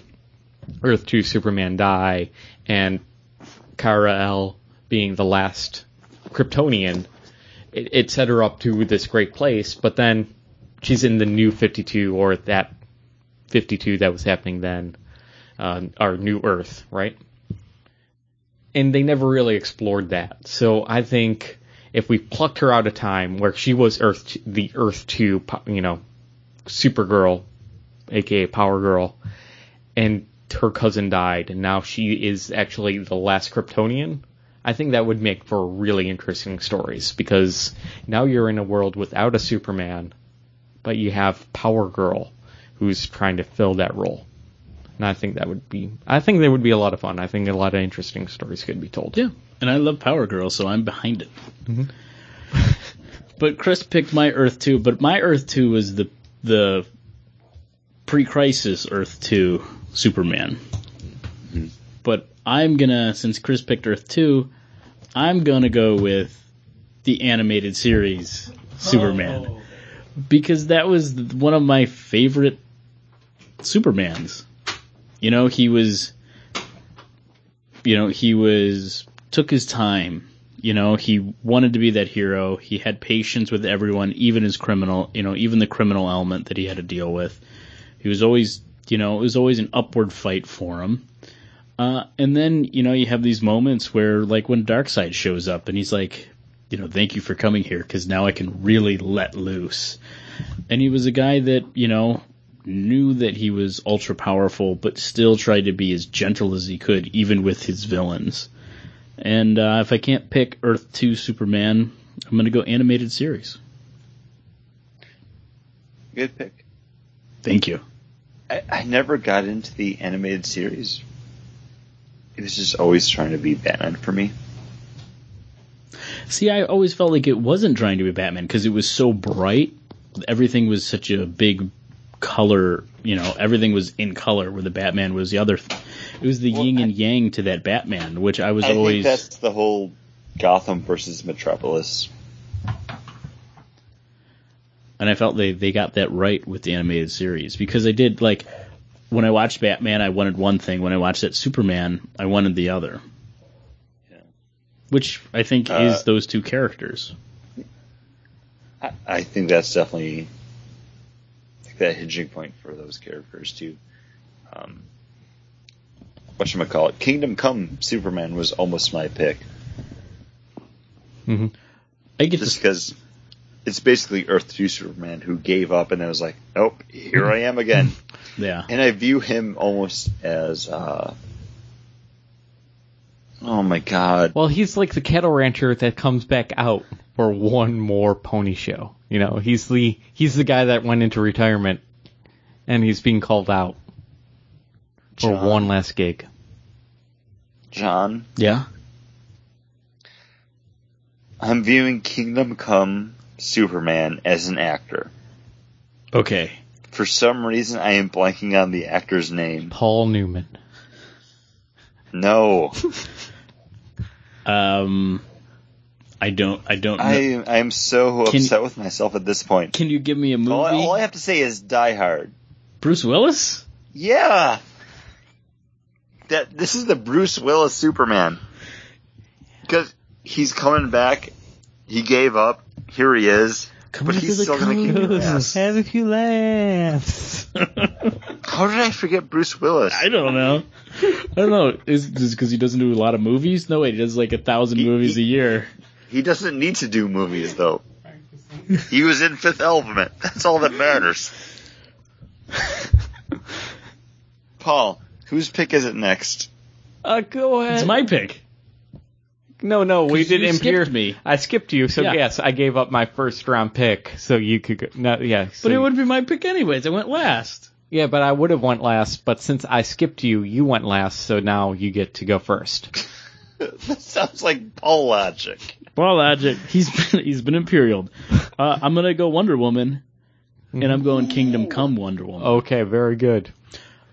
Speaker 3: Earth Two Superman die and Kara L being the last Kryptonian, it, it set her up to this great place. But then she's in the new Fifty Two or that Fifty Two that was happening then, uh, our New Earth, right? and they never really explored that. So I think if we plucked her out of time where she was Earth, t- the Earth Two, po- you know, Supergirl, aka Power Girl, and her cousin died, and now she is actually the last Kryptonian. I think that would make for really interesting stories because now you're in a world without a Superman, but you have Power Girl who's trying to fill that role. And I think that would be, I think they would be a lot of fun. I think a lot of interesting stories could be told.
Speaker 2: Yeah, and I love Power Girl, so I'm behind it. but Chris picked my Earth Two, but my Earth Two was the the pre-crisis Earth Two Superman. But I'm gonna, since Chris picked Earth Two, I'm gonna go with the animated series Superman because that was one of my favorite Supermans. You know, he was you know he was took his time you know he wanted to be that hero he had patience with everyone even his criminal you know even the criminal element that he had to deal with he was always you know it was always an upward fight for him uh, and then you know you have these moments where like when darkseid shows up and he's like you know thank you for coming here because now i can really let loose and he was a guy that you know knew that he was ultra powerful, but still tried to be as gentle as he could, even with his villains. And uh, if I can't pick Earth 2 Superman, I'm going to go animated series.
Speaker 1: Good pick.
Speaker 2: Thank you.
Speaker 1: I, I never got into the animated series. It was just always trying to be Batman for me.
Speaker 2: See, I always felt like it wasn't trying to be Batman because it was so bright. Everything was such a big color, you know, everything was in color where the Batman was the other th- It was the
Speaker 1: Well,
Speaker 2: yin
Speaker 1: I-
Speaker 2: and yang to that Batman, which I was
Speaker 1: I think
Speaker 2: always
Speaker 1: that's the whole Gotham versus Metropolis.
Speaker 2: and I felt they they got that right with the animated series because they did like when I watched Batman, I wanted one thing. When I watched that Superman, I wanted the other.
Speaker 1: Yeah.
Speaker 2: Which I think
Speaker 1: Uh,
Speaker 2: is those two characters.
Speaker 1: I, I think that's definitely like that hinging point for those characters too. Um, what should I call it? Kingdom Come Superman was almost my pick,
Speaker 3: hmm
Speaker 2: I get
Speaker 1: just
Speaker 2: this.
Speaker 1: because it's basically Earth Two Superman who gave up and then was like, "Nope, here I am again."
Speaker 2: <laughs> Yeah,
Speaker 1: and I view him almost as, uh, oh my god,
Speaker 3: Well, he's like the cattle rancher that comes back out for one more pony show. You know, he's the he's the guy that went into retirement, and he's being called out for
Speaker 1: John.
Speaker 3: one last gig.
Speaker 1: John,
Speaker 2: yeah.
Speaker 1: I'm viewing Kingdom Come Superman as an actor.
Speaker 2: Okay,
Speaker 1: For some reason, I am blanking on the actor's name.
Speaker 3: Paul Newman.
Speaker 2: <laughs>
Speaker 1: No,
Speaker 2: um, I don't. I don't. know.
Speaker 1: I I am so
Speaker 2: Can-
Speaker 1: upset with myself at this point.
Speaker 2: Can you give me a movie?
Speaker 1: All, all I have to say is Die Hard.
Speaker 2: Bruce Willis.
Speaker 1: Yeah, that this is the Bruce Willis Superman because he's coming back. He gave up. Here he is.
Speaker 2: Come
Speaker 1: But
Speaker 2: on
Speaker 1: he's
Speaker 2: to the
Speaker 1: still gonna keep
Speaker 2: coast.
Speaker 1: Yes.
Speaker 3: Have a few laughs.
Speaker 2: <laughs>
Speaker 1: How did I forget Bruce Willis?
Speaker 2: I don't know. I don't know. Is this because he doesn't do a lot of movies? No, wait, he does like a thousand
Speaker 1: He-
Speaker 2: movies
Speaker 1: he-
Speaker 2: a year.
Speaker 1: He doesn't need to do movies though. He was in Fifth Element. That's all that matters. Paul, whose pick is it next? <laughs>
Speaker 3: uh, go ahead.
Speaker 2: It's my pick.
Speaker 3: no, no, we
Speaker 2: 'Cause
Speaker 3: did
Speaker 2: you skipped
Speaker 3: impure
Speaker 2: me.
Speaker 3: I skipped you, so
Speaker 2: Yeah.
Speaker 3: yes, I gave up my first round pick, so you could go. No, yeah, so
Speaker 2: But it
Speaker 3: you-
Speaker 2: would be my pick anyways. I went last.
Speaker 3: Yeah, but I would have went last, but since I skipped you, you went last, so now you get to go first.
Speaker 1: that sounds like Paul logic.
Speaker 2: Ball logic. He's <laughs> been, he's been imperialed. Uh, I'm gonna go Wonder Woman, and I'm going Kingdom Come Wonder Woman.
Speaker 3: <laughs> Okay, very good.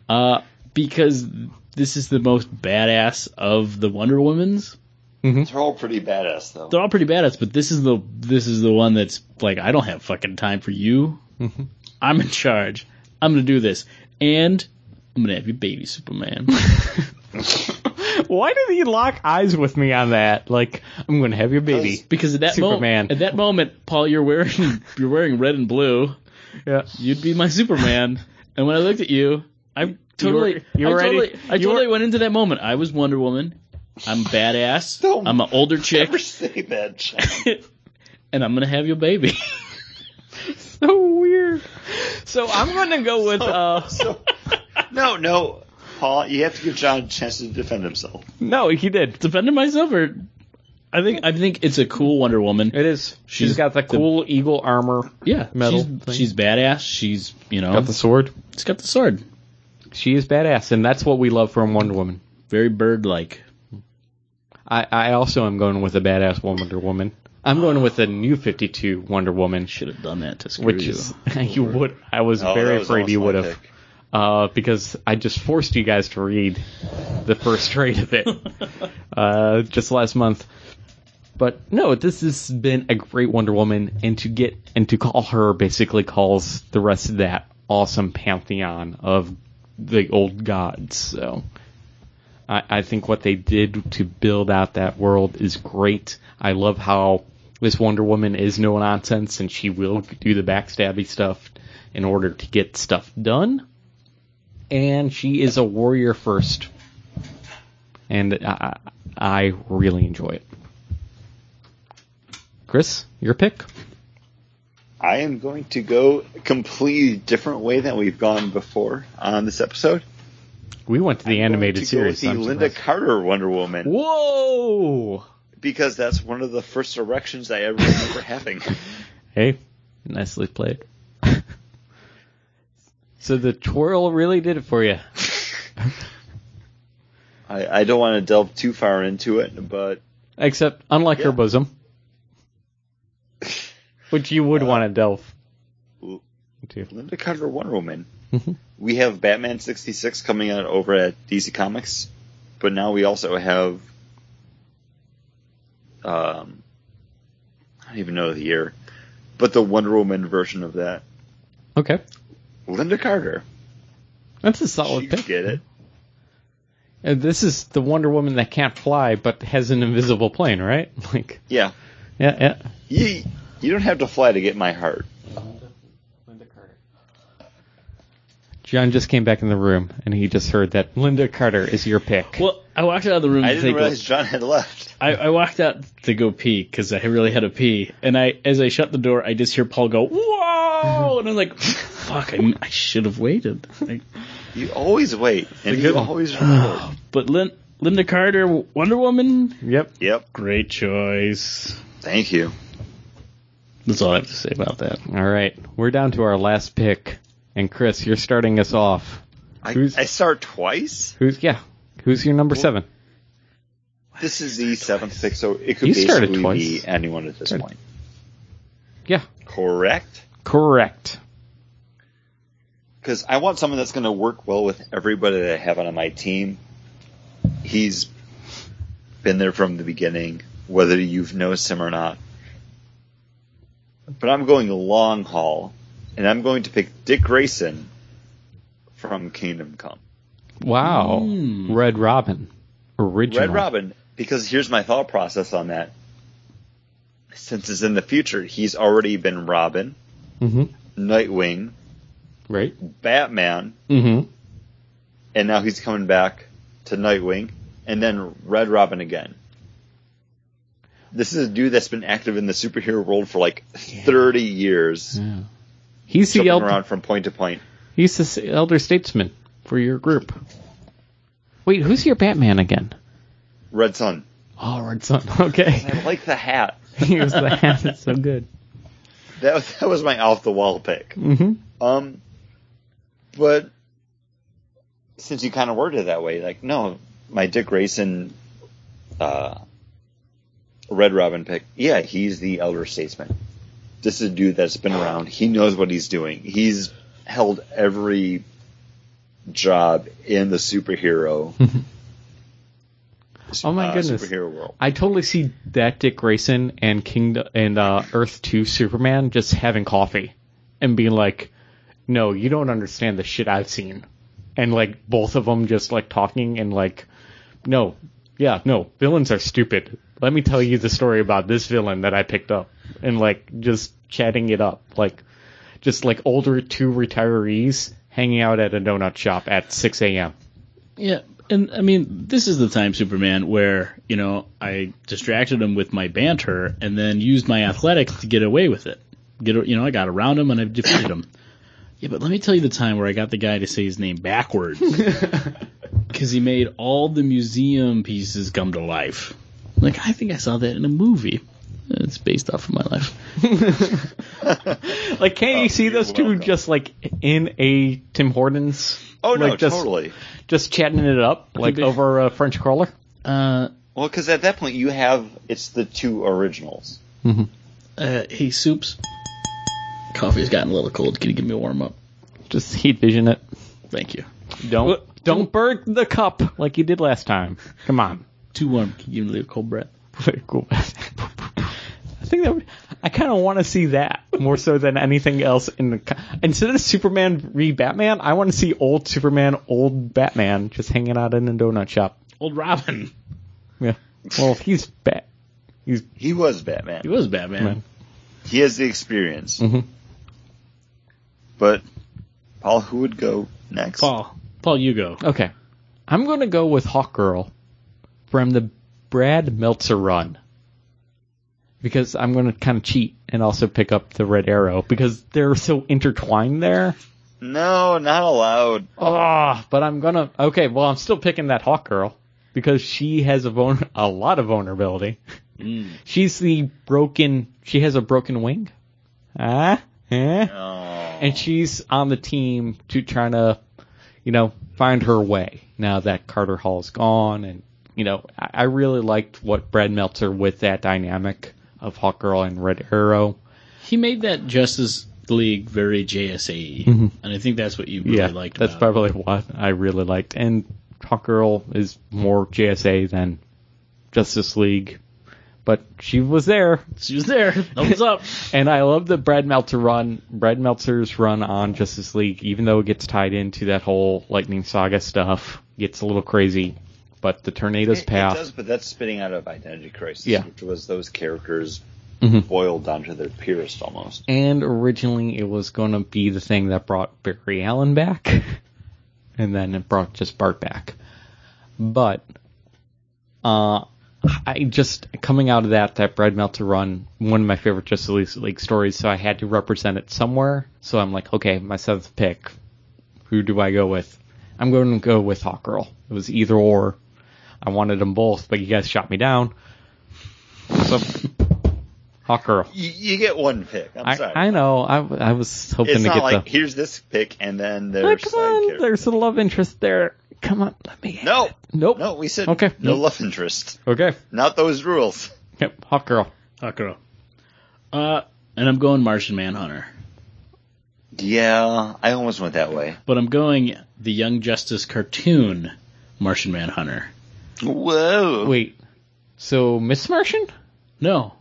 Speaker 2: Uh, because this is the most badass of the Wonder Womans.
Speaker 1: They're all pretty badass though.
Speaker 2: They're all pretty badass, but this is the this is the one that's like I don't have fucking time for you.
Speaker 3: Mm-hmm.
Speaker 2: I'm in charge. I'm gonna do this, and I'm gonna have your baby,
Speaker 3: <laughs>
Speaker 2: Superman.
Speaker 3: <laughs> Why did he lock eyes with me on that? Like, I'm gonna have your baby.
Speaker 2: Because at that
Speaker 3: Superman.
Speaker 2: moment, at that moment, Paul, you're wearing you're wearing red and blue.
Speaker 3: Yeah.
Speaker 2: You'd be my
Speaker 3: <laughs>
Speaker 2: Superman. and when I looked at you, I totally,
Speaker 3: you were
Speaker 2: I totally,
Speaker 3: ready-
Speaker 2: I
Speaker 3: you
Speaker 2: totally
Speaker 3: were-
Speaker 2: went into that moment. I was Wonder Woman. I'm badass.
Speaker 1: Don't
Speaker 2: I'm an older chick,
Speaker 1: Never say that. John.
Speaker 2: and I'm gonna have your baby. <laughs>
Speaker 3: <laughs> So weird. So I'm gonna go with, uh,
Speaker 1: So, <laughs> no, no, Paul, you have to give John a chance to defend himself.
Speaker 3: no, he did.
Speaker 2: Defended myself, or I think I think it's a cool Wonder Woman.
Speaker 3: It is.
Speaker 2: She's
Speaker 3: she's got the
Speaker 2: the-
Speaker 3: cool eagle armor.
Speaker 2: yeah,
Speaker 3: Metal thing.
Speaker 2: she's, she's badass. She's you know,
Speaker 3: sword.
Speaker 2: she's got the sword.
Speaker 3: She is badass, and that's what we love from Wonder Woman.
Speaker 2: Very bird-like.
Speaker 3: I, I also am going with a badass Wonder Woman. I'm going with a new 52 Wonder Woman.
Speaker 2: Should have done that to screw
Speaker 3: which
Speaker 2: you.
Speaker 3: is <laughs> you would I was
Speaker 1: Oh,
Speaker 3: very
Speaker 1: that was
Speaker 3: afraid you would
Speaker 1: almost my
Speaker 3: have
Speaker 1: pick.
Speaker 3: uh, because I just forced you guys to read the first <laughs> trade of it uh, just last month. But no, this has been a great Wonder Woman, and to get and to call her basically calls the rest of that awesome pantheon of the old gods. So I, I think what they did to build out that world is great. I love how this Wonder Woman is no nonsense, and she will do the backstabby stuff in order to get stuff done. And she is a warrior first, and I, I I really enjoy it. Chris, your pick?
Speaker 1: I am going to go a completely different way than we've gone before on this episode.
Speaker 3: We went to the animated
Speaker 1: to go with
Speaker 3: series.
Speaker 1: the
Speaker 3: I'm
Speaker 1: Linda
Speaker 3: surprised.
Speaker 1: Carter Wonder Woman.
Speaker 3: Whoa!
Speaker 1: because that's one of the first erections I ever remember
Speaker 3: <laughs>
Speaker 1: having.
Speaker 3: Hey, nicely played. <laughs> so the twirl really did it for you.
Speaker 1: I, I don't want to delve too far into it, but
Speaker 3: Except, unlike her
Speaker 1: Yeah. <laughs>
Speaker 3: bosom, which you would want to delve
Speaker 1: L-
Speaker 3: into.
Speaker 1: Linda Carter Wonder Woman
Speaker 3: Mm-hmm.
Speaker 1: We have Batman 66 coming out over at DC Comics, but now we also have, um, I don't even know the year, but the Wonder Woman version of that.
Speaker 3: Okay,
Speaker 1: Linda Carter.
Speaker 3: that's a
Speaker 1: She
Speaker 3: solid
Speaker 1: could
Speaker 3: pick.
Speaker 1: get it.
Speaker 3: And this is the Wonder Woman that can't fly but has an invisible plane, right? <laughs> Like,
Speaker 1: Yeah.
Speaker 3: yeah, yeah.
Speaker 1: You, you don't have to fly to get my heart.
Speaker 3: John just came back in the room and he just heard that Linda Carter is your pick.
Speaker 2: Well, I walked out of the room.
Speaker 1: I
Speaker 2: to
Speaker 1: didn't
Speaker 2: take a-
Speaker 1: realize John had left.
Speaker 2: I, I walked out to go pee because I really had to pee, and I as I shut the door, I just hear Paul go whoa, and I'm like, fuck, I, I should have waited. Like,
Speaker 1: You always wait, and you
Speaker 3: <sighs>
Speaker 1: always remember.
Speaker 2: but Lin, Linda Carter, Wonder Woman,
Speaker 3: yep.
Speaker 1: yep.
Speaker 2: great choice.
Speaker 1: Thank you.
Speaker 2: That's all I have to say about that.
Speaker 3: All right, we're down to our last pick, and Chris, you're starting us off.
Speaker 1: I,
Speaker 3: Who's-
Speaker 1: I start twice.
Speaker 3: Who's yeah? Who's your number seven?
Speaker 1: This is the seventh pick, so it could
Speaker 3: You started
Speaker 1: basically be
Speaker 3: twice.
Speaker 1: anyone at this point.
Speaker 3: Yeah,
Speaker 1: Correct?
Speaker 3: correct.
Speaker 1: Because I want someone that's going to work well with everybody that I have on my team. He's been there from the beginning, whether you've noticed him or not. But I'm going long haul, and I'm going to pick Dick Grayson from Kingdom Come.
Speaker 3: Wow,
Speaker 2: Hmm.
Speaker 3: Red Robin, original.
Speaker 1: Red Robin, because here's my thought process on that. Since it's in the future, he's already been Robin,
Speaker 3: hmm
Speaker 1: Nightwing,
Speaker 3: Right.
Speaker 1: Batman,
Speaker 3: hmm
Speaker 1: and now he's coming back to Nightwing, and then Red Robin again. This is a dude that's been active in the superhero world for like 30 years,
Speaker 3: Yeah. He's the
Speaker 1: jumping
Speaker 3: elder.
Speaker 1: around from point to point.
Speaker 3: He's the s- elder statesman for your group. Wait, who's your Batman again?
Speaker 1: Red Sun.
Speaker 3: Oh, Red Sun. <laughs> Okay,
Speaker 1: I like the hat.
Speaker 3: he was the <laughs> hat. It's so good.
Speaker 1: That, was- <laughs> that was my off the wall pick.
Speaker 3: hmm
Speaker 1: Um, but since you kind of worded it that way, like, no, my Dick Grayson, uh, Red Robin pick, yeah, he's the elder statesman. This is a dude that's been around. He knows what he's doing. He's held every job in the superhero.
Speaker 3: <laughs> Oh my
Speaker 1: uh,
Speaker 3: goodness.
Speaker 1: Superhero world.
Speaker 3: I totally see that Dick Grayson and King and uh, Earth Two Superman just having coffee and being like, "No, you don't understand the shit I've seen," and like both of them just like talking and like, "No, yeah, no, villains are stupid. Let me tell you the story about this villain that I picked up," and like just chatting it up, like just like older two retirees hanging out at a donut shop at six a.m.
Speaker 2: Yeah, and I mean, this is the time Superman where you know I distracted him with my banter and then used my athletics to get away with it. Get you know, I got around him and I defeated him. Yeah, but let me tell you the time where I got the guy to say his name backwards because he made all the museum pieces come to life. Like I think I saw that in a movie. It's based off of my life.
Speaker 3: Like, can not you see
Speaker 1: Oh, you're
Speaker 3: those two
Speaker 1: welcome.
Speaker 3: just like in a Tim Hortons?
Speaker 1: Oh no,
Speaker 3: like, just,
Speaker 1: totally.
Speaker 3: Just chatting it up, like
Speaker 2: they-
Speaker 3: over a French crawler.
Speaker 2: Uh,
Speaker 1: Well, because at that point you have it's the two originals.
Speaker 2: uh, hey, soups. Coffee's gotten a little cold. Can you give me a warm up?
Speaker 3: Just heat vision it.
Speaker 2: Thank you.
Speaker 3: Don't don't burn the cup like you did last time. Come on. <laughs>
Speaker 2: Too warm. Can you give me a cold breath?
Speaker 3: cool. I think that would, I kind of want to see that more so than anything else. In the co- instead of Superman re Batman, I want to see old Superman, old Batman, just hanging out in a donut shop.
Speaker 2: Old Robin.
Speaker 3: Yeah. Well, he's bat.
Speaker 1: He was Batman.
Speaker 2: He was Batman.
Speaker 3: Man.
Speaker 1: He has the experience.
Speaker 3: Mhm.
Speaker 1: But Paul, who would go next?
Speaker 2: Paul. Paul, you go.
Speaker 3: Okay. I'm going to go with Hawkgirl from the Brad Meltzer run. Because I'm going to kind of cheat and also pick up the Red Arrow because they're so intertwined there.
Speaker 1: No, not allowed.
Speaker 3: Oh, but I'm going to. Okay, well, I'm still picking that Hawkgirl because she has a, vulner, <laughs> a lot of vulnerability. She's the broken. She has a broken wing. Ah? Eh?
Speaker 1: Oh,
Speaker 3: and she's on the team to trying to, you know, find her way now that Carter Hall's gone. And you know, I, I really liked what Brad Meltzer with that dynamic of Hawkgirl and Red Arrow.
Speaker 2: He made that just as league, very JSA,
Speaker 3: Mhm.
Speaker 2: and I think that's what you really
Speaker 3: yeah,
Speaker 2: liked.
Speaker 3: that's
Speaker 2: about
Speaker 3: probably what I really liked. And Hawkgirl is more JSA than Justice League, but she was there,
Speaker 2: it. she was there. Thumbs up.
Speaker 3: and I love the Brad Meltzer run, Brad Meltzer's run on Justice League, even though it gets tied into that whole Lightning Saga stuff, gets a little crazy. But the tornadoes
Speaker 1: It, it
Speaker 3: path,
Speaker 1: does, but that's spinning out of Identity Crisis,
Speaker 3: Yeah.
Speaker 1: which was those characters
Speaker 3: Mhm.
Speaker 1: boiled down to their purest almost.
Speaker 3: and originally it was going to be the thing that brought Barry Allen back, <laughs> and then it brought just Bart back. But uh, I just coming out of that that bread melt to run one of my favorite Justice League- League stories, so I had to represent it somewhere. So I'm like, okay, my seventh pick, who do I go with? I'm going to go with Hawkgirl. It was either or. I wanted them both, but you guys shot me down. So, Hawkgirl.
Speaker 1: You, you get one pick. I'm
Speaker 3: I,
Speaker 1: sorry.
Speaker 3: I know. I, w- I was hoping
Speaker 1: it's
Speaker 3: to
Speaker 1: not
Speaker 3: get
Speaker 1: like
Speaker 3: the.
Speaker 1: here's this pick and then
Speaker 3: Oh,
Speaker 1: there's
Speaker 3: come on, there's a love interest there. Come on, let me.
Speaker 1: no,
Speaker 3: Nope.
Speaker 1: no. We said
Speaker 3: Okay.
Speaker 1: no love interest.
Speaker 3: Okay.
Speaker 1: Not those rules.
Speaker 3: Yep. Hawk girl.
Speaker 2: <laughs> Hot girl. Uh, and I'm going Martian Manhunter,
Speaker 1: Yeah, I almost went that way.
Speaker 2: but I'm going the Young Justice cartoon Martian Manhunter.
Speaker 1: Whoa.
Speaker 3: Wait. So Miss Martian?
Speaker 2: No,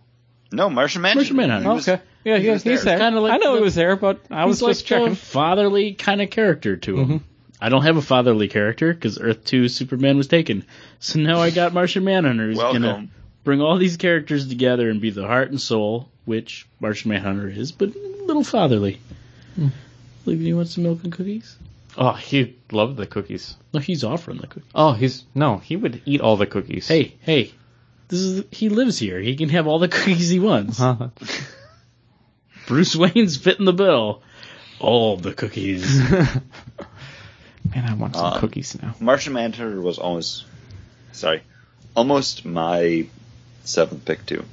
Speaker 1: No, Martian Manhunter.
Speaker 2: Martian Manhunter.
Speaker 1: He was-
Speaker 3: okay. Yeah,
Speaker 1: he
Speaker 3: yeah,
Speaker 1: was
Speaker 3: he's
Speaker 1: there.
Speaker 3: there.
Speaker 2: Kinda like
Speaker 3: I know
Speaker 2: the-
Speaker 3: he was there, but I was
Speaker 2: He's like
Speaker 3: just checking. Mm-hmm.
Speaker 2: a fatherly kind of character to him. I don't have a fatherly character because Earth Two Superman was taken, so now I got Martian Manhunter who's gonna
Speaker 1: Welcome.
Speaker 2: bring all these characters together and be the heart and soul, which Martian Manhunter is, but a little fatherly.
Speaker 3: Hmm.
Speaker 2: Like, do you want some milk and cookies?
Speaker 3: oh, he loved the cookies.
Speaker 2: No, he's offering the cookies.
Speaker 3: Oh, he's no, he would eat all the cookies.
Speaker 2: Hey, hey, this is he lives here. He can have all the <laughs> cookies he wants.
Speaker 3: Huh. <laughs>
Speaker 2: Bruce Wayne's fitting the bill. All the cookies.
Speaker 3: <laughs> Man, I want some
Speaker 1: Uh,
Speaker 3: cookies now.
Speaker 1: Martian Manhunter was almost, sorry, almost my seventh pick too.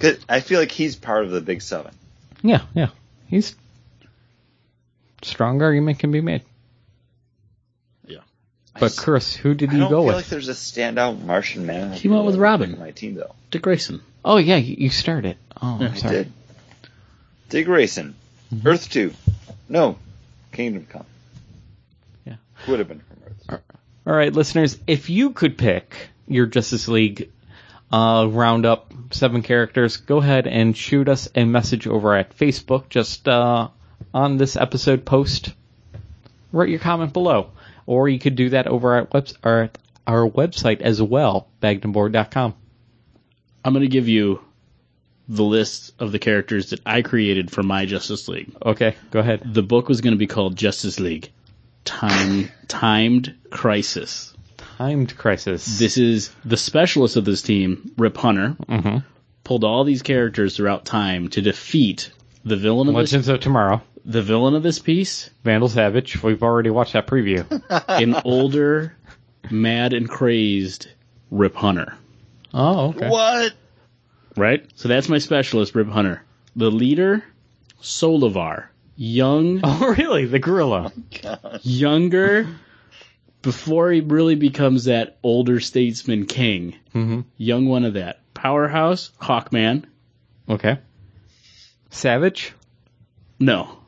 Speaker 1: 'Cause I feel like he's part of the big seven.
Speaker 3: Yeah, yeah. He's strong argument can be made.
Speaker 2: Yeah.
Speaker 3: But Chris, who did
Speaker 1: I
Speaker 3: you
Speaker 1: don't
Speaker 3: go
Speaker 1: feel
Speaker 3: with?
Speaker 1: like there's a standout Martian Manhunter.
Speaker 2: He went with
Speaker 1: on
Speaker 2: Robin.
Speaker 1: My team though.
Speaker 2: Dick Grayson.
Speaker 3: Oh yeah, you you started. Oh,
Speaker 2: Yeah,
Speaker 3: I'm
Speaker 2: I
Speaker 1: I
Speaker 3: sorry. Mm-hmm.
Speaker 1: did. Dick Grayson, Earth Two, no, Kingdom Come.
Speaker 3: Yeah.
Speaker 1: would have been from Earth.
Speaker 3: All right, listeners, if you could pick your Justice League uh, roundup seven characters, go ahead and shoot us a message over at Facebook. Just uh, on this episode post, write your comment below, or you could do that over at, webs- or at our website as well, bagnumboard.com.
Speaker 2: I'm going to give you the list of the characters that I created for my Justice League.
Speaker 3: Okay, go ahead.
Speaker 2: The book was going to be called Justice League Time Timed Crisis.
Speaker 3: Timed crisis.
Speaker 2: This is the specialist of this team, Rip Hunter,
Speaker 3: Mhm.
Speaker 2: pulled all these characters throughout time to defeat the villain of this,
Speaker 3: Legends of Tomorrow,
Speaker 2: the villain of this piece,
Speaker 3: Vandal Savage. We've already watched that preview.
Speaker 2: an older, mad and crazed Rip Hunter.
Speaker 3: <laughs> oh, okay.
Speaker 1: What?
Speaker 2: Right? So that's my specialist, Rip Hunter. The leader, Solovar. Young,
Speaker 3: <laughs> Oh, really? The gorilla.
Speaker 2: younger, before he really becomes that older statesman king.
Speaker 3: Mm-hmm.
Speaker 2: Young one of that. Powerhouse, Hawkman.
Speaker 3: Okay. Savage?
Speaker 2: No.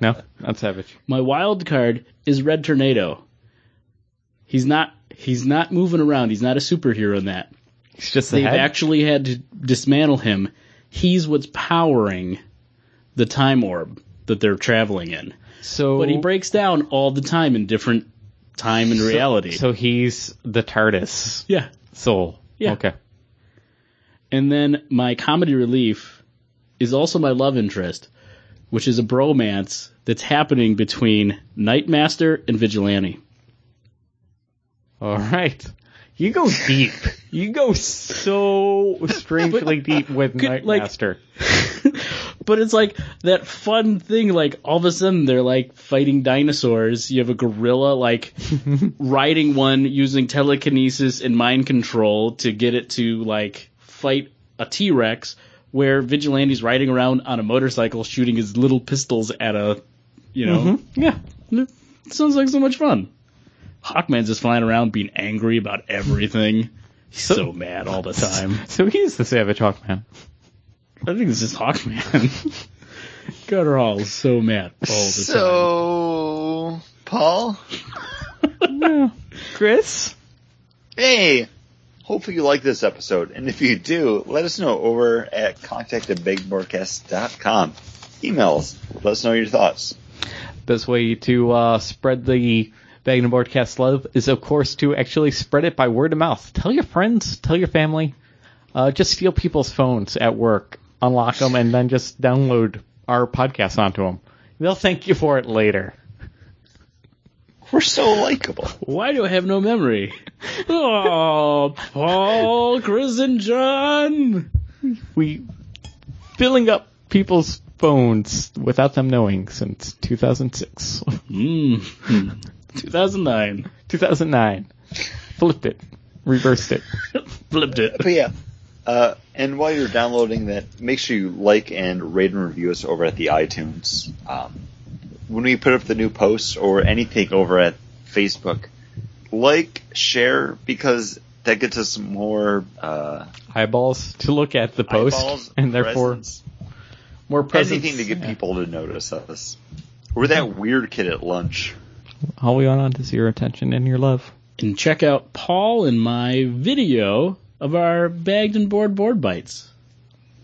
Speaker 3: No, not Savage.
Speaker 2: My wild card is Red Tornado. He's not he's not moving around. He's not a superhero in that.
Speaker 3: It's just
Speaker 2: They've actually had to dismantle him. He's what's powering the time orb that they're traveling in.
Speaker 3: so,
Speaker 2: But he breaks down all the time in different time and reality.
Speaker 3: So he's the TARDIS
Speaker 2: yeah.
Speaker 3: soul.
Speaker 2: Yeah.
Speaker 3: Okay.
Speaker 2: And then my comedy relief is also my love interest, which is a bromance that's happening between Nightmaster and Vigilante. <laughs>
Speaker 3: All right. You go deep. you go so <laughs> strangely deep with
Speaker 2: Could,
Speaker 3: Night
Speaker 2: like-
Speaker 3: Master.
Speaker 2: but it's like that fun thing, like all of a sudden they're like fighting dinosaurs. You have a gorilla like riding one using telekinesis and mind control to get it to like fight a T Rex where Vigilante's riding around on a motorcycle shooting his little pistols at a you know
Speaker 3: Yeah.
Speaker 2: It sounds like so much fun. Hawkman's just flying around being angry about everything. He's so, mad all the time.
Speaker 3: So he's the Savage Hawkman.
Speaker 2: I think this is Hawkman. <laughs> Gutter Hall is so mad all the
Speaker 1: So, Paul,
Speaker 6: Chris?
Speaker 1: hey, hopefully you like this episode, and if you do, let us know over at contact at com. Emails, let us know your thoughts.
Speaker 3: Best way to uh, spread the Bag and Broadcast love is, of course, to actually spread it by word of mouth. Tell your friends, tell your family. Uh, just steal people's phones at work, unlock them, and then just download our podcast onto them. They'll thank you for it later.
Speaker 1: We're so likable.
Speaker 2: time. Why do I have no memory? Oh, Paul, Chris, and John.
Speaker 3: We filling up people's phones without them knowing since <laughs> 2006,
Speaker 2: Mm. <laughs> 2009.
Speaker 3: 2009. Flipped it, reversed it.
Speaker 2: Flipped it.
Speaker 1: But yeah, uh, and while you're downloading that, make sure you like and rate and review us over at the iTunes. Um, when we put up the new posts or anything over at Facebook, like, share, because that gets us more uh,
Speaker 3: Eyeballs to look at the post,
Speaker 1: eyeballs,
Speaker 3: and therefore
Speaker 1: presence,
Speaker 3: more presence.
Speaker 1: anything to get
Speaker 3: Yeah.
Speaker 1: people to notice us. We're that weird kid at lunch.
Speaker 3: All we want is your attention and your love.
Speaker 2: And check out Paul and my video of our bagged and board board bites.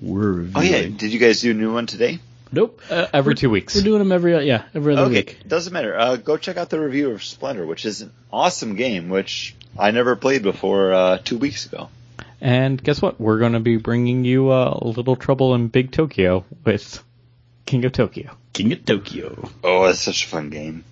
Speaker 2: We're
Speaker 1: Oh
Speaker 2: reviewing.
Speaker 1: yeah, did you guys do a new one today?
Speaker 2: Nope.
Speaker 3: Uh, every two weeks.
Speaker 2: We're doing them every yeah every other
Speaker 1: Okay,
Speaker 2: week.
Speaker 1: doesn't matter. Uh, go check out the review of Splendor, which is an awesome game, which I never played before uh, two weeks ago.
Speaker 3: And guess what? We're going to be bringing you uh, Little Trouble in Big Tokyo with King of Tokyo.
Speaker 2: King of Tokyo.
Speaker 1: Oh, it's such a fun game.